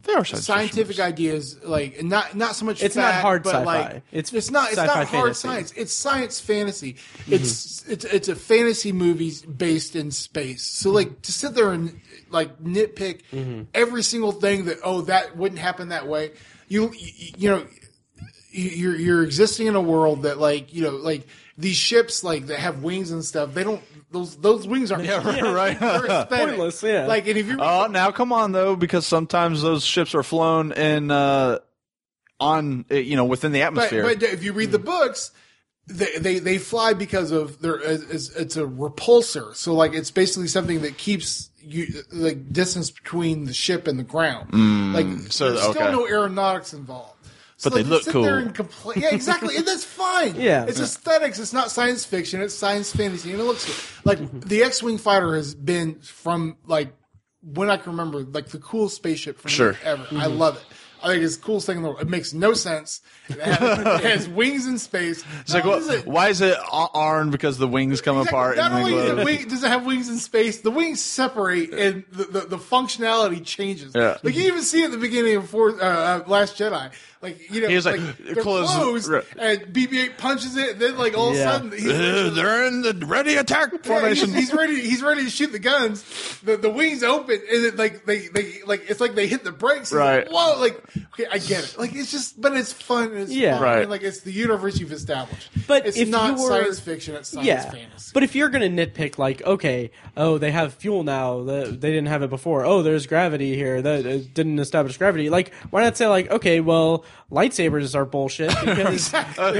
There are science scientific ideas, like not not so much. It's not fact, hard but sci-fi. Like, It's it's not it's not sci-fi hard fantasy. Mm-hmm. science. It's science fantasy. It's it's it's a fantasy movie based in space. So like to sit there and like nitpick Mm-hmm. every single thing that oh that wouldn't happen that way. You you, you know you- you're you're existing in a world that like you know like these ships like that have wings and stuff. They don't those those wings aren't right. they're aesthetic. Pointless, yeah. Like and if you Oh, now come on though, because sometimes those ships are flown in uh, on uh, you know within the but, atmosphere. Hmm. but if you read the books, they, they they fly because of their it's, it's a repulsor. So like it's basically something that keeps you like distance between the ship and the ground. like Hmm. so, there's okay. still no aeronautics involved. So But they like, you look sit cool. There and compla- yeah, exactly, and that's fine. Yeah. it's aesthetics. It's not science fiction. It's science fantasy, and it looks good. Mm-hmm. like the X-wing fighter has been from like when I can remember, like the coolest spaceship from Sure. Mm-hmm. ever. I love it. I think it's the coolest thing in the world. It makes no sense. It has, it has wings in space. it's like, Not what, only does it- why is it a- armed because the wings come exactly, apart? Not and only they does glow? it, wing, does it have wings in space, the wings separate and the, the, the functionality changes. Yeah. Like you even see at the beginning of Fourth, uh, uh, Last Jedi, like you know, He was like, they're close- closed, right. and BB-8 punches it, and then like all Yeah. of a sudden Uh, he's they're in the ready attack Yeah, he's, formation. he's ready. He's ready to shoot the guns. The the wings open, and it, like they they like it's like they hit the brakes. It's Right. Like, Whoa! Like okay, I get it. Like it's just, but it's fun. And it's Yeah. fun, Right. And, like it's the universe you've established. But it's if not you were- science fiction. It's science yeah, fantasy. but if you're gonna nitpick, like, okay, oh, they have fuel now. The, they didn't have it before. Oh, there's gravity here. That uh, didn't establish gravity. Like, why not say like, okay, well, lightsabers are bullshit because there's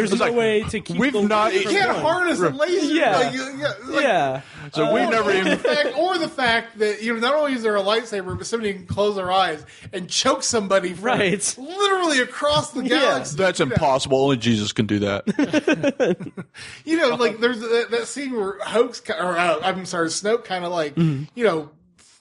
no It's like, way to keep. we've the not- light you from can't going. harness a laser. Yeah. Like, you- yeah. like- Yeah, so we never or the even. fact, or the fact that you know not only is there a lightsaber, but somebody can close their eyes and choke somebody from Right. literally across the galaxy. That's impossible. Only Jesus can do that. you know, like there's that, that scene where Hoax ki- or uh, I'm sorry, Snoke kind of like Mm-hmm. you know.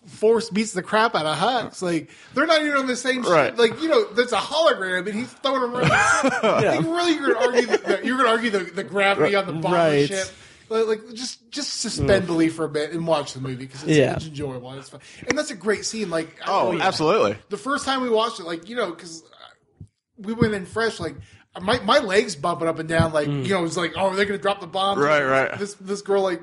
Force beats the crap out of Hux. Like they're not even on the same. ship. Right. Like you know, that's a hologram, and he's throwing him around. Like, really, you're gonna argue the, the, you're gonna argue the, the gravity on the bottom Right. Mm. ship. Like, like, just just suspend belief for a bit and watch the movie because it's, Yeah. it's enjoyable. And it's fun, and that's a great scene. Like I Oh, really- absolutely. the first time we watched it, like you know, because we went in fresh, like uh, my my legs bumping up and down, like you know, it's like, oh, are they gonna drop the bomb? Mm. Right, right. This this girl, like,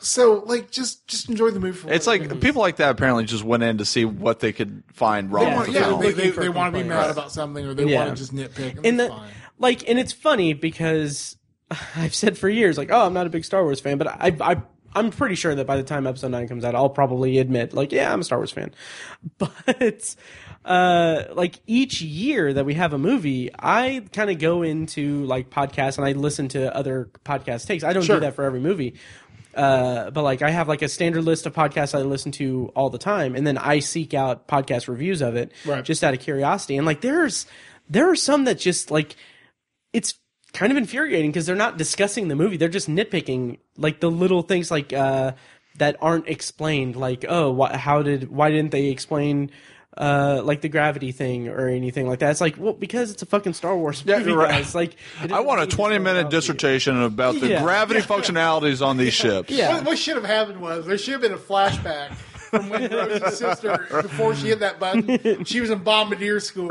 so like just just enjoy the movie. For what It's it like is. people like that apparently just went in to see what they could find wrong. They with want- the yeah, film. they, they, Looking for they want to be complaints. mad about something or they Yeah. want to just nitpick. And and that's the, fine. like and it's funny because I've said for years like oh I'm not a big Star Wars fan but I I I'm pretty sure that by the time episode 9 comes out I'll probably admit like yeah I'm a Star Wars fan but uh like each year that we have a movie I kind of go into like podcasts and I listen to other podcast takes I don't do that for every movie uh, but like I have like a standard list of podcasts I listen to all the time, and then I seek out podcast reviews of it Right. just out of curiosity. And like there's there are some that just like it's kind of infuriating because they're not discussing the movie; they're just nitpicking like the little things like uh, that aren't explained. Like oh, wh- how did why didn't they explain? Uh, like the gravity thing or anything like that. It's like, well, because it's a fucking Star Wars Yeah, movie, you're right. guys. Like, it I want a doesn't need to 20 go minute out to you. dissertation about the Yeah. gravity functionalities on these ships. Yeah. What, what should have happened was there should have been a flashback from when Rose's sister, before she hit that button, she was in bombardier school.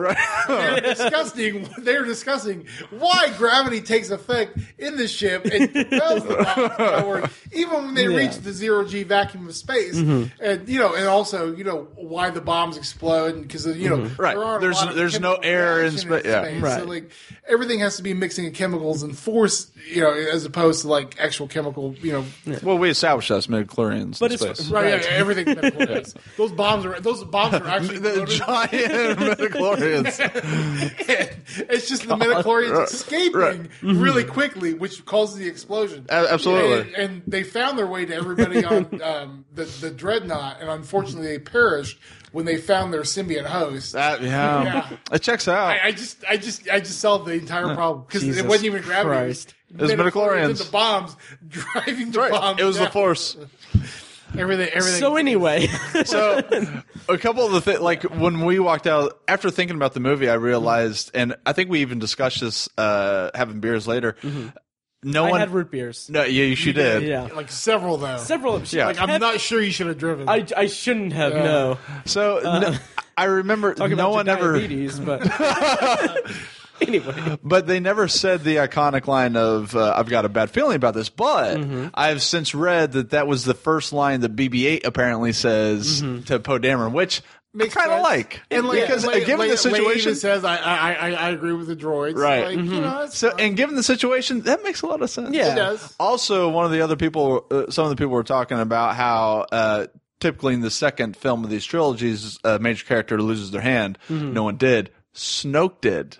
They're discussing. They're discussing why gravity takes effect in the ship and propels the bombs forward, even when they Yeah. Mm-hmm. reach the zero g vacuum of space. And you know, and also you know why the bombs explode because you know Mm-hmm. Right. there aren't a There's- lot of there's no chemical air in reaction spa- yeah. space. Right. So, like everything has to be mixing of chemicals and force, you know, as opposed to like actual chemical, you know, Well, we established that's midichlorians But in it's- space. Right, yeah, everything's metaphorical. Those bombs are those bombs are actually The loaded. giant midichlorians. it's just the metachlorians escaping Right. Mm-hmm. really quickly, which causes the explosion. A- absolutely. And, and they found their way to everybody on um, the, the dreadnought, and unfortunately, they perished when they found their symbiote host. That, yeah. Yeah. It checks out. I, I just, I just, I just solved the entire problem because it Jesus wasn't even gravity. Christ. Ah. It was midichlorians midichlorians. and The bombs driving the Right. bombs. It was the down. force. Everything. Everything. So anyway, So, a couple of the things, like when we walked out, after thinking about the movie, I realized, and I think we even discussed this uh, having beers later. No Mm-hmm. I one. had root beers. no, yeah, you, she did. Yeah, like several though. several. Yeah. Like, I'm not sure you should have driven. I, I shouldn't have. No. So, no, I remember Talk Uh, about no your one ever diabetes, but anyway, But they never said the iconic line of uh, "I've got a bad feeling about this." But Mm-hmm. I've since read that that was the first line that BB-8 apparently says Mm-hmm. to Poe Dameron, which I kind of like, And like, because like, uh, given like- the like situation, Mm-hmm. Ava says I, I I I agree with the droids. Right. Like, You know, it's so Uh-huh. fine. and given the situation, that makes a lot of sense. Yeah. it does. Also, one of the other people, uh, some of the people were talking about how uh, typically in the second film of these trilogies, uh, a major character loses their hand. No one did. Snoke did.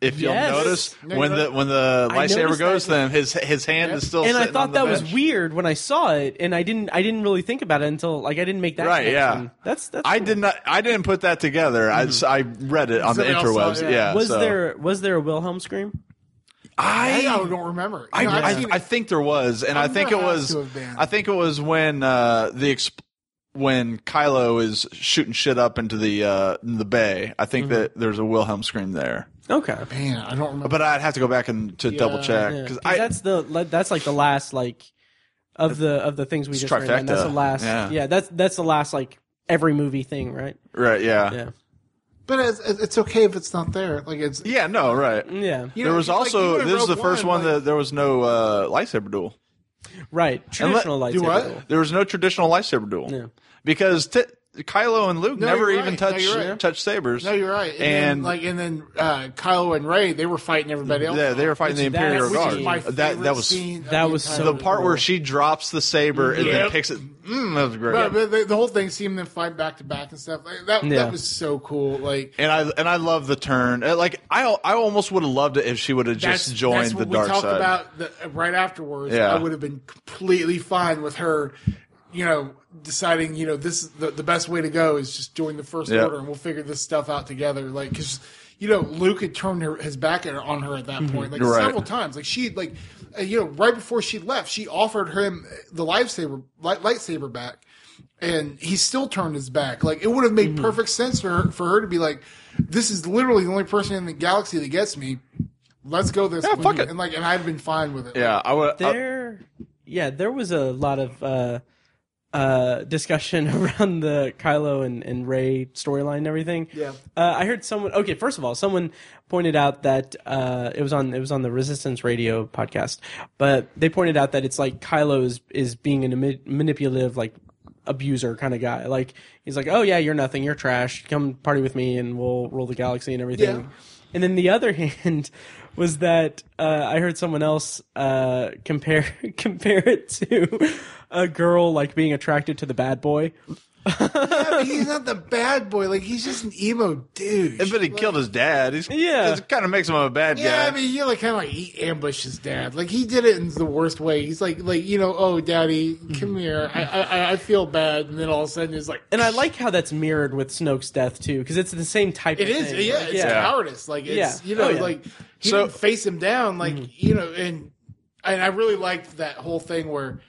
If Mm-hmm. Yes. you'll notice, No, when you're the right. when the I lightsaber noticed goes to that. him, his his hand is still. and I sitting on thought the that was bench. weird when I saw it, and I didn't. I didn't really think about it until like I didn't make that. Right, yeah. connection. that's that's. I cool. did not. I didn't put that together. Mm-hmm. I s I I, read it on the Somebody else interwebs. saw yeah. it, yeah. Was so- there was there a Wilhelm scream? I, I don't remember. I, You know, I've I, seen it. I think there was, and i I'm think it gonna have was. to have been. I think it was when uh, the exp- when Kylo is shooting shit up into the uh, in the bay. I think that there's a Wilhelm scream there, Okay, man, I don't remember. but I'd have to go back and to double check Yeah. 'Cause because I that's the le- that's like the last like of the of the things we just read. and That's the Trifecta. last. Yeah. Yeah. that's that's the last like every movie thing, right? right yeah Yeah, But it's, it's okay if it's not there. Like it's yeah no right. yeah, You know, There was just like also you in this is Rogue the first One, one like- that there was no uh, lightsaber duel. right. Traditional let- lightsaber. do what? duel. There was no traditional lightsaber duel Yeah. because t- Kylo and Luke No, never you're even right. No, touch you're right. touch sabers. No, you're right. And, then, And- like, and then uh, Kylo and Ray, they were fighting everybody else. Yeah, they were fighting the that- Imperial which is Guard. my that that was that was so the part where she drops the saber and then Yep. picks it. Mm, that was great. But, but the, the whole thing, seeing them fight back to back and stuff, like, that Yeah. that was so cool. Like And I and I love the turn. Uh, Like I I almost would have loved it if she would have that's, just joined that's the what dark we talked side. about the, right afterwards. Yeah. I would have been completely fine with her, you know, deciding you know this is the, the best way to go is just join the first Yeah. order and we'll figure this stuff out together. Like because. You know, Luke had turned her, his back at her, on her at that point, like You're right. several times. Like she, like uh, you know, right before she left, she offered him the lightsaber, light, lightsaber back, and he still turned his back. Like it would have made Mm-hmm. perfect sense for her, for her to be like, "This is literally the only person in the galaxy that gets me. Let's go this Yeah, way." fuck it. And like, and I've been fine with it. yeah, I would. Uh, I, there yeah there was a lot of uh uh discussion around the kylo and and ray storyline and everything Yeah. uh, i heard someone okay first of all someone pointed out that uh it was on it was on the resistance radio podcast but they pointed out that it's like kylo is is being a ma- manipulative like abuser kind of guy like he's like oh yeah you're nothing you're trash come party with me and we'll rule the galaxy and everything Yeah. and then the other hand was that uh, I heard someone else uh, compare compare it to a girl like being attracted to the bad boy. but he's not the bad boy. Like he's just an emo dude. but he killed his dad. He's, Yeah. it kind of makes him a bad yeah, guy. I mean, you like kind of like he ambushed his dad. Like he did it in the worst way. He's like, like you know, oh daddy, Mm-hmm. come here. I, I, I feel bad, and then all of a sudden it's like, And I like how that's mirrored with Snoke's death too, because it's the same type. It of is, thing. yeah, Like, it's cowardice. Like, it's, Yeah. you know, Oh, yeah. Mm-hmm. like he So- didn't face him down, like you know, and and I really liked that whole thing where,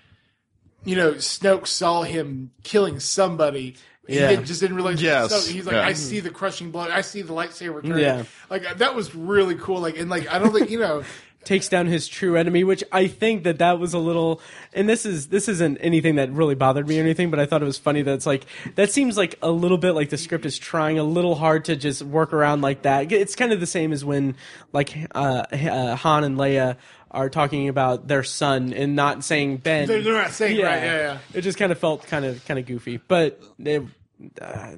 you know, Snoke saw him killing somebody. He Yeah. didn't, just didn't realize. Yes. So he's like, Yeah. I see the crushing blow. I see the lightsaber turn. Yeah. Like that was really cool. Like and like I don't think you know. takes down his true enemy, which I think that that was a little. And this is this isn't anything that really bothered me or anything, but I thought it was funny that it's like that seems like a little bit like the script is trying a little hard to just work around like that. It's kind of the same as when like uh, uh, Han and Leia are talking about their son and not saying Ben. They're- they're not saying, right, yeah, yeah. It just kind of felt kind of kind of goofy, but they. Uh,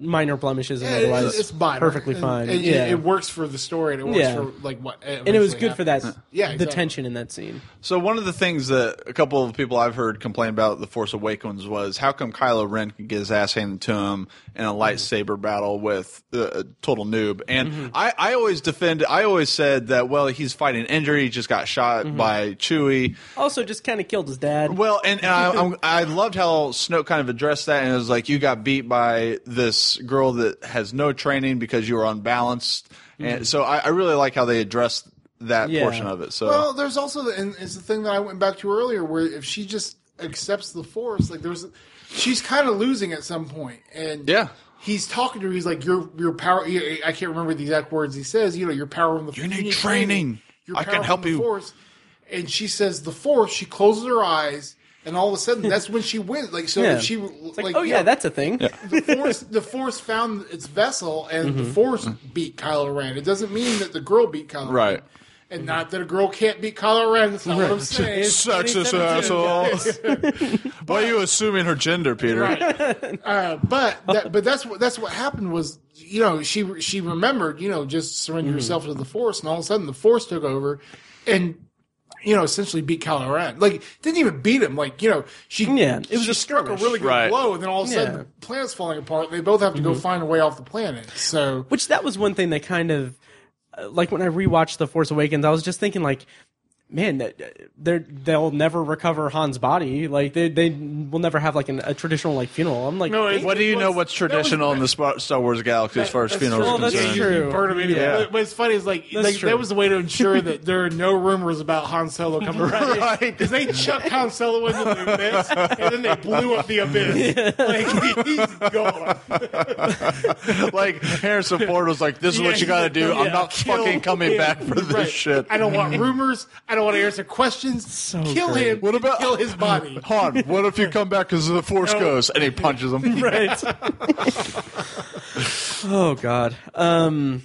minor blemishes and It- otherwise it's, it's minor. perfectly And- fine and it- yeah It, works for the story. And it works Yeah. for like what. and it was good for that Yeah, the exactly. tension in that scene So one of the things that a couple of people I've heard complain about the Force Awakens was how come Kylo Ren can get his ass handed to him in a lightsaber battle with uh, a total noob, and I, I always defend. I always said that well he's fighting injury, he just got shot by Chewie. Also, just kind of killed his dad. Well, and, and I, I'm, I loved how Snoke kind of addressed that, and it was like you got beat by this girl that has no training because you were unbalanced, and so I, I really like how they addressed that Yeah. portion of it. So Well, there's also the and it's the thing that I went back to earlier, where if she just accepts the force, like there's, she's kind of losing at some point, and Yeah. he's talking to her. He's like, "Your your power." I can't remember the exact words he says. You know, your power in the You need training. Your I can power help from the you." Force, and she says the force. She closes her eyes. and all of a sudden that's when she wins. Like so, Yeah. she It's like, like, oh you yeah, know, that's a thing. the force. The force found its vessel, and Mm-hmm. the force beat Kylo Ren. It doesn't mean that the girl beat Kylo Ren. Right. And not that a girl can't beat Kylo Ren. That's not what I'm saying. Sexist asshole. Why are you assuming her gender, Peter? Uh, but that, but that's what that's what happened was you know she she remembered you know just surrender Mm-hmm. yourself to the force and all of a sudden the force took over and you know essentially beat Kylo Ren like didn't even beat him like you know she Yeah, it was she a struck a skirmish. really good Right. blow and then all of a sudden Yeah. Mm-hmm. the planet's falling apart and they both have to go find a way off the planet so Which that was one thing that kind of uh, like when I rewatched The Force Awakens, I was just thinking like, man, that- they're they'll never recover Han's body. Like they they will never have like an, a traditional like funeral. I'm like, No, "Dang." it- What do you know was- what's that was- traditional in the Spa- Star Wars galaxy as far as funerals true. are Well, that's concerned? true. You burn him anyway. Yeah. But what's funny is like, That's like true. that was the way to ensure that there are no rumors about Han Solo coming right. Right. Because they chucked Han Solo into the abyss and then they blew up the abyss. Like he's gone. like Harrison Ford was like, "This is what you got to do. I'm not Kill fucking coming him. back for this Right. shit." I don't want rumors. I don't want to answer questions. kill great. him. What about kill his body? Han, what if you come back because the Force goes and he punches him? right. oh God. Um.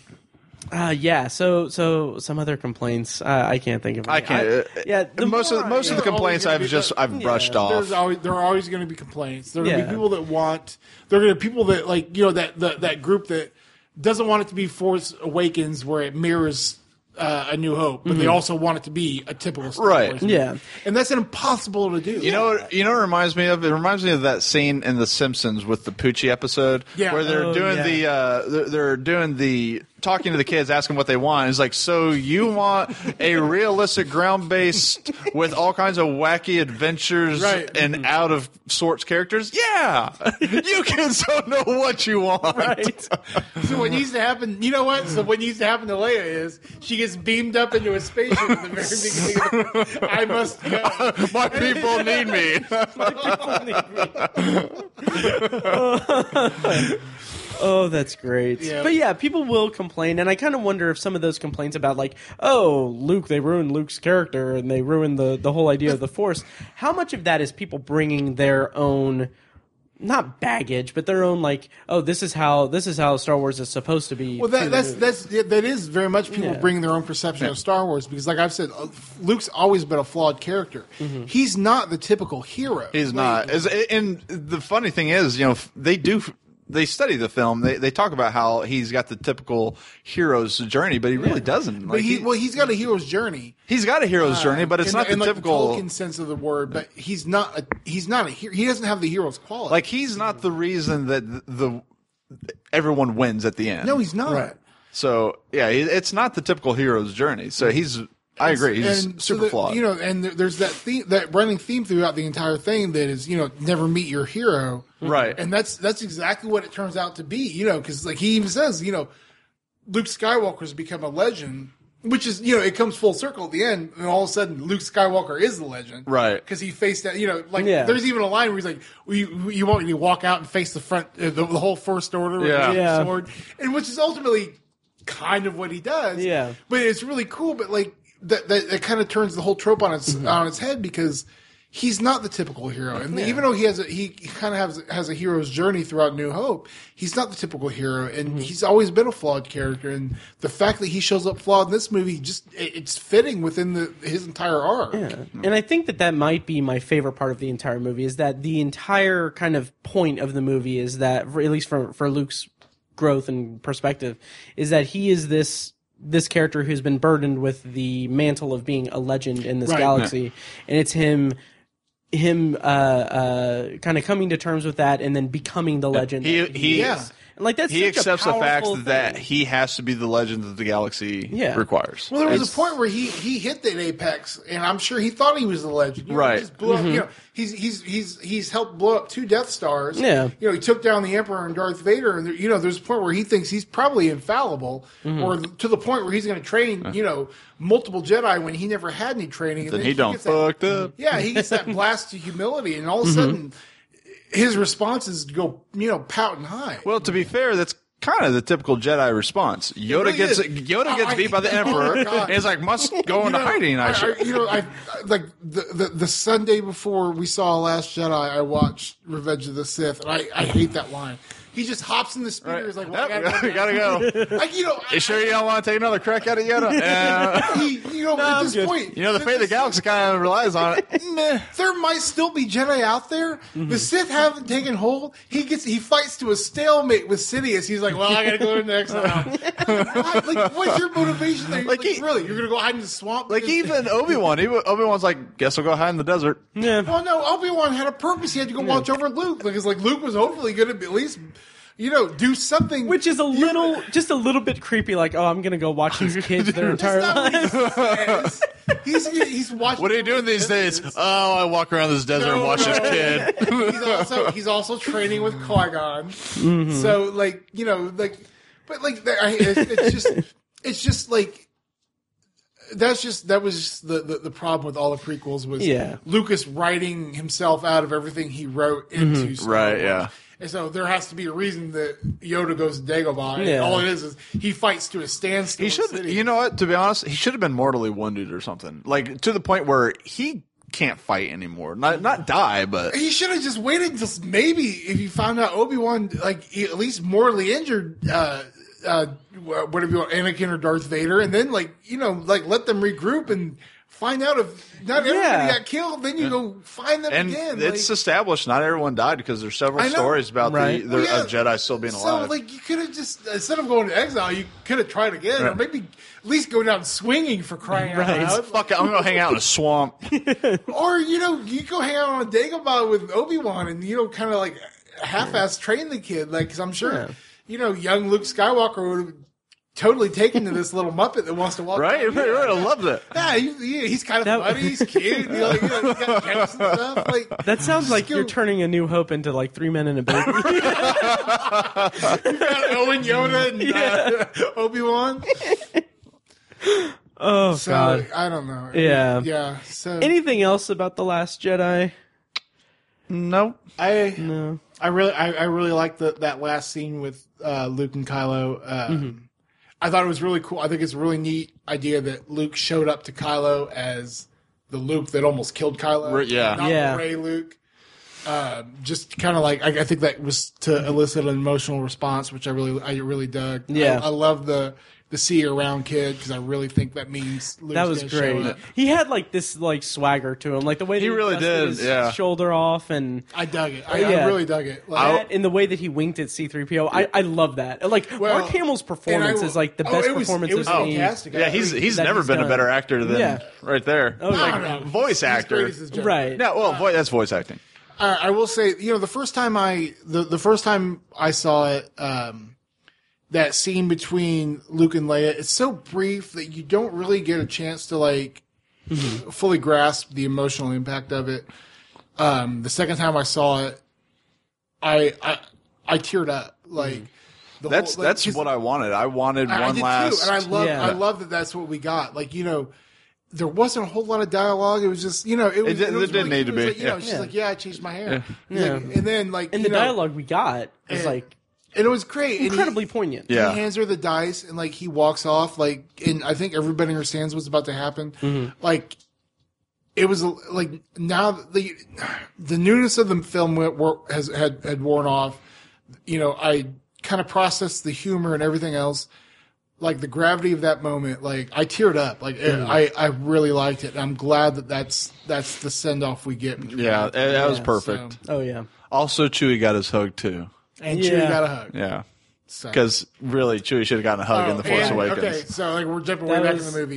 Uh, yeah. So so some other complaints. Uh, I can't think of. I any. can't. uh, I- yeah. the most more of I- most of the They're always complaints gonna I've be just the- I've brushed off. There's always there are always going to be complaints. There are going to Yeah. be people that want. There are going to be people that like you know that that, that group that doesn't want it to be Force Awakens where it mirrors uh, A New Hope, but they also want it to be a typical Star Mm-hmm. Right. Wars movie. Yeah. and that's impossible to do. You know, what, you know, what it reminds me of it reminds me of that scene in The Simpsons with the Poochie episode, Yeah. where they're Oh, doing yeah. the uh, they're, they're doing the talking to the kids, asking what they want. It's like, so you want a realistic ground based with all kinds of wacky adventures Right. Mm-hmm. and out of sorts characters? Yeah, you kids don't know what you want. Right. So what used to happen, you know what? So what used to happen to Leia is she gets beamed up into a spaceship at the very beginning. Of the, I must go. My people need me. Oh, that's great. Yeah. But yeah, people will complain, and I kind of wonder if some of those complaints about like, oh, Luke, they ruined Luke's character and they ruined the the whole idea of the Force. How much of that is people bringing their own? Not baggage, but their own like, oh, this is how this is how Star Wars is supposed to be. Well, to the that, that's movie. that's yeah, that is very much people Yeah. bringing their own perception of Star Wars because, like I've said, uh, Luke's always been a flawed character. He's not the typical hero. Mm-hmm. He's not. As- And the funny thing is, you know, they do. They study the film. They they talk about how he's got the typical hero's journey, but he really doesn't. But Like he he, well, uh, he's got a hero's journey. has got a hero's journey, but it's in not the, in, like, typical. Tolkien sense of the word. But he's not a he's not a hero. He doesn't have the hero's quality. like he's not the reason that the, everyone wins at the end. no, he's not. So yeah, he- it's not the typical hero's journey. So he's. I agree. He's Mm-hmm. and so super the- flawed. You know, and there, there's that theme, that running theme throughout the entire thing that is, you know, never meet your hero, Right. And that's that's exactly what it turns out to be, you know, because like he even says, you know, Luke Skywalker's become a legend, which is, you know, it comes full circle at the end, and all of a sudden Luke Skywalker is the legend, Right. Because he faced that, you know, like Yeah. there's even a line where he's like, well, you, you want me to walk out and face the front, uh, the, the whole first order with Yeah. the Yeah. sword, and which is ultimately kind of what he does, Yeah. but it's really cool. But like that, that, that kind of turns the whole trope on its on its head because he's not the typical hero, and even though he has a, he kind of has has a hero's journey throughout New Hope, he's not the typical hero, and he's always been a flawed character. And the fact that he shows up flawed in this movie just it, it's fitting within the his entire arc. And I think that that might be my favorite part of the entire movie is that the entire kind of point of the movie is that, for, at least for for Luke's growth and perspective, is that he is this this character who's been burdened with the mantle of being a legend in this Right. galaxy, and it's him him uh, uh, kind of coming to terms with that and then becoming the legend. he- that he- is. And like that's he such a accepts the fact powerful that thing. he has to be the legend that the galaxy Yeah. requires. Well, there was a point where he he hit that apex, and I'm sure he thought he was the legend. You know, Right. He just blew up, you know, he's he's he's he's helped blow up two Death Stars. Yeah. You know, he took down the Emperor and Darth Vader, and there, you know, there's a point where he thinks he's probably infallible, or to the point where he's going to train, you know, multiple Jedi when he never had any training. And then he don't gets that- Mm-hmm. fucked up. yeah, he gets that blast to humility, and all of a sudden, his response is to go, you know, pout and high. Well, to be fair, that's kind of the typical Jedi response. Yoda really gets is. Yoda gets I- beat by the oh Emperor. my God. and it's like must go into You know, hiding. I, should. you know, I, I- like the, the the Sunday before we saw Last Jedi, I watched Revenge of the Sith, and I, I hate that line. He just hops in the speaker. He's like, well, I Yep, gotta, we gotta go. like you know, You sure you don't want to take another crack at it, Yoda? Yeah. he, you know, at I'm this good. point, You know, the fate of the galaxy kind of relies on it. Meh. there might still be Jedi out there. Mm-hmm. The Sith haven't taken hold. He gets he fights to a stalemate with Sidious. He's like, well, I gotta go to the next one. like, what's your motivation there? Like, Like, he- really, you're gonna go hide in the swamp? Like Because- even Obi Wan, even Obi Wan's like, guess we'll go hide in the desert. Yeah. Well, Oh, no, Obi Wan had a purpose. He had to go watch over Luke because, like, Luke was hopefully going to at least, you know, do something. Which is a You- little, just a little bit creepy. Like, oh, I'm gonna go watch these kids their entire That's life. not what he says. he's he's watching. What are you doing these days? Oh, I walk around this desert and No, watch this no. kid. He's also he's also training with Qui Gon. Mm-hmm. So, like, you know, like, but like, I, it's, it's just it's just like. That's just that was just the, the the problem with all the prequels was Yeah. Lucas writing himself out of everything he wrote into Mm-hmm. Star Right, Wars. yeah. And so there has to be a reason that Yoda goes to Dagobah. and Yeah. All it is is he fights to a standstill. He in should, City. you know what? To be honest, he should have been mortally wounded or something, like to the point where he can't fight anymore. Not not die, but He should have just waited until maybe if you found out Obi Wan like he at least mortally injured, uh, uh, wh- whatever you want, Anakin or Darth Vader, and then like you know like let them regroup and find out if not everybody Yeah. got killed. Then you go find them and again. it's like, established not everyone died because there's several I know, Oh, stories about right? the, the Yeah. of Jedi still being alive. So like you could have just instead of going to exile, you could have tried again, or Right. maybe at least go down swinging for crying Right. out loud. Fuck it, I'm gonna hang out in a swamp. Or you know, you go hang out on Dagobah with Obi Wan, and you know, kind of like half-ass train the kid, like because I'm sure Yeah. you know, young Luke Skywalker would have totally taken to this little Muppet that wants to walk. Right, around. right, right. I love that. Yeah, he, he- he's kind of That- funny. He's cute. He, like, you know, he's got caps and stuff. Like That sounds like Skill- you're turning a new hope into like three men and a baby. got Owen Yoda and uh, Obi Wan. oh So god. I don't know. Yeah. yeah. So Anything else about the Last Jedi? Nope. I No. I really I, I really liked the, that last scene with uh, Luke and Kylo. Uh, Mm-hmm. I thought it was really cool. I think it's a really neat idea that Luke showed up to Kylo as the Luke that almost killed Kylo. Right, yeah. Not Yeah. the Ray Luke. Um, just kind of like I, I think that was to elicit an emotional response, which I really I really dug. Yeah. I, I love the the see you around kid because I really think that means Luke's That was gonna show great. up. He had like this like swagger to him, like the way that he, really dusted did, his yeah. shoulder off, and I dug it. I, I Oh, Yeah. really dug it. Like, that, and the way that he winked at C-3PO. I, I love that. Like Well, Mark Hamill's and performance I- is like the oh, best it was- performance it was of oh, any- fantastic. Yeah, he's he's That never he's been a done. better actor than Yeah. right there. Oh, yeah. I don't know. voice He's as actor. great as his job. Right. No, well, vo- that's voice acting. I, I will say, you know, the first time I the, the first time I saw it, um, that scene between Luke and Leia, it's so brief that you don't really get a chance to like Mm-hmm. fully grasp the emotional impact of it. Um, the second time I saw it, I I, I teared up. Like Mm-hmm. the That's whole- like, that's 'cause- what I wanted. I wanted I- I one did last. too, and I love Yeah. I love that that's what we got. Like you know, there wasn't a whole lot of dialogue. It was just you know it, was, did- was it didn't really need to cool. It was be, Like, you know, yeah. she's Yeah. like, yeah, I changed my hair. Yeah. Like, and then like And you the know, dialogue we got is and- like and it was great, And he- incredibly poignant. Yeah. He hands her the dice and like he walks off like and I think everybody understands what's about to happen. Mm-hmm. Like it was like now the the newness of the film went- were- has had had worn off. You know, I kind of processed the humor and everything else. Like the gravity of that moment, like I teared up. Like Mm-hmm. I, I really liked it. I'm glad that that's that's the send off we get. between yeah, them. that that was Yeah, perfect. Oh yeah. Also, Chewie got his hug too. and Yeah. Chewie got a hug. Yeah, So- because really, Chewie should have gotten a hug in Oh, the Force and- Awakens. Okay, so like we're jumping way That back was- in the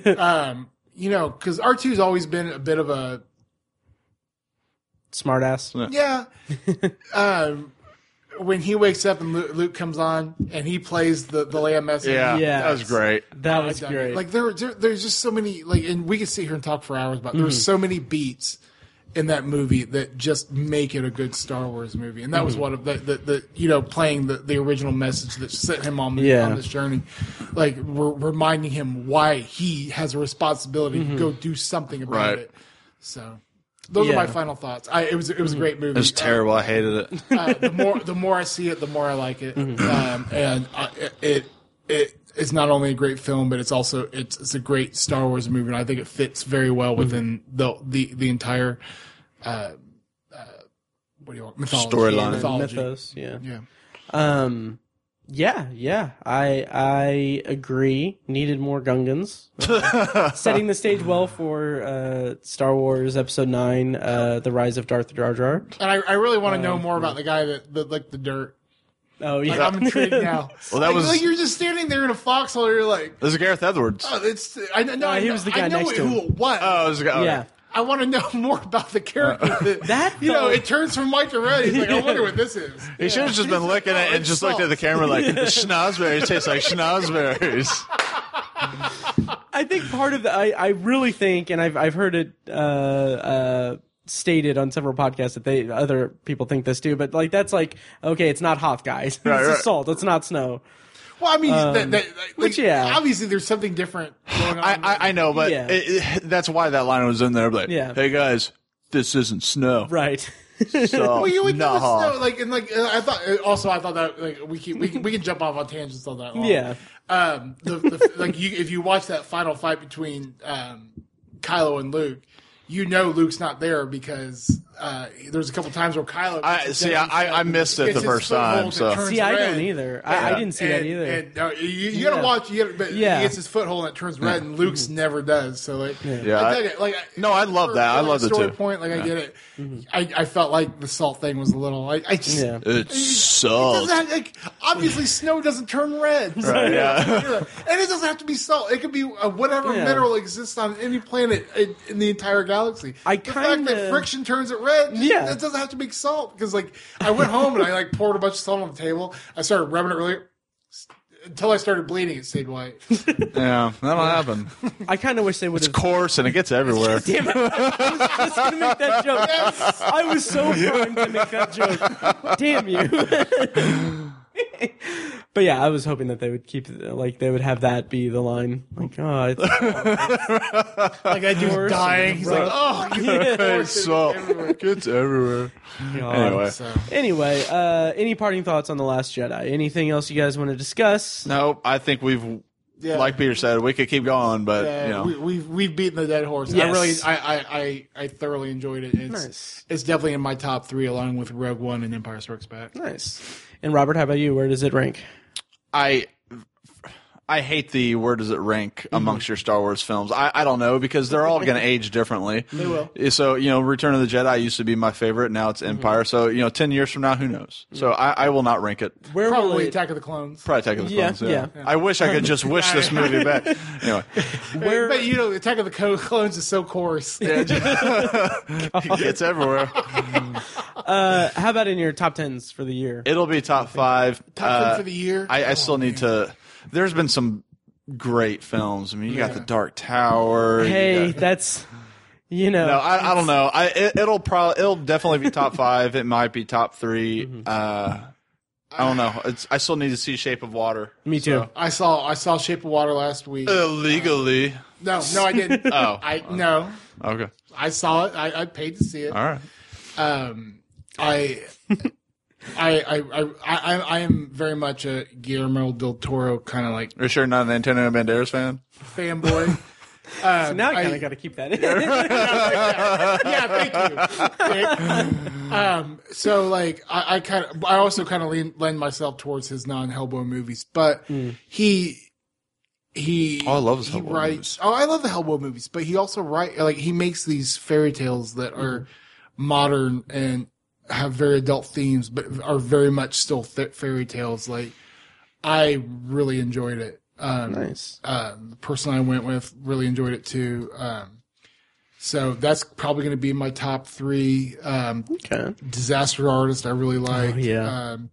movie. um, you know, because R 2s always been a bit of a Smart ass. yeah. um, when he wakes up and Luke, Luke comes on and he plays the the Leia message. Yeah, Yeah. that was great. That I was dug it. great. Like there, were- there, there's just so many. Like, and we could sit here and talk for hours, but there Mm-hmm. were so many beats in that movie that just make it a good Star Wars movie. And that Mm-hmm. was one of the, the, the you know, playing the, the original message that sent him on, Yeah. on this journey, like we're reminding him why he has a responsibility to go do something about Right. it. So Those Mm-hmm. Yeah. Mm-hmm. are my final thoughts. I, it was it was a great movie. It was terrible. I hated it. Uh, the more the more I see it, the more I like it. Mm-hmm. Um, and I, it it it's not only a great film, but it's also it's it's a great Star Wars movie, and I think it fits very well Mm-hmm. within the the the entire. Uh, uh, what do you want? Mythology. Storyline. Mythology. mythos. Yeah. Yeah. Um. Yeah, yeah, I I agree. Needed more Gungans, setting the stage well for uh, Star Wars Episode Nine: uh, The Rise of Darth Jar Jar. And I, I really want Uh, to know more about the guy that, that licked the dirt. Oh yeah, Like, I'm intrigued now. Well, that Like, was- like you're just standing there in a foxhole. You're like, This is Gareth Edwards. oh, it's I know. Uh, I he know- was the I guy know next to who him. it was. Oh, this guy. okay. yeah. I want to know more about the character. Uh, that, That you know, felt- it turns from Mike to Red. He's like, I wonder what this is. He should have just been looking at it and just looked at the camera like schnozberries taste like schnozberries. I think part of the I, I really think, and I've I've heard it uh, uh, stated on several podcasts that they other people think this too, but like that's like okay, it's not hot guys, it's Right, right. salt, it's not snow. Well, I mean, that, that, which, like, yeah. obviously there's something different going on. Um, I, I, I know, but Yeah. it, it, that's why that line was in there. Like, Yeah. hey guys, this isn't snow. Right. So, well, you would know, nah. it's no, like, and like, uh, I thought. uh, Also, I thought that like we can we can, we can jump off on tangents all that long. Yeah. Um, the, the, like you, if you watch that final fight between um, Kylo and Luke, you know Luke's not there because uh, there's a couple times where Kylo. I- see, I- I- I missed it Gets the his first foothold time, and so- turns See, I red. don't either. I, I didn't see that And- either. and, uh, you, you gotta Yeah. watch. You gotta, but Yeah. he gets his foothold and it turns red, and Luke's never does. So like, Yeah, I I- dug it. Like, No, I love for- that. for, I like, loved it, story too. Point, like I get it. I, I felt like the salt thing was a little. Like I just. Mm-hmm. Yeah. it Doesn't sucks. have- like, obviously, snow doesn't turn red, So, Right, you know, yeah. you know, and it doesn't have to be salt. It could be uh, whatever Yeah. mineral exists on any planet in, in the entire galaxy. I the fact kinda- that friction turns it red, Yeah. yeah, it doesn't have to be salt. Because like, I went home and I like poured a bunch of salt on the table. I started rubbing it really until I started bleeding. It stayed white. Yeah, that'll happen. I kind of wish they would It's have. coarse and it gets everywhere. Damn it! I was just gonna make that joke. I was so primed to make that joke. Damn you! but yeah, I was hoping that they would keep like they would have that be the line. Like, oh, it's Like I do Coarse dying. and He's like, rough. oh, Hey, salt gets everywhere. Anyway, So, Oh, Anyway, uh, any parting thoughts on the Last Jedi? Anything else you guys want to discuss? no, I think we've, Yeah. like Peter said, we could keep going, but uh, you know, we, we've we've beaten the dead horse. I Yes. really, I, I, I, I thoroughly enjoyed it. It's, Nice. it's definitely in my top three, along with Rogue One and Empire Strikes Back. Nice. And Robert, how about you? Where does it rank? I I hate the where does it rank Mm-hmm. amongst your Star Wars films. I, I don't know because they're all going to age differently. They will. Mm-hmm. So you know, Return of the Jedi used to be my favorite. Now it's Empire. So you know, ten years from now, who knows? So I, I will not rank it. Where will Probably it, Attack of the Clones. Probably Attack of the Yeah, Clones. Yeah, I wish I could just wish this movie back. Anyway, where- But you know, Attack of the Co- Clones is so coarse. it's everywhere. uh, how about in your top tens for the year? It'll be top five. Top ten Uh, for the year. I, I still need to. There's been some great films. I mean, you got the Dark Tower. you hey, got- that's you know. No, I, I don't know. I it, it'll probably it'll definitely be top five. It might be top 3 Uh, I don't know. It's I still need to see Shape of Water me too. I saw I saw Shape of Water last week. illegally. no, no, I didn't. Oh. I no, Okay, I saw it. I, I paid to see it. all right. um, I, I, I, I, I, I am very much a Guillermo del Toro kind of like Are you sure you're not an Antonio Banderas fan? fanboy. Um, now I kind I- of got to keep that in. yeah, thank you. Nick. Um, so like I, I kind of, I also kind of lean, lend myself towards his non Hellboy movies, but he. He, Oh, I love his he Hellboy writes, movies. Oh, I love the Hellboy movies, but he also write like he makes these fairy tales that are modern and have very adult themes, but are very much still th- fairy tales. Like I really enjoyed it. Um, nice. um, the person I went with really enjoyed it too. Um, so that's probably going to be my top three. Um, Okay. disaster artist I really like. Oh, yeah. Um,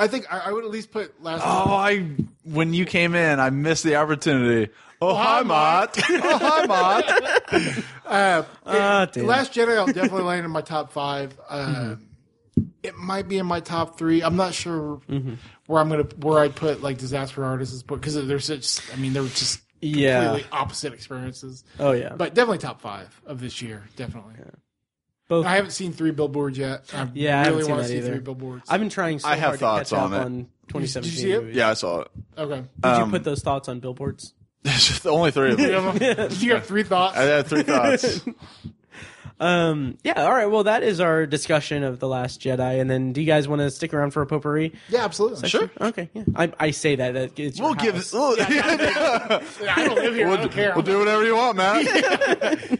I think I, I would at least put last. Oh, I when you came in, I missed the opportunity. Oh, hi, hi, Mott. oh, hi, Mott. Ah, damn. Last Jedi, I'll definitely land in my top five. Mm-hmm. Um, It might be in my top three. I'm not sure Mm-hmm. where I'm gonna where I put like disaster artists, but because they're such. I mean, they're just Yeah. completely opposite experiences. oh yeah. But definitely top five of this year. Definitely. Both. I haven't seen Three Billboards yet. I Yeah, I haven't really seen want to that see either. Three Billboards. I've been trying. So I have hard to thoughts catch on up it. Um, on 2017 Did you see it? movies. Yeah, I saw it. okay. Did you put those thoughts on billboards? That's just the only three of them. you have three thoughts? I had three thoughts. Um, yeah. All right. Well, that is our discussion of the Last Jedi. And then, do you guys want to stick around for a potpourri? yeah, absolutely. Sure. Okay. Yeah. I, I say that. that it's your We'll give. house. We'll, I don't live here. I we'll, don't care. we'll do whatever you want, man.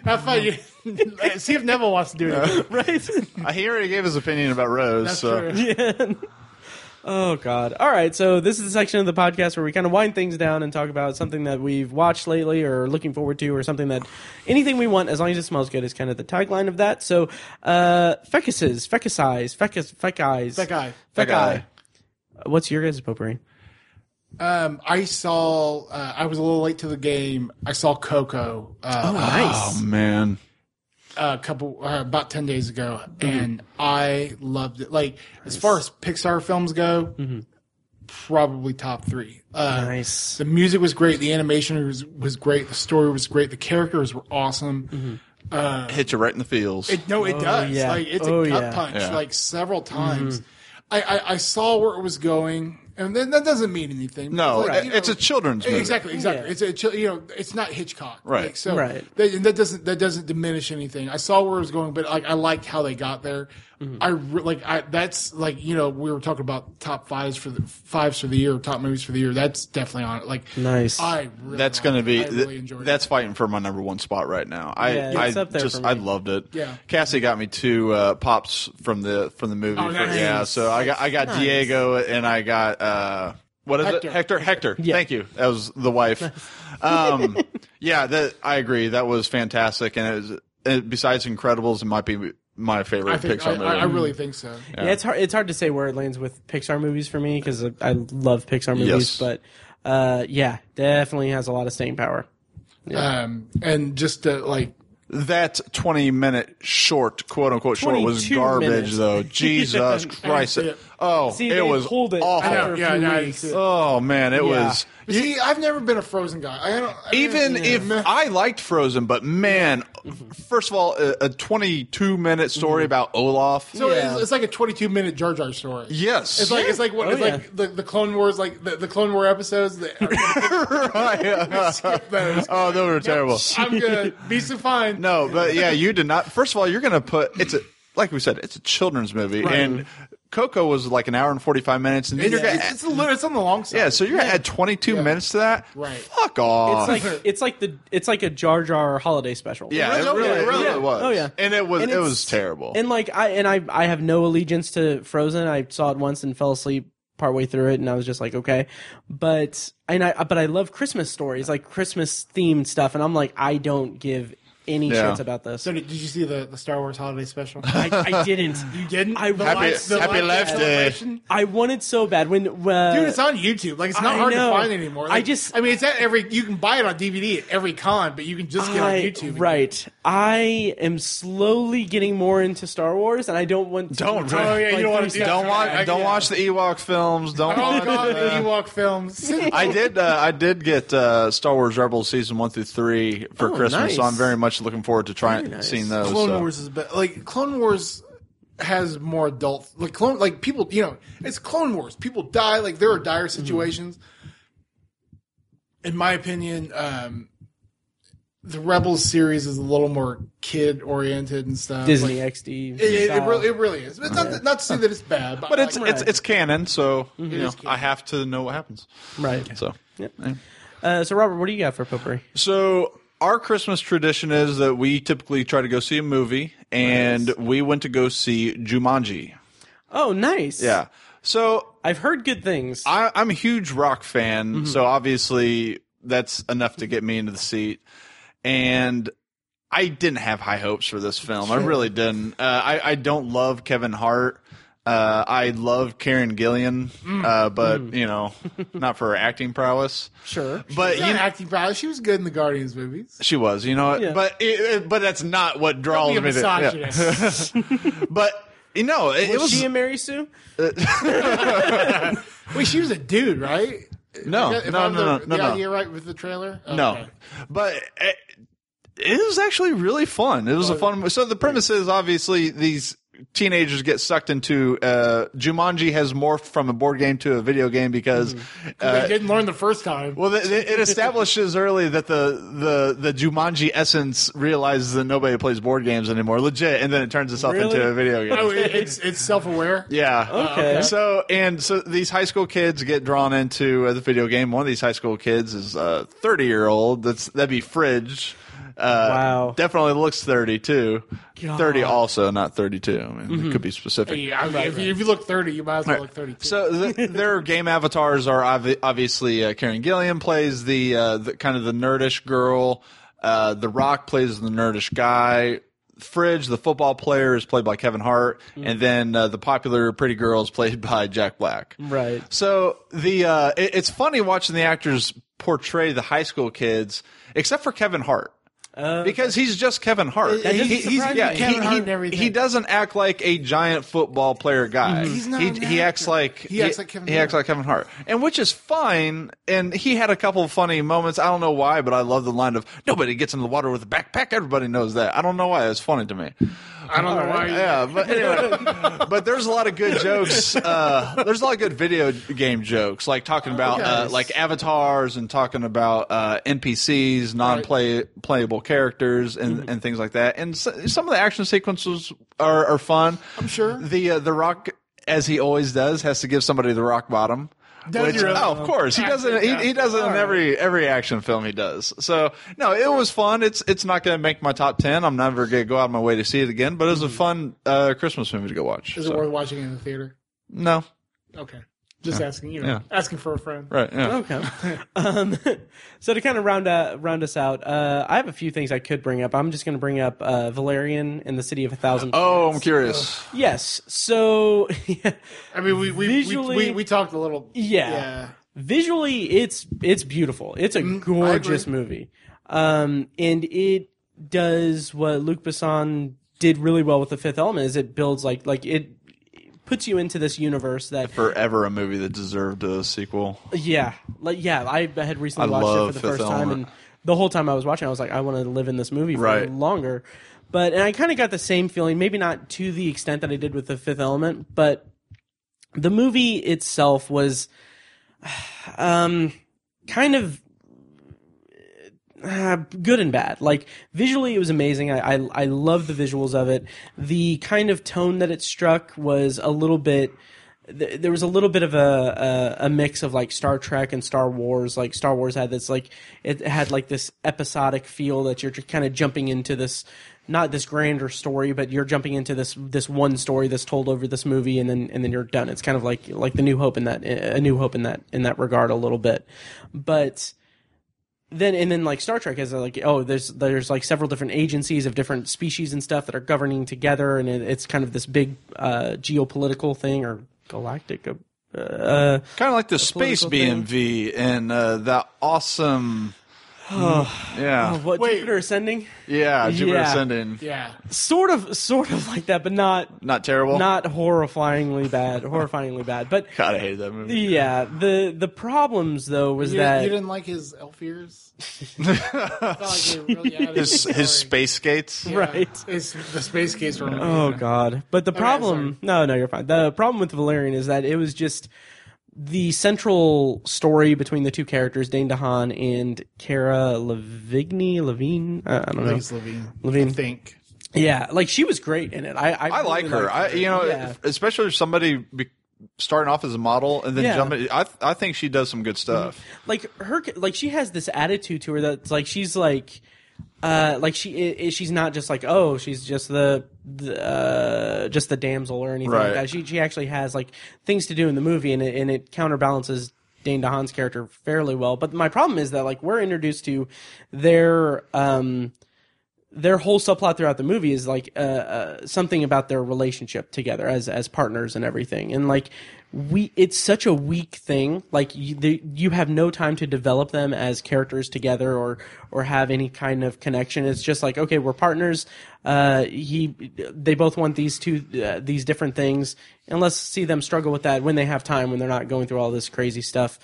Have fun. You- see if Neville wants to do it. right. I he already gave his opinion about Rose. That's so. true. Oh God! All right, so this is the section of the podcast where we kind of wind things down and talk about something that we've watched lately, or looking forward to, or something that anything we want, as long as it smells good, is kind of the tagline of that. So, uh, fecuses, fecusize, fecus, fecais, Fecai. fecai. Uh, What's your guys' potpourri? Um, I saw. Uh, I was a little late to the game. I saw Coco uh, Oh man. Oh. a couple uh, about ten days ago, Mm-hmm. and I loved it. Like as far as Pixar films go, probably top three. Uh, Mm-hmm. Nice. The music was great. The animation was was great. The story was great. The characters were awesome. Hit you right in the feels. It, no, it does. Mm-hmm. yeah. Like it's Oh, a gut yeah. Mm-hmm. punch. Yeah. Like several times, I, I I saw where it was going, and then that doesn't mean anything. no, Like, you it- it's know- a children's movie. Exactly, exactly. It's a chill, you know, it's not Hitchcock, Right. Like, so Right. That, and that doesn't that doesn't diminish anything. I saw where it was going, but like I liked how they got there. Mm-hmm. I re- like I that's like you know we were talking about top fives for the fives for the year, top movies for the year. That's definitely on it. Like Nice. I really That's liked going to it. be I really enjoyed that's it. fighting for my number one spot right now. I, Yeah, it's I up there just for me. I loved it. Yeah. Cassie got me two uh, pops from the from the movie. Oh, for- nice. Yeah, so I got I got Diego and I got uh, what is Hector. it Hector Hector. Yeah. Thank you. That was the wife. um, yeah, that I agree. That was fantastic, and it was it, besides Incredibles, it might be my favorite I think Pixar I, movie. I, I really think so. Yeah. it's hard. It's hard to say where it lands with Pixar movies for me because I, I love Pixar movies, Yes. but uh, yeah, definitely has a lot of staying power. Um, and just to, like that twenty minute short, quote unquote short, was 22 garbage minutes. though. Jesus Christ! see it. Oh, See, it they was pulled it awful. after a I know, yeah, few no, I weeks. see it. Oh man, it Yeah. was. e-, see, I've never been a Frozen guy. I don't I- Even yeah. if I liked Frozen, but man, first of all, a, a 22 minute story Mm-hmm. about Olaf. So Yeah. it's, it's like a 22 minute Jar Jar story. yes. It's like it's like what Oh, it's yeah. like the, the Clone Wars like the, the Clone War episodes. That, Right. oh, those were terrible. I'm gonna be so fine. No, but yeah, you did not. First of all, you're going to put it's a like we said, it's a children's movie, and Coco was like an hour and 45 minutes, and then it's, you're going it's, it's, a little, it's on the long side. yeah, so you're going to add 22 minutes to that. Right. Fuck off. It's like it's like the it's like a Jar Jar holiday special. yeah, it Yeah, really, it really yeah. was. Oh, yeah. and it was And it it's- was terrible. And like I and I I have no allegiance to Frozen. I saw it once and fell asleep partway through it and I was just like, okay. But and I but I love Christmas stories, like Christmas themed stuff and I'm like I don't give any Yeah. shits about this. So did, did you see the, the Star Wars holiday special? I, I didn't. you didn't. I the Happy- lights- the Happy lights Life Day. celebration? I wanted so bad when uh, Dude, it's on YouTube. Like it's not I hard know. to find anymore. I Like, just- I mean, it's at every. You can buy it on DVD at every con, but you can just get on I- YouTube. and- Right. I am slowly getting more into Star Wars and I don't want to Don't, Oh yeah, you Like, don't want there's- to don't watch don't watch the Ewok films. Don't Oh watch god, the uh, Ewok films. I did. Uh, I did get uh, Star Wars Rebels season one through three for Oh, Christmas, so nice. I'm very much looking forward to trying Very nice. seeing those. uh, Clone so. Wars is better. Like Clone Wars has more adult like clone like people you know it's Clone Wars. People die like there are dire situations. In my opinion, um, the Rebels series is a little more kid oriented and stuff. Disney Like, XD. it, it, it, style. really, it really is. It's not, not to say that it's bad, but, but I it's like it's it. it's canon, so you know is canon. I have to know what happens. right. So Uh, so Robert, what do you got for potpourri? so. Our Christmas tradition is that we typically try to go see a movie, and we went to go see Jumanji. Oh, nice. Yeah. So I've heard good things. I, I'm a huge rock fan, Mm-hmm. so obviously that's enough to get me into the seat. And I didn't have high hopes for this film. I really didn't. Uh, I, I don't love Kevin Hart. Uh, I love Karen Gillian, Mm. uh, but you know, not for her acting prowess. sure. But She's you not acting proud. She was good in the Guardians movies. she was, you know, Yeah. but it, it- but that's not what Be draws a me to. yeah. misogynist. But you know, it, it Was was she a Mary Sue? Wait, she was a dude, right? no, no, If no, I'm no, the, no, the no. idea right with the trailer. No, Okay. but it, it was actually really fun. It was a fun. So the premise is obviously these teenagers get sucked into uh, Jumanji has morphed from a board game to a video game because uh, they didn't learn the first time. well, it, it establishes early that the, the the Jumanji essence realizes that nobody plays board games anymore, legit, and then it turns itself into Really? a video game. Oh, it, it's it's self aware. Yeah. Oh, Okay. So and so these high school kids get drawn into uh, the video game. One of these high school kids is a thirty year old. That's that'd be Fridge. Uh, Wow. Definitely looks thirty two. Thirty also, not thirty two. I mean, it could be specific. Yeah, I mean, if, you, if you look thirty, you might as well look thirty-two. So th their game avatars are obvi- obviously uh, Karen Gillian plays the, uh, the kind of the nerdish girl. Uh, the Rock plays the nerdish guy. Fridge, the football player, is played by Kevin Hart, and then uh, the popular pretty girl is played by Jack Black. Right. So the uh, it- it's funny watching the actors portray the high school kids, except for Kevin Hart. because he's just Kevin Hart. doesn't He- he's, surprise yeah, me. he- Kevin Hart he- and everything. Mm-hmm. he doesn't act like a giant football player guy. He's not he, an he acts actor. like He acts like Kevin he Hart. acts like Kevin Hart, and which is fine. And he had a couple of funny moments. I don't know why, but I love the line of "Nobody gets in the water with a backpack." Everybody knows that. I don't know why. It's funny to me. I don't know why. Yeah, but anyway, but there's a lot of good jokes. Uh, there's a lot of good video game jokes, like talking about uh, like avatars and talking about uh, NPCs, non-play playable characters, and, Mm-hmm. and things like that. And so, some of the action sequences are, are fun. I'm sure. the uh, the Rock, as he always does, has to give somebody the rock bottom. Does he Which- really? oh, of course he doesn't. He, he does it in every every action film he does. So no, it was fun. It's it's not going to make my top ten. I'm never going to go out of my way to see it again. But it was a fun uh, Christmas movie to go watch. Mm-hmm. Is so. it worth watching in the theater? No, Okay, just asking. You know, Yeah. asking for a friend. right? Yeah. Okay. um, so to kind of round uh, round us out, uh, I have a few things I could bring up. I'm just going to bring up uh, Valerian and the City of a Thousand. Oh, I'm curious. uh, Yes. So I mean, we we, Visually- we, we we talked a little. Yeah. visually it's it's beautiful it's Mm, a gorgeous movie um and it does what luc besson did really well with the fifth element is it builds like like it puts you into this universe that Forever a movie that deserved a sequel. yeah like yeah i, I had recently I watched it love for the Fifth first time Element. and the whole time i was watching i was like i want to live in this movie for Right. longer but and i kind of got the same feeling maybe not to the extent that i did with the fifth element but the movie itself was um kind of uh, good and bad. Like visually, it was amazing. I, I I love the visuals of it. The kind of tone that it struck was a little bit. th- There was a little bit of a, a a mix of like Star Trek and Star Wars. Like Star Wars had this like it had like this episodic feel that you're kind of jumping into this not this grander story, but you're jumping into this this one story that's told over this movie, and then and then you're done. It's kind of like like the New Hope in that a New Hope in that in that regard a little bit, but then and then like Star Trek has like oh there's there's like several different agencies of different species and stuff that are governing together and it, it's kind of this big uh, geopolitical thing or galactic uh, uh, Kind of like the space political BMV and uh, that awesome. Oh, yeah, what Jupiter ascending yeah. Jupiter Yeah. Ascending. yeah. sort of sort of like that but not Not terrible. not horrifyingly bad horrifyingly bad but God, I hated that movie. yeah the the problems though was You, that you didn't like his elf ears? I felt like they really added His story. his space skates. Yeah. right. It's the space case for Oh God! But the problem, no, no, you're fine. The problem with Valerian is that it was just the central story between the two characters, Dane DeHaan and Cara Lavigne, Levine. Uh, I I don't know. Levine. Levine. Think. Yeah, like she was great in it. I, I, I like really her. liked I, you know, Yeah. especially if somebody be, starting off as a model and then Yeah. jumping. I, I think she does some good Mm-hmm. stuff. like her like she has this attitude to her that's like she's like uh like she i- i- she's not just like oh she's just the, the uh just the damsel or anything like Right. that she she actually has like things to do in the movie and it, and it counterbalances Dane DeHaan's character fairly well but my problem is that like we're introduced to their um their whole subplot throughout the movie is like uh, uh, something about their relationship together as as partners and everything, and like we, it's such a weak thing. Like you, the, you have no time to develop them as characters together or or have any kind of connection. It's just like okay, we're partners. Uh, he, they both want these two uh, these different things, and let's see them struggle with that when they have time when they're not going through all this crazy stuff.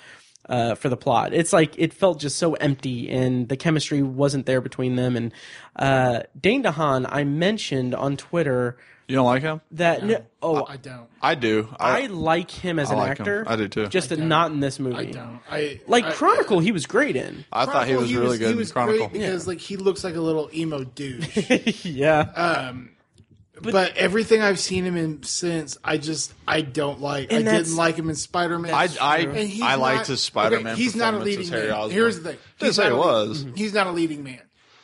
uh, for the plot. It's like it felt just so empty, and the chemistry wasn't there between them. And uh, Dane DeHaan, I mentioned on Twitter You don't like him? that no, oh, I don't. I do. I, I like him as I an like him. actor. I do too. Just not in this movie. I don't. I Like I, Chronicle, he was great in. I thought he Chronicle, was really good He was in Chronicle. great because like he looks like a little emo douche. yeah. but, everything I've seen him in since, I just I don't like. I And that's- didn't like him in Spider Man. I, I, And he's I liked not- his Spider Man okay, he's not a performance as leading Harry man. Osborn. Here's the thing. Didn't He's say not it a- was. He's not a leading man.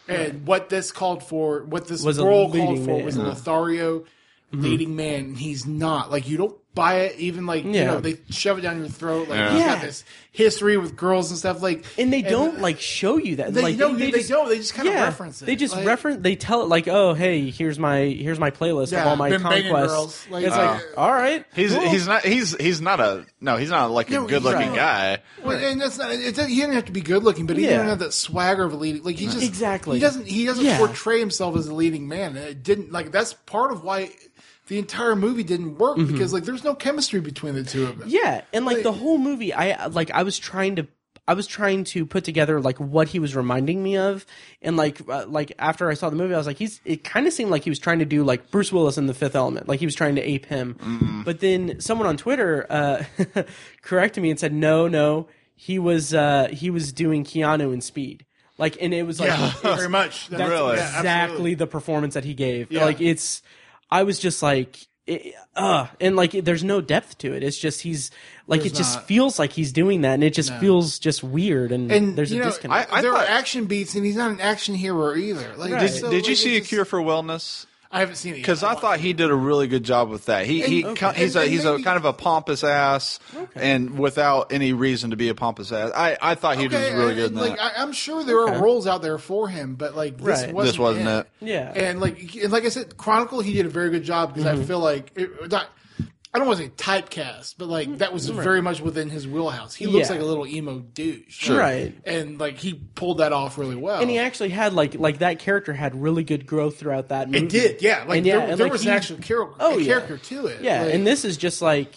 And what this called for, what this Was a role called leading for, man. Mm-hmm. was Lothario leading man. And he's not like you don't buy it. Even like you Yeah. know they shove it down your throat. Like Yeah. he's got Yeah. this history with girls and stuff. Like and they don't like show you that. They like don't- they don't. They just kinda reference it. They just Like- reference. They tell it like, "Oh, hey, here's my here's my playlist of Yeah, all my been banging conquests." girls. Like, it's uh, like, all right, He's cool. he's not he's he's not a no he's not like a No, good looking he's guy. Well, and that's not. It doesn't, he didn't have to be good looking, but he Yeah. didn't have that swagger of a leading. Like he just Exactly. He doesn't. He doesn't Yeah. portray himself as a leading man. It didn't like that's part of why the entire movie didn't work Mm-hmm. because like there's no chemistry between the two of them. yeah, and like Like- the whole movie, I like I was trying to. I was trying to put together like what he was reminding me of, and like uh, like after I saw the movie, I was like, he's. It kind of seemed like he was trying to do like Bruce Willis in The Fifth Element, like he was trying to ape him. But then someone on Twitter uh, corrected me and said, no, no, he was uh, he was doing Keanu in Speed, like, and it was like it's- very much. that's Really? Yeah, exactly the performance that he gave. Yeah. Like it's, I was just like, it, uh, and like there's no depth to it. It's just he's like it just not. feels like he's doing that, and it just feels just weird, and, And there's a you know, disconnect. I there thought- are action beats, and he's not an action hero either. Like, Right. Did, so, did you like, see it a just- cure for wellness? I haven't seen it yet. Because I want thought he did a really good job with that. He he And- co- he's a okay. he's a Maybe- kind of a pompous ass, and without any reason to be a pompous ass. I, I thought he was Okay, really I- good in like that. I, I'm sure there are roles out there for him, but like this Right. wasn't This wasn't it. Yeah. Mm-hmm. and like and like I said, Chronicle he did a very good job because I feel like it, not. I don't want to say typecast, but like that was very much within his wheelhouse. He looks Yeah. like a little emo douche, Right. And like he pulled that off really well. and he actually had like like that character had really good growth throughout that movie. it did, yeah. Like And yeah, there, and, there like, was he- an actual character, Oh, yeah. character to it. Yeah, like, and this is just like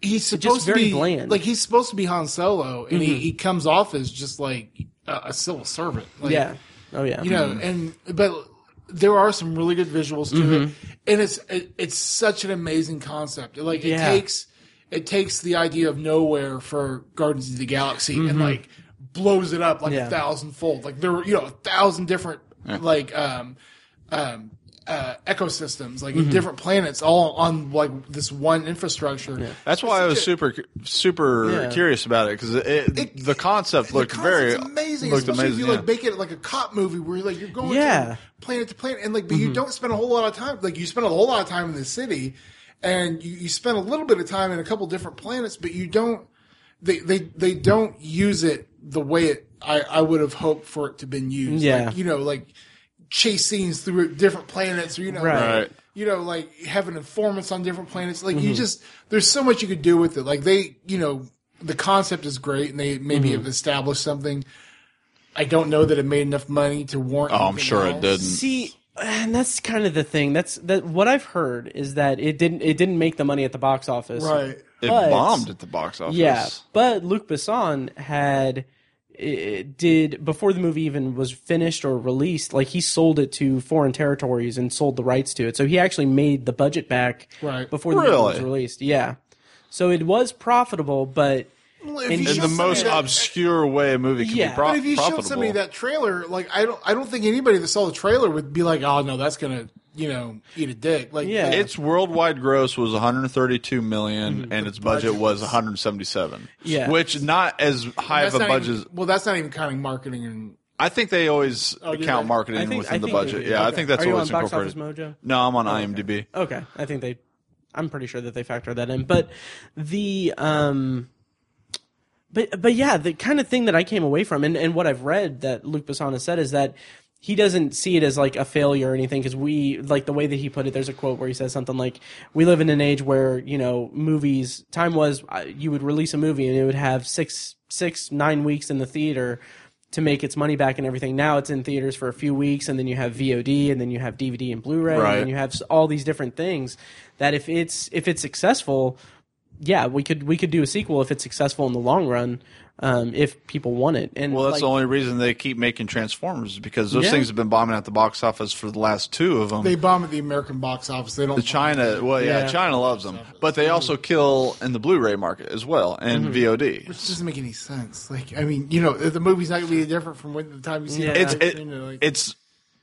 he's supposed very to be bland. Mm-hmm. Like he's supposed to be Han Solo, and he, he comes off as just like a, a civil servant. Like, yeah, oh yeah, you know and but there are some really good visuals to it Mm-hmm. and it's it, it's such an amazing concept like it Yeah. takes it takes the idea of nowhere for gardens of the galaxy and like blows it up like Mm-hmm. Yeah. a thousand fold like there were you know a thousand different like um um uh, ecosystems like Mm-hmm. different planets all on like this one infrastructure That's why I was super super Yeah. curious about it because it, It- the concept The looked concept's very amazing, Looked especially amazing. if you yeah. like make it like a cop movie where you're like you're going Yeah. from planet to planet, and like but Mm-hmm. you don't spend a whole lot of time. Like you spend a whole lot of time in the city, and you, you spend a little bit of time in a couple different planets, but you don't. They they they don't use it the way it I I would have hoped for it to been used. Yeah. like, you know, like chase scenes through different planets, or you know, Right. Right. you know, like having informants on different planets. Like Mm-hmm. you just, there's so much you could do with it. Like they, you know, the concept is great, and they maybe Mm-hmm. have established something. I don't know that it made enough money to warrant. Oh, I'm anything sure it else. didn't. See, and that's kind of the thing. That's that what I've heard is that it didn't it didn't make the money at the box office. Right. It but- bombed at the box office. Yeah, but Luc Besson had eh, did before the movie even was finished or released. Like he sold it to foreign territories and sold the rights to it, so he actually made the budget back Right. before the movie was Really? released. Yeah, so it was profitable, but Well, In- if you in in show the somebody most that- obscure way a movie can Yeah. be pro- But if you profitable. showed somebody that trailer, like I don't, I don't think anybody that saw the trailer would be like, "Oh no, that's gonna, you know, eat a dick." Like, Yeah. its worldwide gross was 132 million and its budget was 177. Yeah. which not as high of that's a not budget. Even, well, that's not even counting marketing and I think they always do count they? marketing I think- within I the think they budget. do. Yeah, I Okay. think that's Are you always on Box incorporated. Office Mojo? No, I'm on IMDb. Okay, I think they. I'm pretty sure that they factor that in, but the um, but but yeah, the kind of thing that I came away from, and and what I've read that Luke Besson has said is that he doesn't see it as like a failure or anything because we like the way that he put it. There's a quote where he says something like, "We live in an age where you know movies. Time was uh, you would release a movie and it would have six six nine weeks in the theater." To make its money back and everything. Now it's in theaters for a few weeks, and then you have VOD, and then you have DVD and Blu-ray, and Right. then you have s- all these different things. That if it's if it's successful, yeah, we could we could do a sequel if it's successful in the long run, um, if people want it. And Well, that's like, the only reason they keep making Transformers because those Yeah. things have been bombing at the box office for the last two of them. They bomb at the American box office. They don't. the China, well, yeah, Yeah. China loves them, but they also kill in the Blu-ray market as well and Mm-hmm. VOD. This doesn't make any sense. Like, I mean, you know, the the movie's not going to be different from when the time you see Yeah. it. It's on it, screen, they're like- it's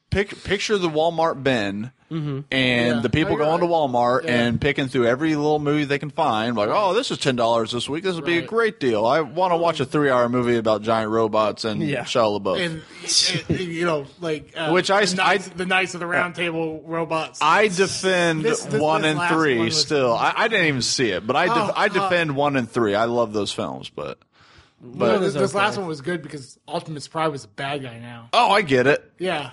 pic, picture the Walmart bin and Mm-hmm. Yeah. the people No, you're going to right. Walmart and picking through every little movie they can find. Like, oh, this is ten dollars this week. This would be a Right. great deal. I want to watch a three-hour movie about giant robots and Yeah. Shia LaBeouf. and, and, you know, like uh, Which I- the knights, the knights of the round table robots. I defend This- this- one this and last three one was- still. I, I didn't even see it, but I def- Oh, I oh. defend one and three. I love those films, but No, but this, this okay. last one was good because Optimus Prime was a bad guy now. oh, I get it. Yeah,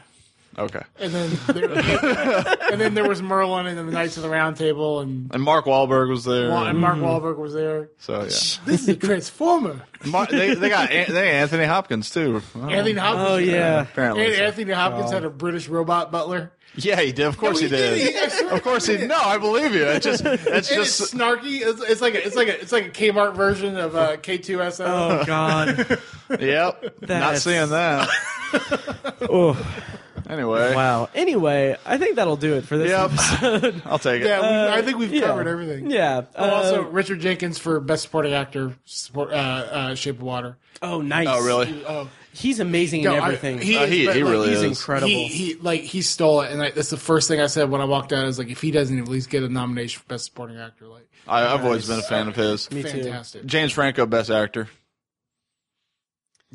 Okay. and then there, and then there was Merlin and then the Knights of the Round Table and, And Mark Wahlberg was there. and Mark Mm-hmm. Wahlberg was there. so yeah, This is a Transformer. Mar- they, they got An- they got Anthony Hopkins too. Oh, Anthony Hopkins. Oh yeah, apparently. And Anthony Hopkins had a British robot butler. yeah, he did. Of course No, he, did. of course he. No, I believe you. It's just it's And it's just snarky. It's, it's like a, it's like a, it's like a Kmart version of uh, K2SO. oh god, yep. Not That's- seeing that. oh Anyway, wow. Anyway, I think that'll do it for this. Yep. episode. I'll take it. yeah, we, I think we've Uh, yeah. covered everything. yeah. Oh, also, uh, Richard Jenkins for Best Supporting Actor, support, uh, uh, Shape of Water. oh nice. oh really? Oh, He's amazing no, in I- everything. Uh, he- but, he really he's is. incredible. He, he like he stole it, and I, that's the first thing I said when I walked out. I was like, if he doesn't at least get a nomination for Best Supporting Actor, like I, I've always been a fan of his. Me too. fantastic. James Franco, best actor.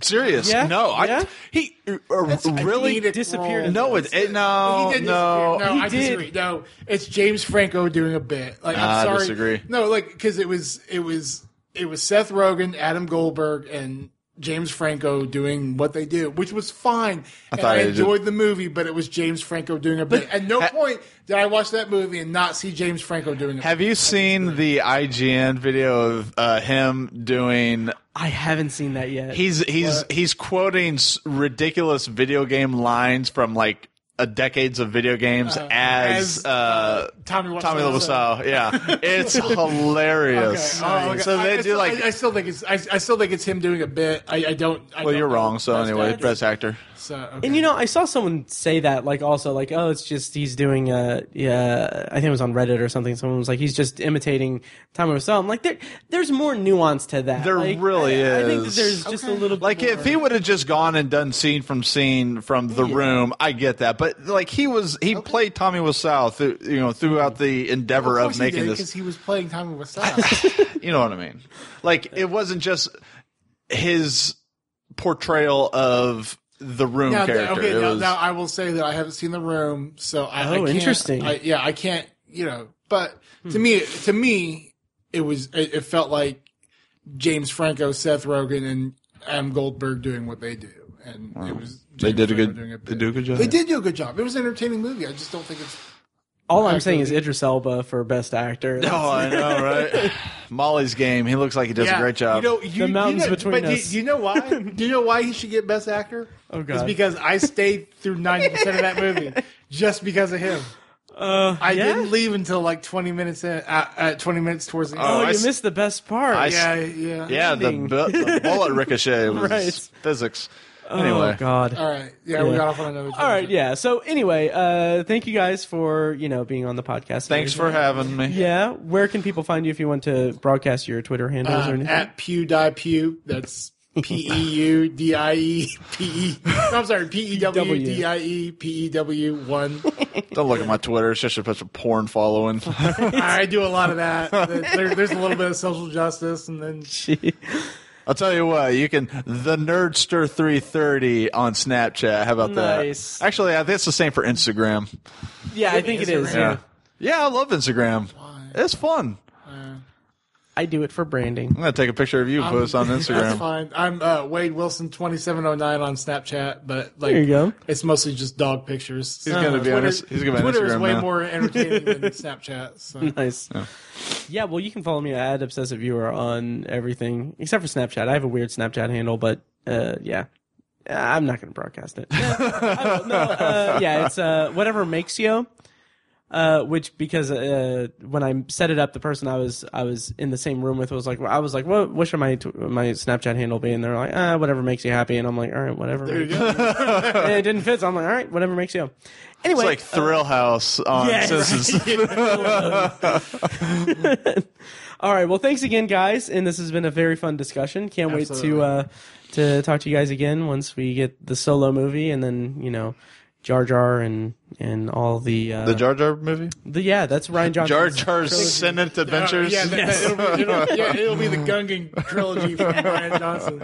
Serious? Yeah? No, I Yeah? he uh, really comedic disappeared role. in no, it, it- no, He did no. disagree. no, Oh, He I did. disagree. No, it's James Franco doing a bit. Like I'm I sorry, disagree. No, like because it was it was it was Seth Rogen, Adam Goldberg, and James Franco doing what they do, which was fine. I and thought I it did- enjoyed the movie, but it was James Franco doing a bit. At no point did I watch that movie and not see James Franco doing a Have you seen the IGN video of uh, him doing? I haven't seen that yet. He's he's he's quoting s- ridiculous video game lines from like a decades of video games as, as, uh, Tommy Wiseau. Tommy Wiseau. Yeah, it's hilarious. uh, Okay, oh, okay. So I- they I do still- like. I, I still think it's I, I still think it's him doing a bit. I, I don't. I well, don't you're know. wrong. So That's- uh, anyway, that's- best actor. so, okay. And you know, I saw someone say that, like, also, like, oh, it's just he's doing, uh, yeah, I think it was on Reddit or something. Someone was like, he's just imitating Tommy Wiseau. I'm like, there, there's more nuance to that. There Like, really I, I think that is. there's just a little, bit Like more. if he would have just gone and done scene from scene from the room, I get that. But like he was, he played Tommy Wiseau, through, you know, throughout the endeavor Of of, course he making did, this. because he was playing Tommy Wiseau. you know what I mean? Like it wasn't just his portrayal of the room now, character. okay, It now, was- now I will say that I haven't seen the room, so I, I Oh, can't- interesting. I, yeah, I can't. You know, but to me, to me, it was it, it felt like James Franco, Seth Rogen, and Adam Goldberg doing what they do, and it was they James did a Franco good, doing it they do a good job. They did do a good job. It was an entertaining movie. I just don't think it's. all I'm saying is Idris Elba for best actor. Oh, I know, right? Molly's game. He looks like he does a great job. You know, you, The mountains you know, between but do- us. Do, you know why? do you know why he should get Best Actor? Oh, God. It's because I stayed through ninety percent of that movie just because of him. Uh, I yeah? didn't leave until like twenty minutes in. Uh, uh, twenty minutes towards the Oh, Oh, end. I you s- missed the best part. I s- yeah, yeah, yeah, the, bu- the bullet ricochet was Right. physics. oh Anyway, God. All right. Yeah, we Yeah. got off on another. All right, yeah. So anyway, uh, thank you guys for you know being on the podcast. thanks for having me. Yeah, where can people find you if you want to broadcast your Twitter handles Uh, or Um, anything? at Pew Die Pew. That's P E U D I E P E. No, I'm sorry. P E W D I E P E W one. Don't look at my Twitter. It's just a bunch of porn following. I do a lot of that. There, there's a little bit of social justice, and then I'll tell you what, you can the Nerdster three thirty on Snapchat. How about Nice. that? Actually, I think it's the same for Instagram. yeah, I think it is. Yeah. Yeah, I love Instagram. It's fun. I do it for branding. I'm gonna take a picture of you and put this on Um, That's Instagram. fine. I'm uh, Wade Wilson twenty seven oh nine on Snapchat, but like There you go. it's mostly just dog pictures. Uh, He's gonna be on his- he's gonna be on Twitter is Instagram way now. more entertaining than Snapchat. So. Nice. Yeah. well, you can follow me at Obsessive Viewer on everything except for Snapchat. I have a weird Snapchat handle, but uh, yeah. Uh, I'm not going to broadcast it. I will, no, uh, yeah, it's uh, whatever makes you. Uh, which because uh, when I set it up, the person I was I was in the same room with was like, I was like, what, what should my tw- my Snapchat handle be? And they're like, ah, whatever makes you happy. And I'm like, all right, whatever. makes- And it didn't fit. So I'm like, all right, whatever makes you. Anyway, uh, It's like Thrill House on yeah, Simpsons. all right. Well, thanks again, guys, and this has been a very fun discussion. Can't wait to uh, to talk to you guys again once we get the solo movie, and then you know, Jar Jar and and all the uh, The Jar Jar movie? the- yeah, that's Ryan Johnson. Jar Jar's Senate Adventures? yeah, that, that, it'll, it'll, yeah, it'll be the Gungan trilogy from Ryan Johnson.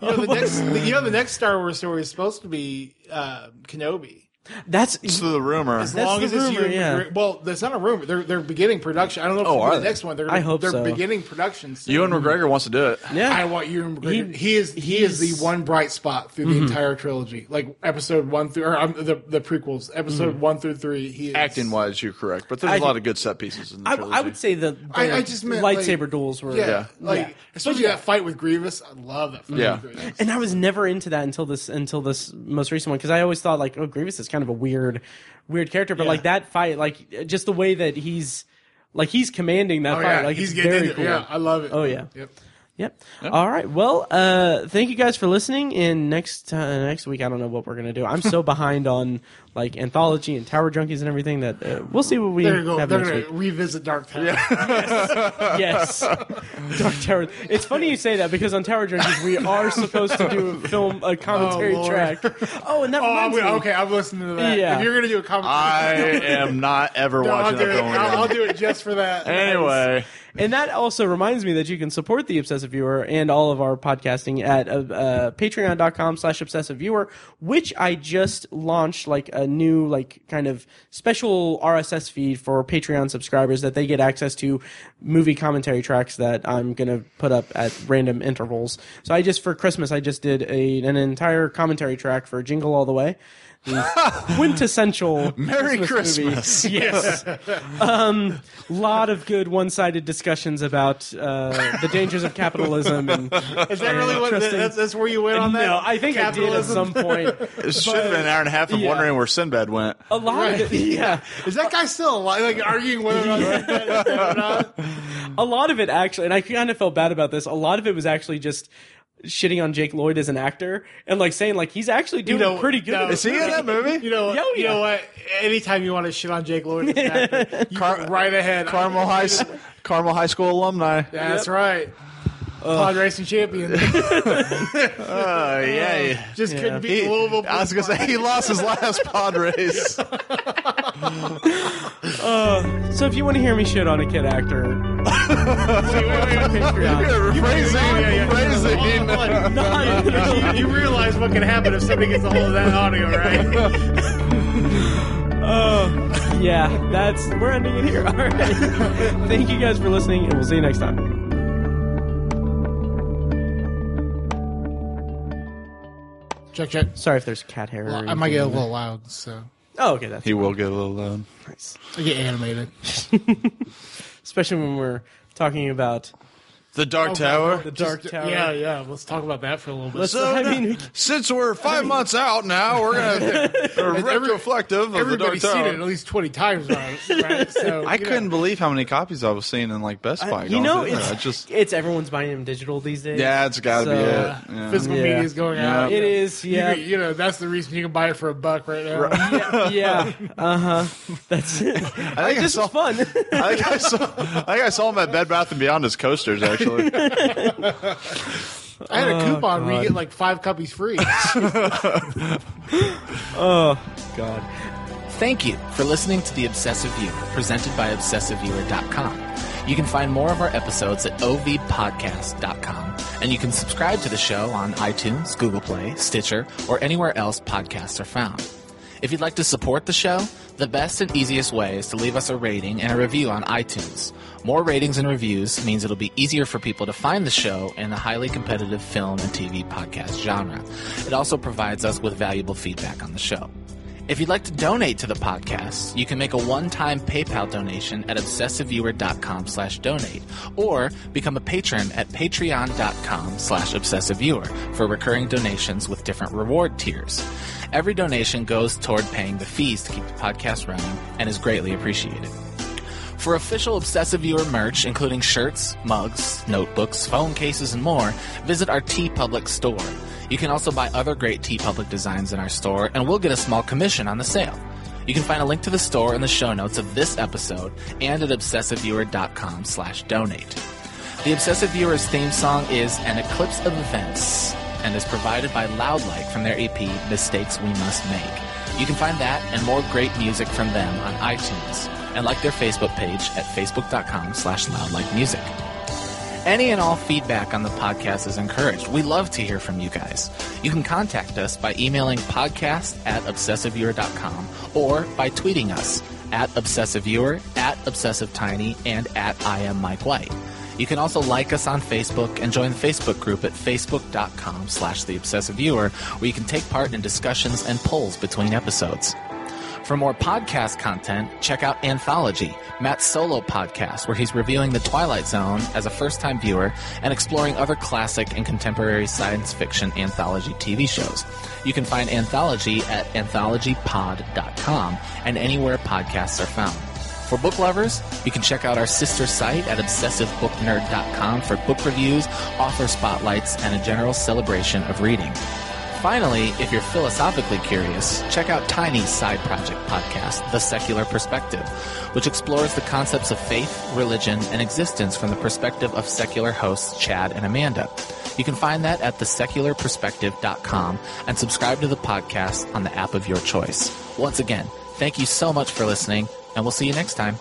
You know, the next, you know, the next Star Wars story is supposed to be uh, Kenobi. That's That's the rumor. As That's long the as it's you. rumor, and- yeah. Well, that's not a rumor. They're they're beginning production. I don't know if Oh, it'll are be the they? next one. They're, I hope they're so. beginning production. soon. Ewan McGregor wants to do it. yeah. I want Ewan McGregor. He, is he he's- is Mm-hmm. the one bright spot through the entire trilogy, like episode one through or um, the the prequels, Mm-hmm. episode one through three. He is, Acting wise, you're correct, but there's a I- lot of good set pieces in the I, trilogy. I would say the, the I- I just meant, like- lightsaber duels were yeah, Yeah. like Yeah. especially that fight with Grievous. I love that fight. Yeah. with Grievous. and I was never into that until this until this most recent one because I always thought like oh Grievous is kind of a weird weird character but like that fight like just the way that he's like he's commanding that Oh, fight yeah, like he's it's getting very into cool. it. Yeah, I love it. Oh, yeah. Yep. Yep. All right. Well, uh, thank you guys for listening. And next uh, next week, I don't know what we're gonna do. I'm so behind on like anthology and Tower Junkies and everything that uh, we'll see what we They're going have next week. to revisit Dark Tower. Yes. Dark Tower. It's funny you say that because on Tower Junkies we are supposed to do a film a commentary Oh, Lord. track. Oh, and that Oh, I'm reminds gonna, me. okay, I'm listening to that. Yeah. If you're going to do a comment, I am not ever no, I'll, watching do that it. film again. I'll, I'll do it just for that. Anyway, And that also reminds me that you can support the Obsessive Viewer and all of our podcasting at uh, uh, patreon.com slash obsessive viewer, which I just launched like a new, like kind of special RSS feed for Patreon subscribers that they get access to movie commentary tracks that I'm going to put up at random intervals. So I just, for Christmas, I just did a, an entire commentary track for Jingle All the Way. The quintessential Merry Christmas, movie. Christmas. Yes. um, lot of good one-sided discussions about uh, the dangers of capitalism. And Is that really what? Interesting. That's, that's where you went on that. no, I think I did at Capitalism? some point. it should have been an hour and a half of Yeah. wondering where Sinbad went. A lot of it, yeah, Is that guy still alive? Like arguing whether or not that is or not? a lot of it actually, and I kind of felt bad about this. A lot of it was actually just shitting on Jake Lloyd as an actor and like saying like he's actually doing know, pretty good. no. at this Is he in movie. that movie? You know, Yeah, oh, you know yeah. what? Anytime you want to shit on Jake Lloyd, as an actor, you go right ahead. Carmel High, S- Carmel High School alumni. That's right. Pod racing champion. Uh, yeah. Just couldn't He- beat Louisville. I was gonna say he lost his last pod race. So if you want to hear me shit on a kid actor, Patreon. Rephrasing, rephrasing. You- you realize what can happen if somebody gets a hold of that audio, right? yeah, that's we're ending it here. All right. Thank you guys for listening, and we'll see you next time. Check, check. Sorry if there's cat hair. or I anything might get a in there. little loud, so Oh, okay, that's He will get a little um, loud. nice. I get animated. Especially when we're talking about The Oh, Dark Tower. the Dark Tower. Yeah, yeah. Let's talk about that for a little bit. Let's- So I now- mean, since we're five months out now, we're gonna we're retroflective of the Dark Everybody's seen Tower. it at least twenty times, right? right? So I couldn't believe how many copies I was seeing in like Best Buy. you going know, through it's that. I just it's everyone's buying them digital these days. yeah, it's got to So, be uh, it. Yeah. physical Yeah. media is going Yeah. out. It is, You yeah. can- You, know, that's the reason you can buy it for a buck right now. yeah, uh huh. That's it. I think I, This saw. was fun. I think I saw. I think I saw him at Bed Bath and Beyond as coasters. Actually, I had a coupon where you get like five copies free. God. Thank you for listening to The Obsessive Viewer, presented by ObsessiveViewer.com. You can find more of our episodes at ovpodcast.com, and you can subscribe to the show on iTunes, Google Play, Stitcher, or anywhere else podcasts are found. If you'd like to support the show, the best and easiest way is to leave us a rating and a review on iTunes. More ratings and reviews means it'll be easier for people to find the show in the highly competitive film and TV podcast genre. It also provides us with valuable feedback on the show. If you'd like to donate to the podcast, you can make a one-time PayPal donation at obsessiveviewer.com slash donate or become a patron at patreon.com slash obsessiveviewer for recurring donations with different reward tiers. Every donation goes toward paying the fees to keep the podcast running and is greatly appreciated. For official Obsessive Viewer merch, including shirts, mugs, notebooks, phone cases, and more, visit our T Public store. You can also buy other great T Public designs in our store, and we'll get a small commission on the sale. You can find a link to the store in the show notes of this episode and at obsessiveviewer.com slash donate. The Obsessive Viewer's theme song is An Eclipse of Events and is provided by Loudlight from their EP Mistakes We Must Make. You can find that and more great music from them on iTunes and like their Facebook page at facebook.com slash loudlightmusic. Any and all feedback on the podcast is encouraged. We love to hear from you guys. You can contact us by emailing podcast at obsessiveviewer.com or by tweeting us at obsessiveviewer, at obsessivetiny, and at I am Mike White. You can also like us on Facebook and join the Facebook group at facebook.com slash the obsessive viewer where you can take part in discussions and polls between episodes. For more podcast content, check out Anthology, Matt's solo podcast, where he's reviewing The Twilight Zone as a first time viewer and exploring other classic and contemporary science fiction anthology TV shows. You can find Anthology at anthologypod.com and anywhere podcasts are found. For book lovers, you can check out our sister site at obsessivebooknerd.com for book reviews, author spotlights, and a general celebration of reading. Finally, if you're philosophically curious, check out Tiny's side project podcast, The Secular Perspective, which explores the concepts of faith, religion, and existence from the perspective of secular hosts Chad and Amanda. You can find that at thesecularperspective.com and subscribe to the podcast on the app of your choice. Once again, thank you so much for listening, and we'll see you next time.